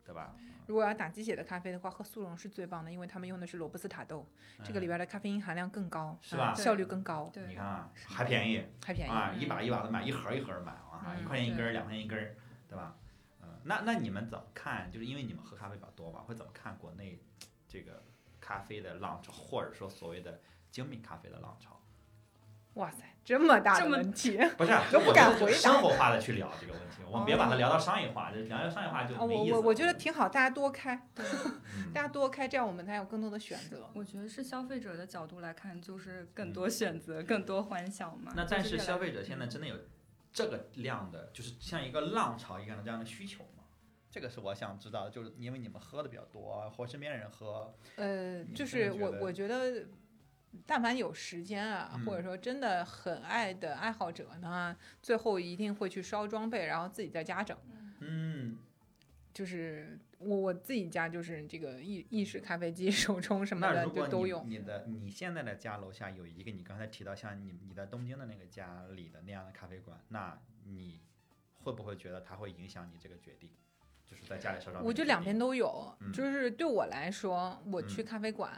[SPEAKER 1] 对吧？
[SPEAKER 2] 如果要打鸡血的咖啡的话，喝速溶是最棒的，因为他们用的是罗布斯塔豆，这个里边的咖啡因含量更高，
[SPEAKER 1] 嗯是
[SPEAKER 2] 嗯
[SPEAKER 1] 吧
[SPEAKER 2] 效率更高，
[SPEAKER 3] 对，
[SPEAKER 1] 你看啊，
[SPEAKER 3] 是
[SPEAKER 1] 还便宜
[SPEAKER 2] 还便宜。
[SPEAKER 1] 啊，
[SPEAKER 3] 嗯
[SPEAKER 1] 一把一把的买，一盒一盒的买啊，
[SPEAKER 3] 嗯
[SPEAKER 1] 一块钱一
[SPEAKER 3] 对
[SPEAKER 1] 根儿，两块钱一根儿，对吧？嗯，那那你们怎么看？就是因为你们喝咖啡比较多嘛，会怎么看国内这个咖啡的浪潮，或者说所谓的精品咖啡的浪潮？
[SPEAKER 2] 哇塞，这么大
[SPEAKER 3] 这
[SPEAKER 2] 的
[SPEAKER 3] 么
[SPEAKER 2] 问题！
[SPEAKER 1] 不是，
[SPEAKER 2] 都
[SPEAKER 1] 就
[SPEAKER 2] 不
[SPEAKER 1] 我觉
[SPEAKER 2] 敢
[SPEAKER 1] 得就
[SPEAKER 2] 回答哦
[SPEAKER 1] 生活化的去聊这个问题，我们别把它聊到商业化，就聊到商业化就
[SPEAKER 2] 啊，
[SPEAKER 1] 没
[SPEAKER 2] 我
[SPEAKER 1] 意思了。
[SPEAKER 2] 我我觉得挺好，大家多开，
[SPEAKER 1] 嗯
[SPEAKER 2] 大家多开，这样我们才有更多的选择。
[SPEAKER 3] 我觉得是消费者的角度来看，就是更多选择，更多欢笑嘛。
[SPEAKER 1] 嗯那
[SPEAKER 3] 啊就
[SPEAKER 1] 但
[SPEAKER 3] 是
[SPEAKER 1] 是
[SPEAKER 3] 越来
[SPEAKER 1] 消
[SPEAKER 3] 越
[SPEAKER 1] 费者现在真的有这个量的，就是像一个浪潮一样的这样的需求吗？这个是我想知道的，就是因为你们喝的比较多，啊或身边人喝，
[SPEAKER 2] 呃，
[SPEAKER 1] 你
[SPEAKER 2] 就
[SPEAKER 1] 真
[SPEAKER 2] 是
[SPEAKER 1] 的觉
[SPEAKER 2] 我
[SPEAKER 1] 得
[SPEAKER 2] 我觉得，但凡有时间啊，或者
[SPEAKER 1] 嗯
[SPEAKER 2] 说真的很爱的爱好者呢，最后一定会去烧装备，然后自己在家整。
[SPEAKER 1] 嗯，
[SPEAKER 2] 就是我我自己家就是这个意意式咖啡机、手冲什么
[SPEAKER 1] 那
[SPEAKER 2] 的
[SPEAKER 1] 如
[SPEAKER 2] 就
[SPEAKER 1] 果
[SPEAKER 2] 都
[SPEAKER 1] 你
[SPEAKER 2] 用。
[SPEAKER 1] 你的你现在的家楼下有一个你刚才提到像你你在东京的那个家里的那样的咖啡馆，那你会不会觉得它会影响你这个决定？就是在家里烧烧。
[SPEAKER 2] 我就两边都有，
[SPEAKER 1] 嗯
[SPEAKER 2] 就是对我来说，我去
[SPEAKER 1] 嗯
[SPEAKER 2] 咖啡馆，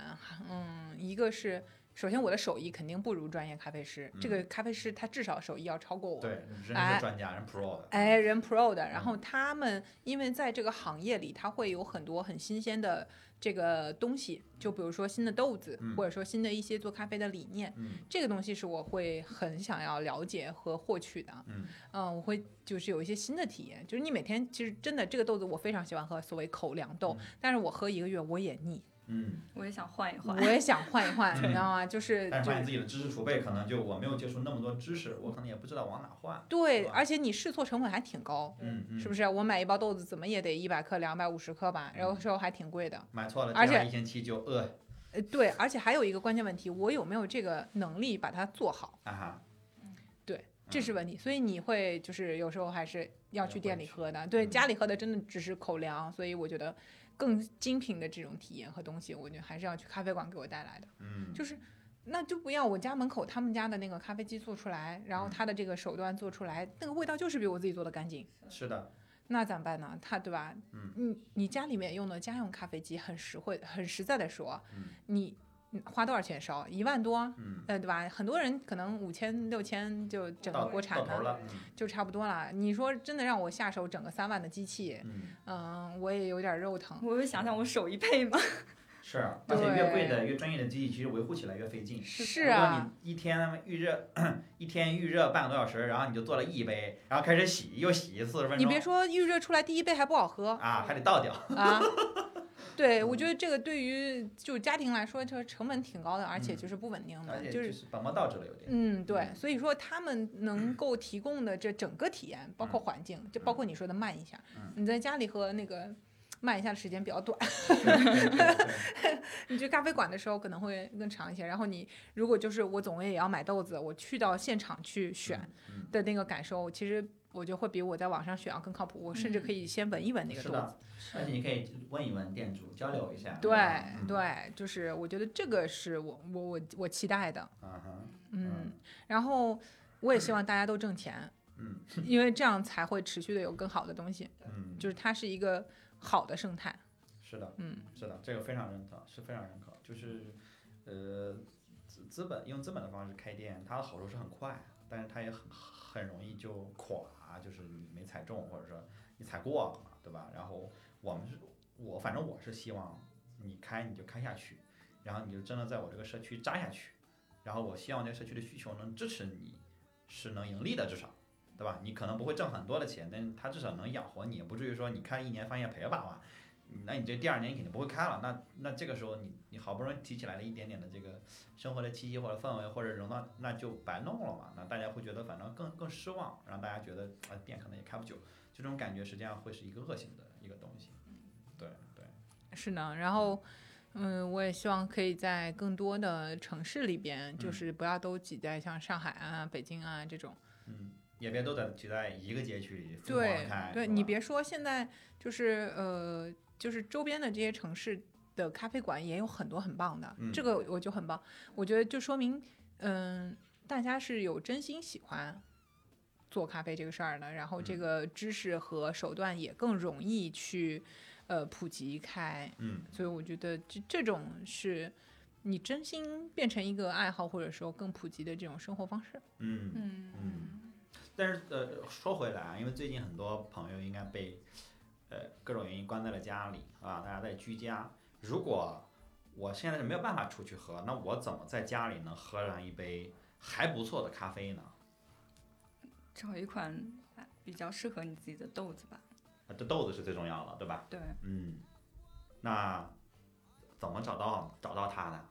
[SPEAKER 2] 嗯，一个是首先我的手艺肯定不如专业咖啡师，这
[SPEAKER 1] 嗯
[SPEAKER 2] 个咖啡师他至少手艺要超过我，
[SPEAKER 1] 对，嗯人是
[SPEAKER 2] 哎
[SPEAKER 1] 专家，人 pro 的。
[SPEAKER 2] 哎，人 pro 的，然后他们因为在这个行业里，他会有很多很新鲜的这个东西，就比如说新的豆子，
[SPEAKER 1] 嗯
[SPEAKER 2] 或者说新的一些做咖啡的理念，
[SPEAKER 1] 嗯
[SPEAKER 2] 这个东西是我会很想要了解和获取的。
[SPEAKER 1] 嗯
[SPEAKER 2] 嗯，我会就是有一些新的体验，就是你每天其实真的这个豆子我非常喜欢喝，所谓口粮豆，
[SPEAKER 1] 嗯
[SPEAKER 2] 但是我喝一个月我也腻，
[SPEAKER 1] 嗯，
[SPEAKER 3] 我也想换一换
[SPEAKER 2] 我。也想换一 换，你
[SPEAKER 1] 嗯
[SPEAKER 2] 知道吗？就是
[SPEAKER 1] 但是
[SPEAKER 2] 就
[SPEAKER 1] 发现自己的知识储备可能就我没有接触那么多知识，我可能也不知道往哪换。
[SPEAKER 2] 对，
[SPEAKER 1] 吧
[SPEAKER 2] 而且你试错成本还挺高，
[SPEAKER 1] 嗯嗯，
[SPEAKER 2] 是不是？我买一包豆子怎么也得一百克、两百五十克吧，然后
[SPEAKER 1] 嗯
[SPEAKER 2] 时候还挺贵的。
[SPEAKER 1] 买错了，
[SPEAKER 2] 而且
[SPEAKER 1] 一星期就饿
[SPEAKER 2] 呃，对，而且还有一个关键问题，我有没有这个能力把它做好，
[SPEAKER 1] 啊哈。
[SPEAKER 2] 这是问题。所以你会就是有时候还是要
[SPEAKER 1] 嗯要
[SPEAKER 2] 去店
[SPEAKER 1] 回
[SPEAKER 2] 里
[SPEAKER 1] 去
[SPEAKER 2] 喝的，对，
[SPEAKER 1] 嗯
[SPEAKER 2] 家里喝的真的只是口粮，所以我觉得更精品的这种体验和东西，我觉得还是要去咖啡馆给我带来的，
[SPEAKER 1] 嗯，
[SPEAKER 2] 就是。那就不要我家门口他们家的那个咖啡机做出来，然
[SPEAKER 1] 嗯
[SPEAKER 2] 后它的这个手段做出来，那个味道就是比我自己做的干净，
[SPEAKER 1] 是的，
[SPEAKER 2] 那咋办呢？它对吧？
[SPEAKER 1] 嗯
[SPEAKER 2] 你你家里面用的家用咖啡机很实惠，很实在的说，
[SPEAKER 1] 嗯
[SPEAKER 2] 你你花多少钱烧？一万多，
[SPEAKER 1] 嗯，
[SPEAKER 2] 呃，对吧？很多人可能五千六千就整个
[SPEAKER 1] 到
[SPEAKER 2] 国
[SPEAKER 1] 到
[SPEAKER 2] 产
[SPEAKER 1] 头
[SPEAKER 2] 的
[SPEAKER 1] 了。
[SPEAKER 2] 就差不多了。你说真的让我下手整个三万的机器，
[SPEAKER 1] 嗯，
[SPEAKER 2] 嗯，我也有点肉疼。
[SPEAKER 3] 我会想想我手艺配吗？
[SPEAKER 1] 是，啊而且越贵
[SPEAKER 2] 对
[SPEAKER 1] 的、越专业的机器，其实维护起来越费劲。
[SPEAKER 2] 是啊，，
[SPEAKER 1] 你一天预热，一天预热半个多小时，然后你就做了一杯，然后开始洗，又洗四十分钟，
[SPEAKER 2] 你别说预热出来第一杯还不 好喝
[SPEAKER 1] 啊，还得倒掉。
[SPEAKER 2] 啊。对，
[SPEAKER 1] 嗯
[SPEAKER 2] 我觉得这个对于就家庭来说，这个成本挺高的，而且
[SPEAKER 1] 嗯
[SPEAKER 2] 就是不稳定
[SPEAKER 1] 而
[SPEAKER 2] 的，
[SPEAKER 1] 且
[SPEAKER 2] 就。
[SPEAKER 1] 就是是本末倒置了有点。
[SPEAKER 2] 嗯，对，所以说他们
[SPEAKER 1] 嗯
[SPEAKER 2] 能够提供的这整个体验，包括环境，就包括你说的慢一下
[SPEAKER 1] 嗯，
[SPEAKER 2] 你在家里和那个慢一下的时间比较短，
[SPEAKER 1] 对对对
[SPEAKER 2] 你去咖啡馆的时候可能会更长一些，然后你如果就是我总归也要买豆子，我去到现场去选
[SPEAKER 1] 嗯
[SPEAKER 2] 的那个感受，其实我觉得会比我在网上选要更靠谱。我甚至可以先闻一闻那个
[SPEAKER 1] 嗯是
[SPEAKER 2] 豆
[SPEAKER 1] 的
[SPEAKER 2] 子。
[SPEAKER 1] 而且你可以问一问店主，交流一下。
[SPEAKER 2] 对
[SPEAKER 1] 吧嗯
[SPEAKER 2] 对，就是我觉得这个是我我我我期待的，
[SPEAKER 1] 嗯哼，
[SPEAKER 2] 嗯，然后我也希望大家都挣钱，
[SPEAKER 1] 嗯嗯，
[SPEAKER 2] 因为这样才会持续的有更好的东西，
[SPEAKER 1] 嗯，
[SPEAKER 2] 就是它是一个好的生态，
[SPEAKER 1] 是的，
[SPEAKER 2] 嗯，
[SPEAKER 1] 是的，这个非常认可，是非常认可。就是，呃，资资本用资本的方式开店，它的好处是很快，但是它也很很容易就垮，就是你没踩中，或者说你踩过了，对吧？然后我们是，我反正我是希望你开你就开下去，然后你就真的在我这个社区扎下去，然后我希望这个社区的需求能支持你，是能盈利的，至少。对吧？你可能不会挣很多的钱，但是它至少能养活你，也不至于说你开一年发现赔了八万，那你这第二年你肯定不会开了，那那这个时候你你好不容易提起来了一点点的这个生活的气息或者氛围或者容纳，那就白弄了嘛，那大家会觉得反正更更失望，让大家觉得啊店可能也开不久，这种感觉实际上会是一个恶性的一个东西。对对，
[SPEAKER 2] 是呢。然后，嗯，我也希望可以在更多的城市里边，就
[SPEAKER 1] 嗯
[SPEAKER 2] 是不要都挤在像上海啊、北京啊这种。
[SPEAKER 1] 嗯，也别都在只在一个街区里疯狂
[SPEAKER 2] 对
[SPEAKER 1] 开，，
[SPEAKER 2] 对
[SPEAKER 1] 是吧
[SPEAKER 2] 你别说，现在就是呃，就是周边的这些城市的咖啡馆也有很多很棒的，
[SPEAKER 1] 嗯
[SPEAKER 2] 这个我就很棒。我觉得就说明，嗯、大家是有真心喜欢做咖啡这个事儿的，然后这
[SPEAKER 1] 嗯
[SPEAKER 2] 个知识和手段也更容易去呃普及开。
[SPEAKER 1] 嗯
[SPEAKER 2] 所以我觉得这这种是你真心变成一个爱好，或者说更普及的这种生活方式。
[SPEAKER 1] 嗯
[SPEAKER 3] 嗯
[SPEAKER 1] 嗯但是呃，说回来啊，因为最近很多朋友应该被呃各种原因关在了家里啊，大家在居家。如果我现在是没有办法出去喝，那我怎么在家里能喝上一杯还不错的咖啡呢？
[SPEAKER 3] 找一款啊比较适合你自己的豆子吧。
[SPEAKER 1] 啊这豆子是最重要的，对吧？
[SPEAKER 3] 对，
[SPEAKER 1] 嗯，那怎么找到找到它呢？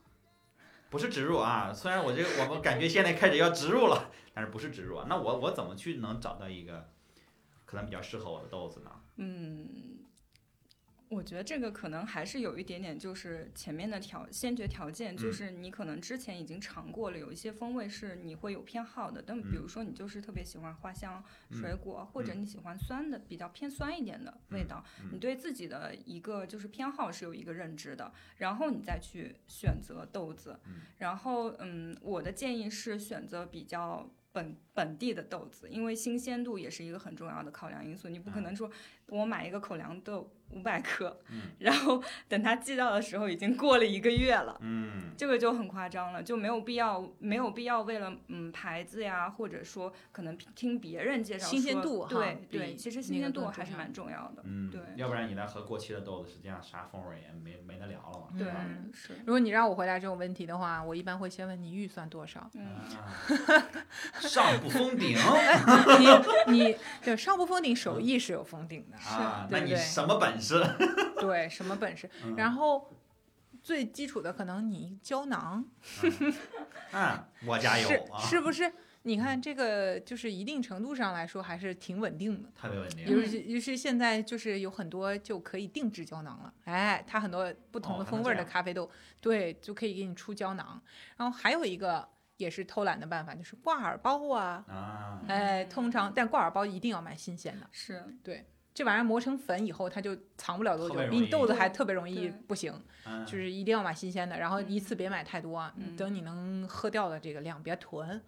[SPEAKER 1] 不是植入啊，虽然我这个我们感觉现在开始要植入了，但是不是植入啊？那我我怎么去能找到一个可能比较适合我的豆子呢？
[SPEAKER 3] 嗯，我觉得这个可能还是有一点点，就是前面的条先决条件，就
[SPEAKER 1] 嗯
[SPEAKER 3] 是你可能之前已经尝过了，有一些风味是你会有偏好的，但比如说你就是特别喜欢花香、
[SPEAKER 1] 嗯
[SPEAKER 3] 水果，或者你喜欢酸的，比较偏酸一点的味道，
[SPEAKER 1] 嗯
[SPEAKER 3] 你对自己的一个就是偏好是有一个认知的，然后你再去选择豆子。
[SPEAKER 1] 嗯
[SPEAKER 3] 然后，嗯，我的建议是选择比较。本本地的豆子，因为新鲜度也是一个很重要的考量因素。你不可
[SPEAKER 1] 嗯
[SPEAKER 3] 能说我买一个口粮豆五百克，
[SPEAKER 1] 嗯
[SPEAKER 3] 然后等它寄到的时候已经过了一个月了，
[SPEAKER 1] 嗯。
[SPEAKER 3] 这个就很夸张了，就没有必要，没有必要为了嗯牌子呀，或者说可能听别人介绍
[SPEAKER 2] 新鲜
[SPEAKER 3] 说
[SPEAKER 2] 度哈
[SPEAKER 3] 对
[SPEAKER 2] 比
[SPEAKER 3] 对，其实新
[SPEAKER 2] 那个
[SPEAKER 3] 鲜度
[SPEAKER 2] 更
[SPEAKER 3] 还是
[SPEAKER 2] 重要
[SPEAKER 3] 蛮重要的，
[SPEAKER 1] 嗯，
[SPEAKER 3] 对
[SPEAKER 1] 要不然你再喝过期的豆子，实际上啥风味也没没得聊了嘛。
[SPEAKER 3] 对
[SPEAKER 1] 吧
[SPEAKER 2] 嗯，
[SPEAKER 3] 是，
[SPEAKER 2] 如果你让我回答这种问题的话，我一般会先问你预算多少。
[SPEAKER 3] 嗯，
[SPEAKER 1] 啊上不封顶
[SPEAKER 2] 你 你对上不封顶，手艺是有封顶的，
[SPEAKER 1] 啊！那
[SPEAKER 2] 对不
[SPEAKER 1] 你
[SPEAKER 2] 对？
[SPEAKER 1] 什么本事？
[SPEAKER 2] 对，什么本事？
[SPEAKER 1] 嗯
[SPEAKER 2] 然后最基础的，可能你胶囊
[SPEAKER 1] 啊，我家有
[SPEAKER 2] 是
[SPEAKER 1] 啊，
[SPEAKER 2] 是不是？你看这个，就是一定程度上来说，还是挺稳定的。
[SPEAKER 1] 特别稳定。
[SPEAKER 2] 尤其尤其现在就是有很多就可以定制胶囊了，哎，它很多不同
[SPEAKER 1] 哦
[SPEAKER 2] 的
[SPEAKER 1] 还能
[SPEAKER 2] 风味儿
[SPEAKER 1] 这
[SPEAKER 2] 的
[SPEAKER 1] 样
[SPEAKER 2] 咖啡豆，对，就可以给你出胶囊。然后还有一个也是偷懒的办法，就是挂耳包啊，
[SPEAKER 1] 啊，
[SPEAKER 2] 哎，通常但挂耳包一定要买新鲜的，
[SPEAKER 3] 是
[SPEAKER 2] 这玩意儿磨成粉以后它就藏不了多
[SPEAKER 1] 特
[SPEAKER 2] 久
[SPEAKER 1] 别，
[SPEAKER 2] 比
[SPEAKER 1] 容
[SPEAKER 2] 你豆子
[SPEAKER 3] 易
[SPEAKER 2] 还特别容易
[SPEAKER 3] 对
[SPEAKER 2] 不行，
[SPEAKER 1] 嗯
[SPEAKER 2] 就是一定要买新鲜的，然后一次别买太多啊，
[SPEAKER 3] 嗯
[SPEAKER 2] 等你能喝掉的这个量别囤，
[SPEAKER 1] 哦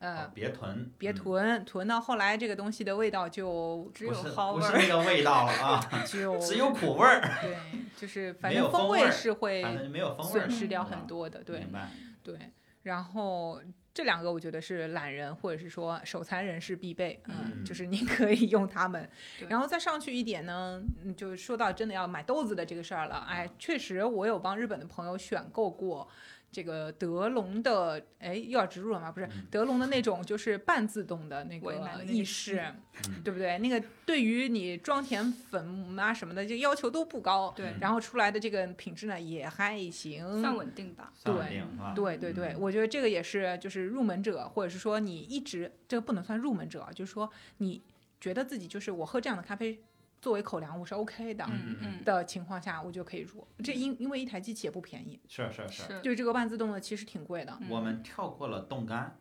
[SPEAKER 2] 呃，
[SPEAKER 1] 别囤，
[SPEAKER 2] 别
[SPEAKER 1] 嗯，
[SPEAKER 2] 囤，囤到后来这个东西的味 道就
[SPEAKER 3] 只
[SPEAKER 1] 不
[SPEAKER 3] 有
[SPEAKER 1] 是
[SPEAKER 3] 蒿
[SPEAKER 1] 不
[SPEAKER 3] 味
[SPEAKER 1] 是
[SPEAKER 3] 儿，
[SPEAKER 1] 那个味道了啊，
[SPEAKER 2] 就
[SPEAKER 1] 只有苦味儿，
[SPEAKER 2] 对，就是反
[SPEAKER 1] 没有
[SPEAKER 2] 正
[SPEAKER 1] 风味
[SPEAKER 2] 味
[SPEAKER 1] 儿
[SPEAKER 2] 是会
[SPEAKER 1] 反正就没有风味儿嗯
[SPEAKER 2] 损
[SPEAKER 1] 了，
[SPEAKER 2] 失掉
[SPEAKER 1] 对吧
[SPEAKER 2] 很多的，对
[SPEAKER 1] 明白，
[SPEAKER 2] 对。然后这两个我觉得是懒人或者是说手残人士必备，嗯，
[SPEAKER 1] 嗯
[SPEAKER 2] 就是你可以用它们。
[SPEAKER 3] 对
[SPEAKER 2] 然后再上去一点呢，嗯就说到真的要买豆子的这个事儿了，哎，
[SPEAKER 1] 嗯
[SPEAKER 2] 确实我有帮日本的朋友选购过。这个德龙的，哎，又要植入了吗？不是
[SPEAKER 1] 嗯
[SPEAKER 2] 德龙的那种，就是半自动的那
[SPEAKER 3] 我也买
[SPEAKER 2] 个
[SPEAKER 3] 了那个
[SPEAKER 2] 意式，
[SPEAKER 1] 嗯
[SPEAKER 2] 对不对？那个对于你装填粉啊什么的，这要求都不高，
[SPEAKER 3] 对，
[SPEAKER 1] 嗯
[SPEAKER 2] 然后出来的这个品质呢也还行。
[SPEAKER 3] 算稳定吧，
[SPEAKER 1] 算
[SPEAKER 2] 对
[SPEAKER 1] 稳定是吧？
[SPEAKER 2] 对对对，
[SPEAKER 1] 嗯
[SPEAKER 2] 我觉得这个也是，就是入门者，或者是说你一直这个不能算入门者啊，就是说你觉得自己就是我喝这样的咖啡作为口粮我是 OK 的、
[SPEAKER 3] 嗯
[SPEAKER 1] 嗯
[SPEAKER 3] 嗯，
[SPEAKER 2] 的情况下，我就可以入。这因因为一台机器也不便宜，
[SPEAKER 1] 是是是。
[SPEAKER 3] 是，
[SPEAKER 2] 就是这个半自动的其实挺贵的。
[SPEAKER 3] 嗯
[SPEAKER 1] 我们跳过了冻干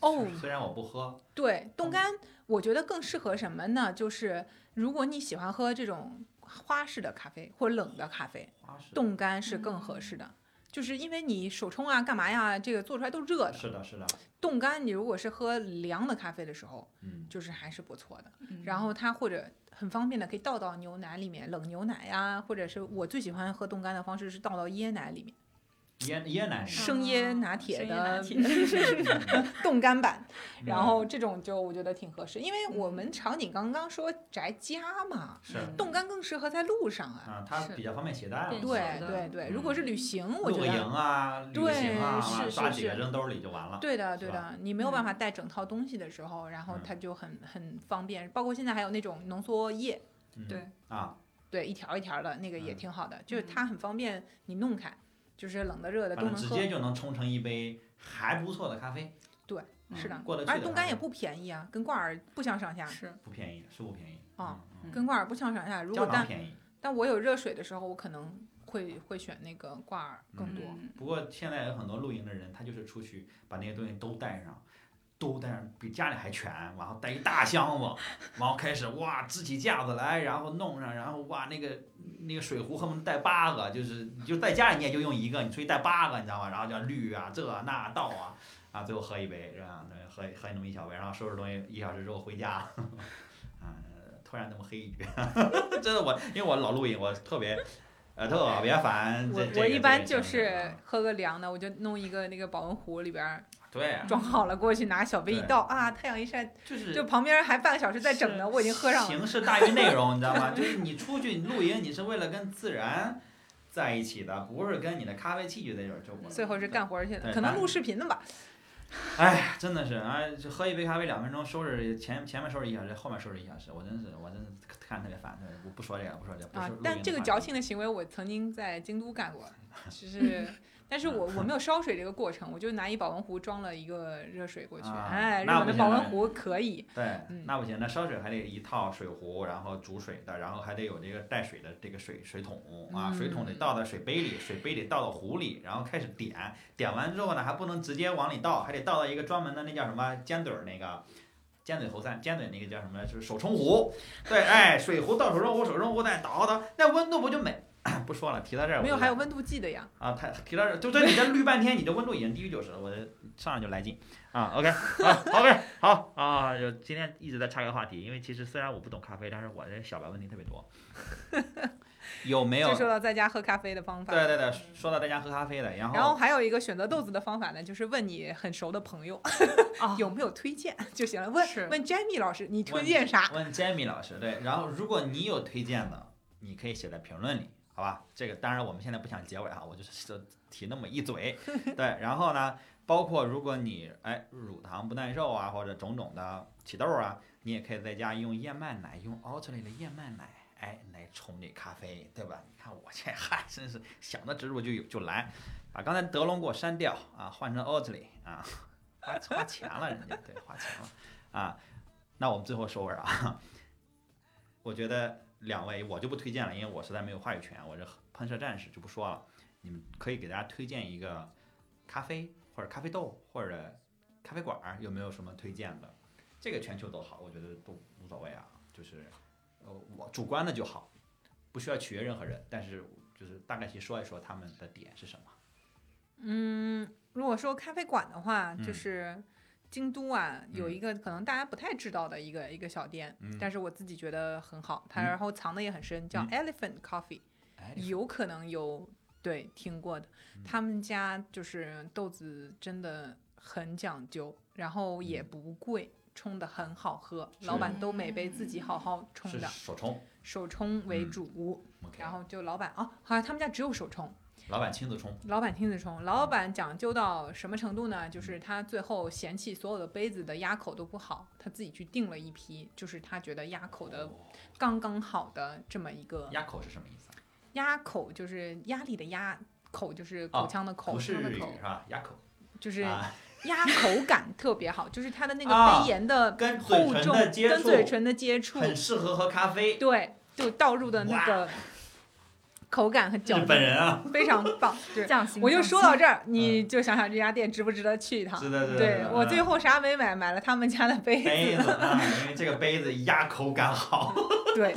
[SPEAKER 2] 哦，
[SPEAKER 1] 虽然我不喝，
[SPEAKER 2] 对，冻干我觉得更适合什么呢？就是如果你喜欢喝这种花式的咖啡或者冷的咖啡，
[SPEAKER 1] 花式
[SPEAKER 2] 冻干是更合适的。就是因为你手冲啊，干嘛呀，这个做出来都热的，
[SPEAKER 1] 是的，是的，
[SPEAKER 2] 冻干你如果是喝凉的咖啡的时候，
[SPEAKER 1] 嗯，
[SPEAKER 2] 就是还是不错的。
[SPEAKER 3] 嗯
[SPEAKER 2] 然后它或者很方便的可以倒到牛奶里面，冷牛奶呀、或者是我最喜欢喝冻干的方式是倒到椰奶里面，
[SPEAKER 1] 椰椰奶是
[SPEAKER 2] 生椰拿
[SPEAKER 3] 生
[SPEAKER 2] 铁
[SPEAKER 3] 椰拿
[SPEAKER 2] 的
[SPEAKER 3] 铁
[SPEAKER 2] 冻干版，
[SPEAKER 1] 嗯
[SPEAKER 2] 然后这种就我觉得挺合适，因为我
[SPEAKER 3] 嗯
[SPEAKER 2] 们场景刚刚说宅家嘛，
[SPEAKER 1] 是
[SPEAKER 2] 冻干更适合在路上啊。
[SPEAKER 1] 啊，它
[SPEAKER 3] 是
[SPEAKER 1] 比较方便携带嘛
[SPEAKER 3] 便，
[SPEAKER 2] 对
[SPEAKER 3] 携的
[SPEAKER 2] 对对，
[SPEAKER 1] 嗯
[SPEAKER 2] 如果是旅行，我
[SPEAKER 1] 露
[SPEAKER 2] 觉
[SPEAKER 1] 个营
[SPEAKER 2] 得
[SPEAKER 1] 啊，旅个行啊，
[SPEAKER 2] 对是是
[SPEAKER 1] 抓几个
[SPEAKER 2] 是
[SPEAKER 1] 扔兜里就完了。
[SPEAKER 2] 对的对
[SPEAKER 1] 是吧
[SPEAKER 2] 的，你没有办
[SPEAKER 3] 嗯
[SPEAKER 2] 法带整套东西的时候，然后
[SPEAKER 1] 嗯
[SPEAKER 2] 它就很很方便。包括现在还有那种浓缩液，
[SPEAKER 1] 嗯
[SPEAKER 3] 对
[SPEAKER 1] 啊，
[SPEAKER 2] 对，一条一条的那个也
[SPEAKER 1] 嗯
[SPEAKER 2] 挺好的，就是它很方便，你弄开，就是冷的热的
[SPEAKER 1] 反
[SPEAKER 2] 都
[SPEAKER 1] 正
[SPEAKER 2] 能
[SPEAKER 1] 直
[SPEAKER 2] 喝。
[SPEAKER 1] 接就能冲成一杯还不错的咖啡，
[SPEAKER 3] 嗯
[SPEAKER 2] 是的，
[SPEAKER 1] 过得去
[SPEAKER 2] 而
[SPEAKER 1] 的
[SPEAKER 2] 冻
[SPEAKER 1] 咖
[SPEAKER 2] 干也
[SPEAKER 1] 啡
[SPEAKER 2] 不便宜啊，跟挂耳不相上下，
[SPEAKER 3] 是
[SPEAKER 1] 不便宜，是不便宜
[SPEAKER 2] 啊，
[SPEAKER 1] 嗯嗯
[SPEAKER 2] 跟挂耳不相上下。如
[SPEAKER 1] 胶
[SPEAKER 2] 果
[SPEAKER 1] 囊
[SPEAKER 2] 但
[SPEAKER 1] 便宜，
[SPEAKER 2] 但我有热水的时候，我可能会会选那个挂耳更多。
[SPEAKER 3] 嗯
[SPEAKER 1] 不过现在有很多露营的人，他就是出去把那些东西都带上，都带上，比家里还全，然后带一大箱子，然后开始哇支起架子来，然后弄上，然后哇那个那个水壶恨不得带八个，就是你就在家里你也就用一个，你出去带八个，你知道吗？然后叫滤啊这啊那倒啊啊，最后喝一杯是吧？那喝喝那么一小杯，然后收拾东西一小时之后回家， 啊，突然那么黑一句， 真的我因为我老露营，我特别。呃，特别烦嗯这
[SPEAKER 2] 我
[SPEAKER 1] 这个
[SPEAKER 2] 我
[SPEAKER 1] 这
[SPEAKER 2] 一
[SPEAKER 1] 个
[SPEAKER 2] 般
[SPEAKER 1] 情
[SPEAKER 2] 就
[SPEAKER 1] 况啊
[SPEAKER 2] 是喝个凉的，我就弄一个那个保温壶里边儿
[SPEAKER 1] 对啊，
[SPEAKER 2] 装好了过去，拿小杯一
[SPEAKER 1] 对
[SPEAKER 2] 倒啊，太阳一晒，
[SPEAKER 1] 就是
[SPEAKER 2] 就旁边还半个小时在整呢，我已经喝上了。
[SPEAKER 1] 形式大于内容，你知道吗？就是你出去露营，你是为了跟自然在一起的，不是跟你的咖啡器具在一起。就我，
[SPEAKER 2] 最后是干活儿去了，
[SPEAKER 1] 对
[SPEAKER 2] 可能
[SPEAKER 1] 那
[SPEAKER 2] 录视频的吧。
[SPEAKER 1] 哎，真的是哎，就喝一杯咖啡两分钟，收拾前前面收拾一小时，后面收拾一小时，我真是我真是看着特别烦。我不说这个，不说这个，不
[SPEAKER 2] 啊
[SPEAKER 1] 是露营，的
[SPEAKER 2] 但这个
[SPEAKER 1] 话
[SPEAKER 2] 矫情的行为我曾经在京 都干过，就是，但是我我没有烧水这个过程，我就拿一保温壶装了一个热水过去。
[SPEAKER 1] 啊
[SPEAKER 2] 哎，日
[SPEAKER 1] 那
[SPEAKER 2] 本
[SPEAKER 1] 不行
[SPEAKER 2] 的保
[SPEAKER 1] 了
[SPEAKER 2] 温壶可以，
[SPEAKER 1] 对，
[SPEAKER 2] 嗯
[SPEAKER 1] 那不行，那烧水还得一套水壶，然后煮水的，然后还得有这个带水的这个水水桶啊，
[SPEAKER 2] 嗯
[SPEAKER 1] 水桶得倒到水杯里，水杯得倒到壶里，然后开始点，点完之后呢，还不能直接往里倒，还得倒到一个专门的那叫什么尖嘴儿那个。尖嘴猴扇，尖嘴那个叫什么？就是手冲壶，对，哎，水壶倒手冲壶，手冲壶再倒倒，那温度不就没？ 不说了，提到这儿哎我
[SPEAKER 2] 没有
[SPEAKER 1] 就
[SPEAKER 2] 还有温度计的呀。
[SPEAKER 1] 啊，太提到这儿，就这你这滤半天，你这温度已经低于九十了，我这上来就来劲啊。OK，啊，OK，好啊，就今天一直在岔开话题，因为其实虽然我不懂咖啡，但是我这小白问题特别多。有没有
[SPEAKER 2] 就？说到在家喝咖啡的方法。
[SPEAKER 1] 对对对，说到在家喝咖啡的，然后
[SPEAKER 2] 然后还有一个选择豆子的方法呢，就是问你很熟的朋友
[SPEAKER 3] 啊
[SPEAKER 2] 有没有推荐 就行了。问
[SPEAKER 3] 是
[SPEAKER 2] 问 Jamie 老师，你推
[SPEAKER 1] 问
[SPEAKER 2] 荐啥？
[SPEAKER 1] 问 Jamie 老师，对，然后如果你有推荐的，你可以写在评论里，好吧？这个当然我们现在不想结尾哈，我就是就提那么一嘴，对。然后呢，包括如果你哎乳糖不耐受啊，或者种种的起痘啊，你也可以在家用燕麦奶，用 Oatly 的燕麦奶。哎，来冲这咖啡，对吧？你看我这嗨， 真是想到植入就有就来，把刚才德龙给我删掉啊，换成 Oatly 啊， 花花钱了人家，对，花钱了啊。那我们最后收尾啊，我觉得两位我就不推荐了，因为我实在没有话语权，我这喷射战士就不说了。你们可以给大家推荐一个咖啡或者咖啡豆或者咖啡馆儿，有没有什么推荐的？这个全球都好，我觉得都无所谓啊，就是呃我主观的就好，不需要取悦任何人，但是就是大概去说一说他们的点是什么。
[SPEAKER 2] 嗯，如果说咖啡馆的话，
[SPEAKER 1] 嗯
[SPEAKER 2] 就是京都啊，有
[SPEAKER 1] 嗯
[SPEAKER 2] 一个可能大家不太知道的一个一个小店，
[SPEAKER 1] 嗯
[SPEAKER 2] 但是我自己觉得很好，它
[SPEAKER 1] 嗯
[SPEAKER 2] 然后藏的也很深，叫
[SPEAKER 1] 嗯
[SPEAKER 2] Elephant Coffee，、
[SPEAKER 1] 哎，
[SPEAKER 2] 有可能有对听过的，
[SPEAKER 1] 嗯
[SPEAKER 2] 他们家就是豆子真的很讲究，然后也不贵。冲的很好喝，
[SPEAKER 1] 嗯是
[SPEAKER 2] 老板都每杯自己好好冲
[SPEAKER 1] 是
[SPEAKER 2] 的，
[SPEAKER 1] 手冲
[SPEAKER 2] 手冲为
[SPEAKER 1] 嗯
[SPEAKER 2] 主。
[SPEAKER 1] ，OK，
[SPEAKER 2] 然后就老板啊，好像他们家只有手冲，
[SPEAKER 1] 老板亲自冲，
[SPEAKER 2] 老板亲自冲，老板讲究到什么程度呢？就是他最后嫌弃所有的杯子的压口都不好，他自己去订了一批，就是他觉得压口的
[SPEAKER 1] 哦
[SPEAKER 2] 刚刚好的这么一个
[SPEAKER 1] 压口是什么意思啊？
[SPEAKER 2] 压口，就是压力的压口，就是
[SPEAKER 1] 哦
[SPEAKER 2] 口腔的口，
[SPEAKER 1] 不是
[SPEAKER 2] 口腔
[SPEAKER 1] 日
[SPEAKER 2] 的
[SPEAKER 1] 语
[SPEAKER 2] 口
[SPEAKER 1] 是，吧？压口
[SPEAKER 2] 就是
[SPEAKER 1] 啊。
[SPEAKER 2] 压口感特别好，就是它的那
[SPEAKER 1] 啊
[SPEAKER 2] 个杯沿的
[SPEAKER 1] 跟嘴
[SPEAKER 2] 厚
[SPEAKER 1] 唇
[SPEAKER 2] 重，
[SPEAKER 1] 的接
[SPEAKER 2] 跟
[SPEAKER 1] 触
[SPEAKER 2] 嘴唇的接触，
[SPEAKER 1] 很适合喝咖啡。
[SPEAKER 2] 对，就倒入的那个口感和嚼
[SPEAKER 1] 日
[SPEAKER 2] 劲
[SPEAKER 1] 本人嗯啊，
[SPEAKER 2] 非常棒， 对。
[SPEAKER 3] 匠心，
[SPEAKER 2] 我就
[SPEAKER 3] 匠
[SPEAKER 2] 说
[SPEAKER 3] 心
[SPEAKER 2] 到这儿，你就想想这家店值不值得去一趟。
[SPEAKER 1] 是的，是的。
[SPEAKER 2] 啊对我最
[SPEAKER 1] 后
[SPEAKER 2] 后啥没买，买了他们家的杯
[SPEAKER 1] 杯
[SPEAKER 2] 子。
[SPEAKER 1] 子啊，因为这个杯子压口感好。
[SPEAKER 2] 对，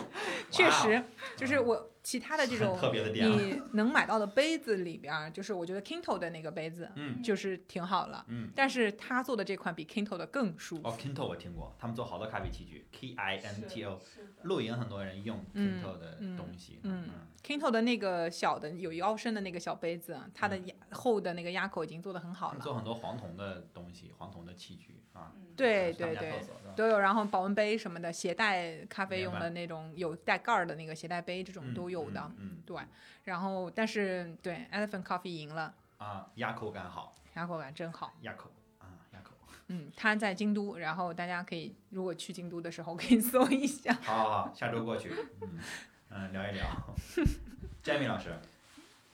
[SPEAKER 2] 确
[SPEAKER 1] 哇
[SPEAKER 2] 实就是我其他的这
[SPEAKER 1] 很
[SPEAKER 2] 种
[SPEAKER 1] 特别的店啊，
[SPEAKER 2] 你能买到的杯子里边儿，就是我觉得 Kinto 的那个杯子
[SPEAKER 1] 嗯
[SPEAKER 2] 就是挺好了，
[SPEAKER 1] 嗯。
[SPEAKER 2] 但是他做的这款比 Kinto 的更舒服。
[SPEAKER 1] 哦，Kinto 我听过，他们做好多咖啡器具，K I N T O，
[SPEAKER 3] 是的
[SPEAKER 1] 露营很多人用
[SPEAKER 2] 嗯
[SPEAKER 1] Kinto 的
[SPEAKER 2] 嗯
[SPEAKER 1] 东西，
[SPEAKER 2] 嗯 Kinto 的那个小的有腰身的那个小杯子啊，它的压厚的那个压口已经做得很
[SPEAKER 1] 他
[SPEAKER 2] 好
[SPEAKER 1] 们
[SPEAKER 2] 了。
[SPEAKER 1] 做嗯很多黄铜的东西，黄铜的器具啊，
[SPEAKER 3] 嗯
[SPEAKER 2] 对
[SPEAKER 1] 是他们
[SPEAKER 2] 对
[SPEAKER 1] 家
[SPEAKER 2] 对
[SPEAKER 1] 特，色是吧
[SPEAKER 2] 都有，然后保温杯什么的，携带咖啡
[SPEAKER 1] 明
[SPEAKER 2] 用
[SPEAKER 1] 白
[SPEAKER 2] 的那种有带盖儿的那个携带杯，这种
[SPEAKER 1] 嗯
[SPEAKER 2] 都有的。
[SPEAKER 1] 嗯
[SPEAKER 2] 对，然后但是对 Elephant Coffee 赢了，
[SPEAKER 1] 嗯啊，压口感好，
[SPEAKER 2] 然后口感真好。
[SPEAKER 1] 压口啊，压口，
[SPEAKER 2] 嗯，它在京都，然后大家可以如果去京都的时候可以 搜一下。
[SPEAKER 1] 好好好，下周过去，嗯嗯，聊一聊。Jamie 老师
[SPEAKER 3] 嗯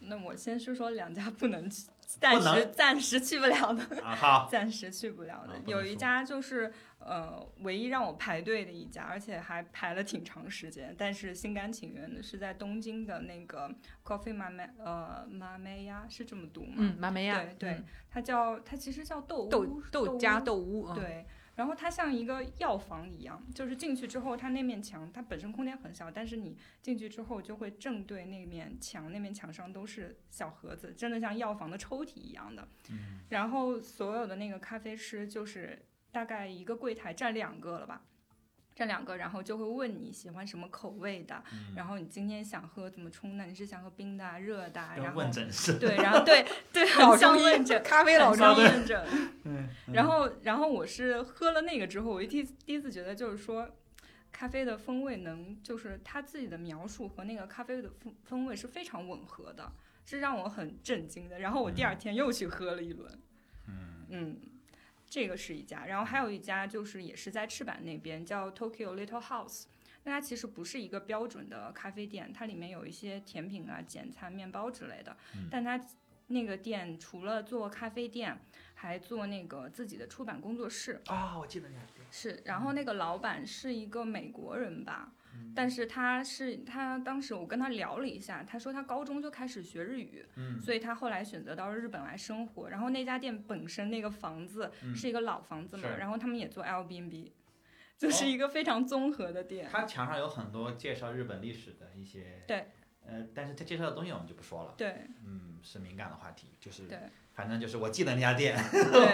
[SPEAKER 3] 那我先说说两家不能去，暂时
[SPEAKER 1] 能
[SPEAKER 3] 暂时去不了的，
[SPEAKER 1] 啊，好，
[SPEAKER 3] 暂时去不了
[SPEAKER 1] 啊不
[SPEAKER 3] 的。
[SPEAKER 1] 能
[SPEAKER 3] 有一
[SPEAKER 1] 说
[SPEAKER 3] 家就是呃，唯一让我排队的一家，而且还排了挺长时间，但是心甘情愿的是在东京的那个 Coffee Mame 呃 Mameya 是这么读吗？
[SPEAKER 2] 嗯，马梅亚，
[SPEAKER 3] 对对
[SPEAKER 2] 嗯
[SPEAKER 3] 它叫它其实叫豆屋
[SPEAKER 2] 豆
[SPEAKER 3] 屋
[SPEAKER 2] 豆家豆屋，嗯，
[SPEAKER 3] 对，然后它像一个药房一样，就是进去之后，它那面墙它本身空间很小，但是你进去之后就会正对那面墙，那面墙上都是小盒子，真的像药房的抽屉一样的。
[SPEAKER 1] 嗯
[SPEAKER 3] 然后所有的那个咖啡师就是大概一个柜台站两个了吧。站两个，然后就会问你喜欢什么口味的，
[SPEAKER 1] 嗯，
[SPEAKER 3] 然后你今天想喝怎么冲的？你是想喝冰的啊、热的啊？然
[SPEAKER 1] 跟
[SPEAKER 3] 后
[SPEAKER 1] 问诊似的，
[SPEAKER 3] 对，然后对 对，
[SPEAKER 2] 老
[SPEAKER 3] 很像
[SPEAKER 2] 中医
[SPEAKER 3] 问 诊，
[SPEAKER 2] 咖啡老
[SPEAKER 3] 很
[SPEAKER 2] 中
[SPEAKER 3] 像
[SPEAKER 2] 医，
[SPEAKER 3] 问诊。
[SPEAKER 1] 嗯，
[SPEAKER 3] 然后，然后我是喝了那个之后，我一第第一次觉得就是说，咖啡的风味能就是他自己的描述和那个咖啡的风风味是非常吻合的，是让我很震惊的。然后我
[SPEAKER 2] 嗯
[SPEAKER 3] 第二天又去喝了一轮，
[SPEAKER 1] 嗯
[SPEAKER 3] 嗯，这个是一家，然后还有一家就是也是在赤坂那边叫 Tokyo Little House。那它其实不是一个标准的咖啡店，它里面有一些甜品啊、简餐、面包之类的。
[SPEAKER 1] 嗯
[SPEAKER 3] 但它那个店除了做咖啡店，还做那个自己的出版工作室。
[SPEAKER 1] 啊，我记得那家店，
[SPEAKER 3] 是，然后那个老板是一个美国人吧，
[SPEAKER 1] 嗯
[SPEAKER 3] 但是他是他当时我跟他聊了一下，他说他高中就开始学日语，
[SPEAKER 1] 嗯
[SPEAKER 3] 所以他后来选择到日本来生活。然后那家店本身那个房子
[SPEAKER 1] 嗯
[SPEAKER 3] 是一个老房子嘛，
[SPEAKER 1] 是哦
[SPEAKER 3] 然后他们也做 Airbnb，就是一个非常综合的店。
[SPEAKER 1] 它墙上有很多介绍日本历史的一些，
[SPEAKER 3] 对，
[SPEAKER 1] 呃，但是它介绍的东西我们就不说了，
[SPEAKER 3] 对
[SPEAKER 1] 嗯，是敏感的话题，就是
[SPEAKER 3] 对，
[SPEAKER 1] 反正就是我记得那家店，
[SPEAKER 3] 对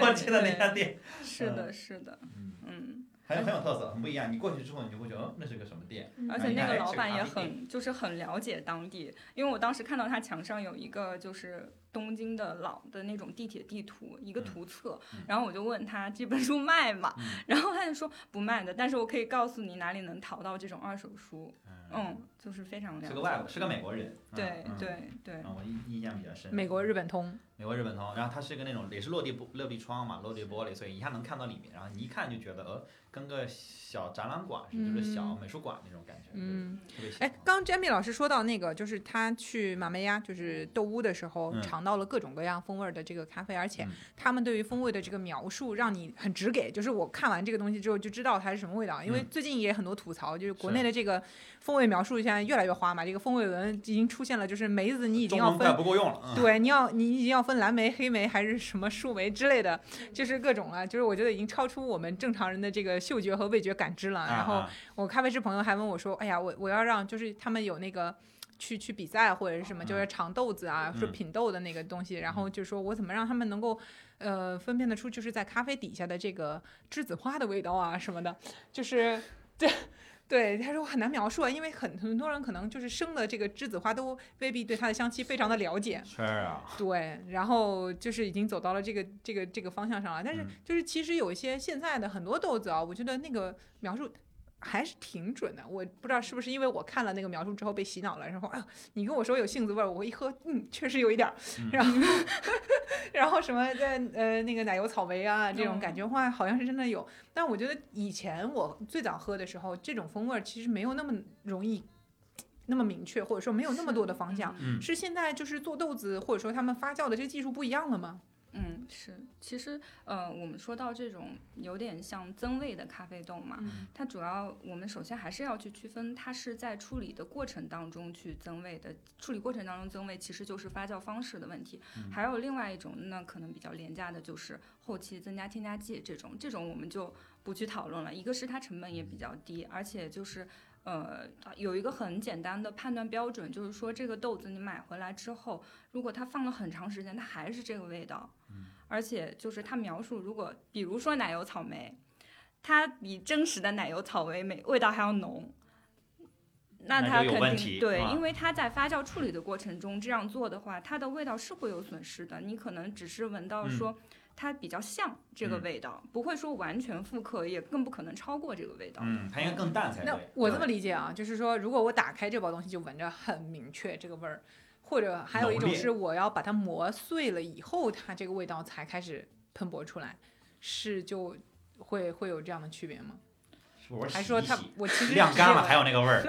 [SPEAKER 1] 我记得那家
[SPEAKER 3] 对
[SPEAKER 1] 店，
[SPEAKER 3] 是的，是的，
[SPEAKER 1] 嗯，
[SPEAKER 3] 嗯。
[SPEAKER 1] 很有很有特色，很不一样。你过去之后，你就会觉得，哦，那是个什么店？
[SPEAKER 2] 嗯
[SPEAKER 3] 而且那个老板也很，就是很了解当地，因为我当时看到他墙上有一个就是东京的老的那种地铁地图，一个
[SPEAKER 1] 嗯
[SPEAKER 3] 图册
[SPEAKER 1] 嗯，
[SPEAKER 3] 然后我就问他这本书卖吗
[SPEAKER 1] 嗯？
[SPEAKER 3] 然后他就说不卖的，但是我可以告诉你哪里能淘到这种二手书，
[SPEAKER 1] 嗯，
[SPEAKER 3] 嗯，就是非常了解。
[SPEAKER 1] 是个外国，是个美国人，嗯
[SPEAKER 3] 对
[SPEAKER 1] 嗯
[SPEAKER 3] 对对
[SPEAKER 1] 嗯，我印印象比较深。
[SPEAKER 2] 美国日本通，
[SPEAKER 1] 美国日本通，然后它是一个那种也是落地玻落地窗嘛，落地玻璃，所以一下能看到里面，然后你一看就觉得，呃，跟个小展览馆似的，就是小
[SPEAKER 2] 嗯
[SPEAKER 1] 美术馆那种感觉，
[SPEAKER 2] 嗯。
[SPEAKER 1] 特别喜
[SPEAKER 2] 哎
[SPEAKER 1] 欢，
[SPEAKER 2] 刚 Jamie 老师说到那个，就是他去马梅亚，就是豆屋的时候，
[SPEAKER 1] 嗯
[SPEAKER 2] 尝到了各种各样风味儿的这个咖啡，而且
[SPEAKER 1] 嗯
[SPEAKER 2] 他们对于风味的这个描述，让你很直给。就是我看完这个东西之后就知道它是什么味道，因为
[SPEAKER 1] 嗯
[SPEAKER 2] 最近也很多吐槽，就是国
[SPEAKER 1] 是
[SPEAKER 2] 内的这个风味描述现在越来越花嘛，这个风味轮已经出现了，就是梅子你已
[SPEAKER 1] 中
[SPEAKER 2] 经要
[SPEAKER 1] 文快
[SPEAKER 2] 分
[SPEAKER 1] 不够用了，嗯。
[SPEAKER 2] 对，啊你要你已经要分蓝莓、黑莓还是什么树莓之类的，就是各种啊了，就是我觉得已经超出我们正常人的这个嗅觉和味觉感知了。
[SPEAKER 1] 啊
[SPEAKER 2] 然后
[SPEAKER 1] 啊
[SPEAKER 2] 我咖啡师朋友还问我说：“哎呀，我我要让就是他们有那个去去比赛或者是什么，
[SPEAKER 1] 嗯
[SPEAKER 2] 就是尝豆子啊，
[SPEAKER 1] 嗯
[SPEAKER 2] 说品豆的那个东西。然后就说我怎么让他们能够呃分辨得出就是在咖啡底下的这个栀子花的味道啊什么的，就是对。”对，他说我很难描述啊，因为很很多人可能就是生的这个栀子花都未必对它的香气非常的了解，
[SPEAKER 1] 圈儿啊，
[SPEAKER 2] 对，然后就是已经走到了这个这个这个方向上了。但是
[SPEAKER 1] 嗯
[SPEAKER 2] 就是其实有一些现在的很多豆子啊，我觉得那个描述还是挺准的。我不知道是不是因为我看了那个描述之后被洗脑了，然后啊，你跟我说有杏子味儿，我一喝，嗯，确实有一点儿。
[SPEAKER 1] 嗯
[SPEAKER 2] 然后然后什么在呃那个奶油草莓啊这种
[SPEAKER 1] 嗯
[SPEAKER 2] 感觉话，好像是真的有。但我觉得以前我最早喝的时候，这种风味儿其实没有那么容易。那么明确，或者说没有那么多的方向，
[SPEAKER 1] 嗯，
[SPEAKER 2] 是现在就是做豆子或者说他们发酵的这个技术不一样了吗？
[SPEAKER 3] 嗯，是，其实呃，我们说到这种有点像增味的咖啡豆嘛，
[SPEAKER 2] 嗯
[SPEAKER 3] 它主要我们首先还是要去区分，它是在处理的过程当中去增味的，处理过程当中增味其实就是发酵方式的问题。
[SPEAKER 1] 嗯
[SPEAKER 3] 还有另外一种，那可能比较廉价的就是后期增加添
[SPEAKER 1] 嗯
[SPEAKER 3] 加剂这种，这种我们就不去讨论了。一个是它成本也比较低，而且就是。呃，有一个很简单的判断标准，就是说这个豆子你买回来之后，如果它放了很长时间，它还是这个味道，
[SPEAKER 1] 嗯
[SPEAKER 3] 而且就是它描述，如果比如说奶油草莓，它比真实的奶油草莓美味道还要浓。那
[SPEAKER 1] 那
[SPEAKER 3] 它
[SPEAKER 1] 就有
[SPEAKER 3] 肯
[SPEAKER 1] 问题
[SPEAKER 3] 定对，
[SPEAKER 1] 啊
[SPEAKER 3] 因为它在发酵处理的过程中这样做的话，它的味道是会有损失的。你可能只是闻到
[SPEAKER 1] 嗯
[SPEAKER 3] 说它比较像这个
[SPEAKER 1] 嗯
[SPEAKER 3] 味道，不会说完全复刻，也更不可能超过这个味道。
[SPEAKER 1] 嗯，它应该更淡才
[SPEAKER 2] 那
[SPEAKER 1] 对。
[SPEAKER 2] 我这么
[SPEAKER 1] 对
[SPEAKER 2] 理解啊，就是说，如果我打开这包东西就闻着很明确这个味儿，或者还有一
[SPEAKER 1] 浓
[SPEAKER 2] 种
[SPEAKER 1] 烈
[SPEAKER 2] 是我要把它磨碎了以后，它这个味道才开始喷薄出来，是就会会有这样的区别吗？
[SPEAKER 1] 是嗯不是我
[SPEAKER 2] 还
[SPEAKER 1] 洗
[SPEAKER 2] 说
[SPEAKER 1] 一
[SPEAKER 2] 它
[SPEAKER 1] 洗嗯
[SPEAKER 2] 我其实
[SPEAKER 1] 晾
[SPEAKER 2] 是
[SPEAKER 1] 干了
[SPEAKER 2] 有
[SPEAKER 1] 还有那个味 儿，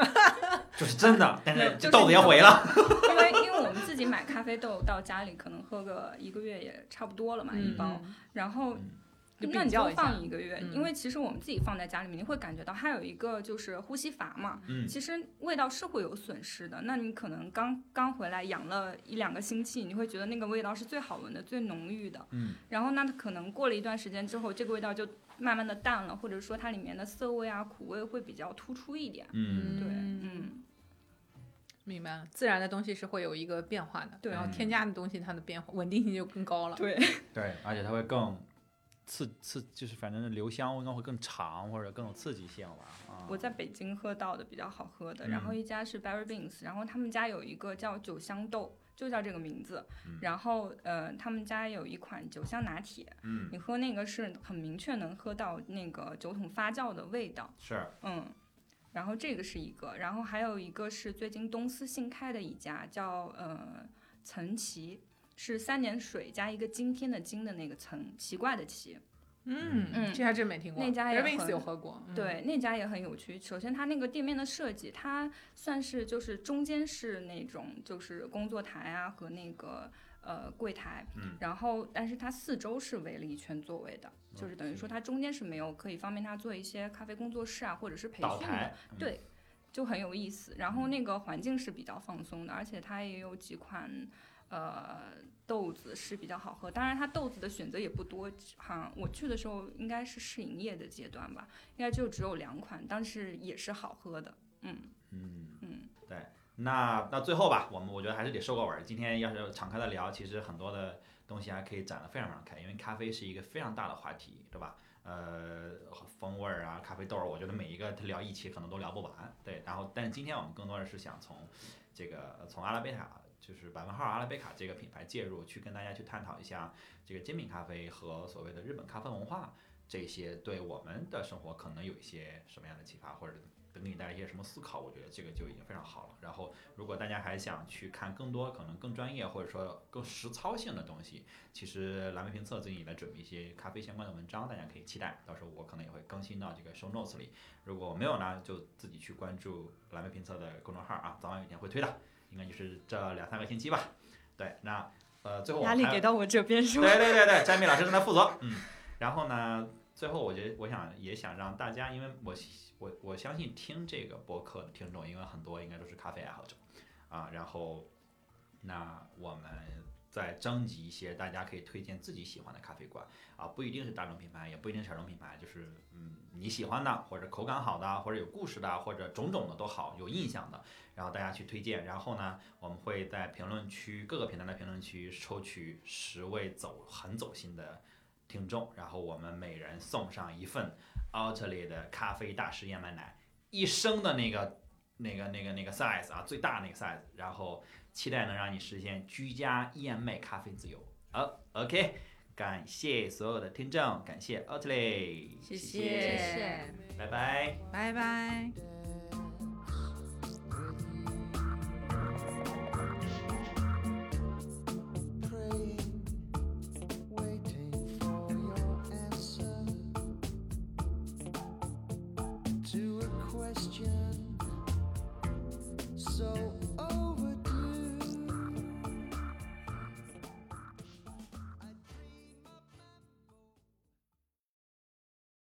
[SPEAKER 1] 就是真的，但
[SPEAKER 3] 没有
[SPEAKER 1] 是
[SPEAKER 3] 就是
[SPEAKER 1] 豆子也毁了。
[SPEAKER 3] 因为因为我们自己买咖啡豆到家里可能喝个一个月也差不多了嘛，一
[SPEAKER 2] 嗯
[SPEAKER 3] 包。然后
[SPEAKER 1] 嗯
[SPEAKER 2] 就
[SPEAKER 3] 那
[SPEAKER 2] 比
[SPEAKER 3] 你
[SPEAKER 2] 较
[SPEAKER 3] 就
[SPEAKER 2] 一下
[SPEAKER 3] 放一个月，
[SPEAKER 2] 嗯
[SPEAKER 3] 因为其实我们自己放在家里面，你会感觉到它有一个就是呼吸阀嘛，
[SPEAKER 1] 嗯，
[SPEAKER 3] 其实味道是会有损失的。那你可能刚刚回来养了一两个星期，你会觉得那个味道是最好闻的、最浓郁的。
[SPEAKER 1] 嗯。
[SPEAKER 3] 然后那可能过了一段时间之后，这个味道就慢慢的淡了，或者说它里面的涩味啊、苦味会比较突出一点。
[SPEAKER 1] 嗯，
[SPEAKER 3] 对，
[SPEAKER 2] 嗯
[SPEAKER 3] 嗯，
[SPEAKER 2] 明白了，自然的东西是会有一个变化的，
[SPEAKER 3] 对
[SPEAKER 2] 然后添加的东西它的变化稳定性就更高了。
[SPEAKER 3] 对。
[SPEAKER 1] 嗯对，而且它会更刺刺，就是反正留香应该会更长，或者更有刺激性吧。啊，
[SPEAKER 3] 我在北京喝到的比较好喝的，
[SPEAKER 1] 嗯
[SPEAKER 3] 然后一家是 Barry Beans，然后他们家有一个叫酒香豆，就叫这个名字
[SPEAKER 1] 嗯。
[SPEAKER 3] 然后呃，他们家有一款酒香拿铁，
[SPEAKER 1] 嗯
[SPEAKER 3] 你喝那个是很明确能喝到那个酒桶发酵的味道，
[SPEAKER 1] 是
[SPEAKER 3] 嗯。然后这个是一个，然后还有一个是最近东斯新开的一家叫呃岑奇，是三点水加一个今天的今的那个岑，奇怪的奇。
[SPEAKER 2] 嗯
[SPEAKER 3] 嗯
[SPEAKER 2] 这还真没听过。
[SPEAKER 3] 那家也
[SPEAKER 2] r i
[SPEAKER 3] 很
[SPEAKER 2] 有喝过，嗯，
[SPEAKER 3] 对，那家也很有趣。首先，它那个店面的设计，它算是就是中间是那种就是工作台啊和那个呃柜台，
[SPEAKER 1] 嗯
[SPEAKER 3] 然后但是它四周是围了一圈座位的，就是等于说它中间是没有可以方便他做一些咖啡工作室啊或者是培
[SPEAKER 1] 倒
[SPEAKER 3] 训的，
[SPEAKER 1] 台，嗯
[SPEAKER 3] 对就很有意思。然后那个环境是比较放松的，而且它也有几款呃豆子是比较好喝。当然，它豆子的选择也不多，好像我去的时候应该是试营业的阶段吧，应该就只有两款，但是也是好喝的。嗯
[SPEAKER 1] 嗯，
[SPEAKER 3] 嗯，
[SPEAKER 1] 那那最后吧，我们我觉得还是得收个尾儿。今天要是敞开的聊，其实很多的东西还可以展得非常非常开，因为咖啡是一个非常大的话题，对吧？呃，风味儿啊，咖啡豆儿，我觉得每一个它聊一期可能都聊不完。对，然后但是今天我们更多的是想从这个从阿拉贝卡，就是百分号阿拉贝卡这个品牌介入，去跟大家去探讨一下这个精品咖啡和所谓的日本咖啡文化这些对我们的生活可能有一些什么样的启发，或者能给大家一些什么思考，我觉得这个就已经非常好了。然后，如果大家还想去看更多可能更专业或者说更实操性的东西，其实蓝莓评测最近也在准备一些咖啡相关的文章，大家可以期待。到时候我可能也会更新到这个 show notes 里。如果没有呢，就自己去关注蓝莓评测的公众号啊，早晚有一天会推的，应该就是这两三个星期吧。对，那呃，最后我们还有
[SPEAKER 3] 到我这边是
[SPEAKER 1] 对对对对，詹米老师正在负责。嗯，然后呢，最后我觉得我想也想让大家，因为我我我相信听这个播客的听众，因为很多应该都是咖啡爱好者啊。然后，那我们再征集一些大家可以推荐自己喜欢的咖啡馆啊，不一定是大众品牌，也不一定是小众品牌，就是嗯你喜欢的，或者口感好的，或者有故事的，或者种种的都好，有印象的，然后大家去推荐。然后呢，我们会在评论区各个平台的评论区抽取十位走很走心的听众，然后我们每人送上一份 Oatly 的咖啡大师燕麦奶，一升的那个那个那个那个 size 啊，最大那个 size，然后期待能让你实现居家燕麦咖啡自由。好、o k 感谢所有的听众，感谢 Oatly，
[SPEAKER 2] 谢
[SPEAKER 3] 谢谢
[SPEAKER 2] 谢，
[SPEAKER 1] 拜拜。
[SPEAKER 2] 拜拜。
[SPEAKER 4] 「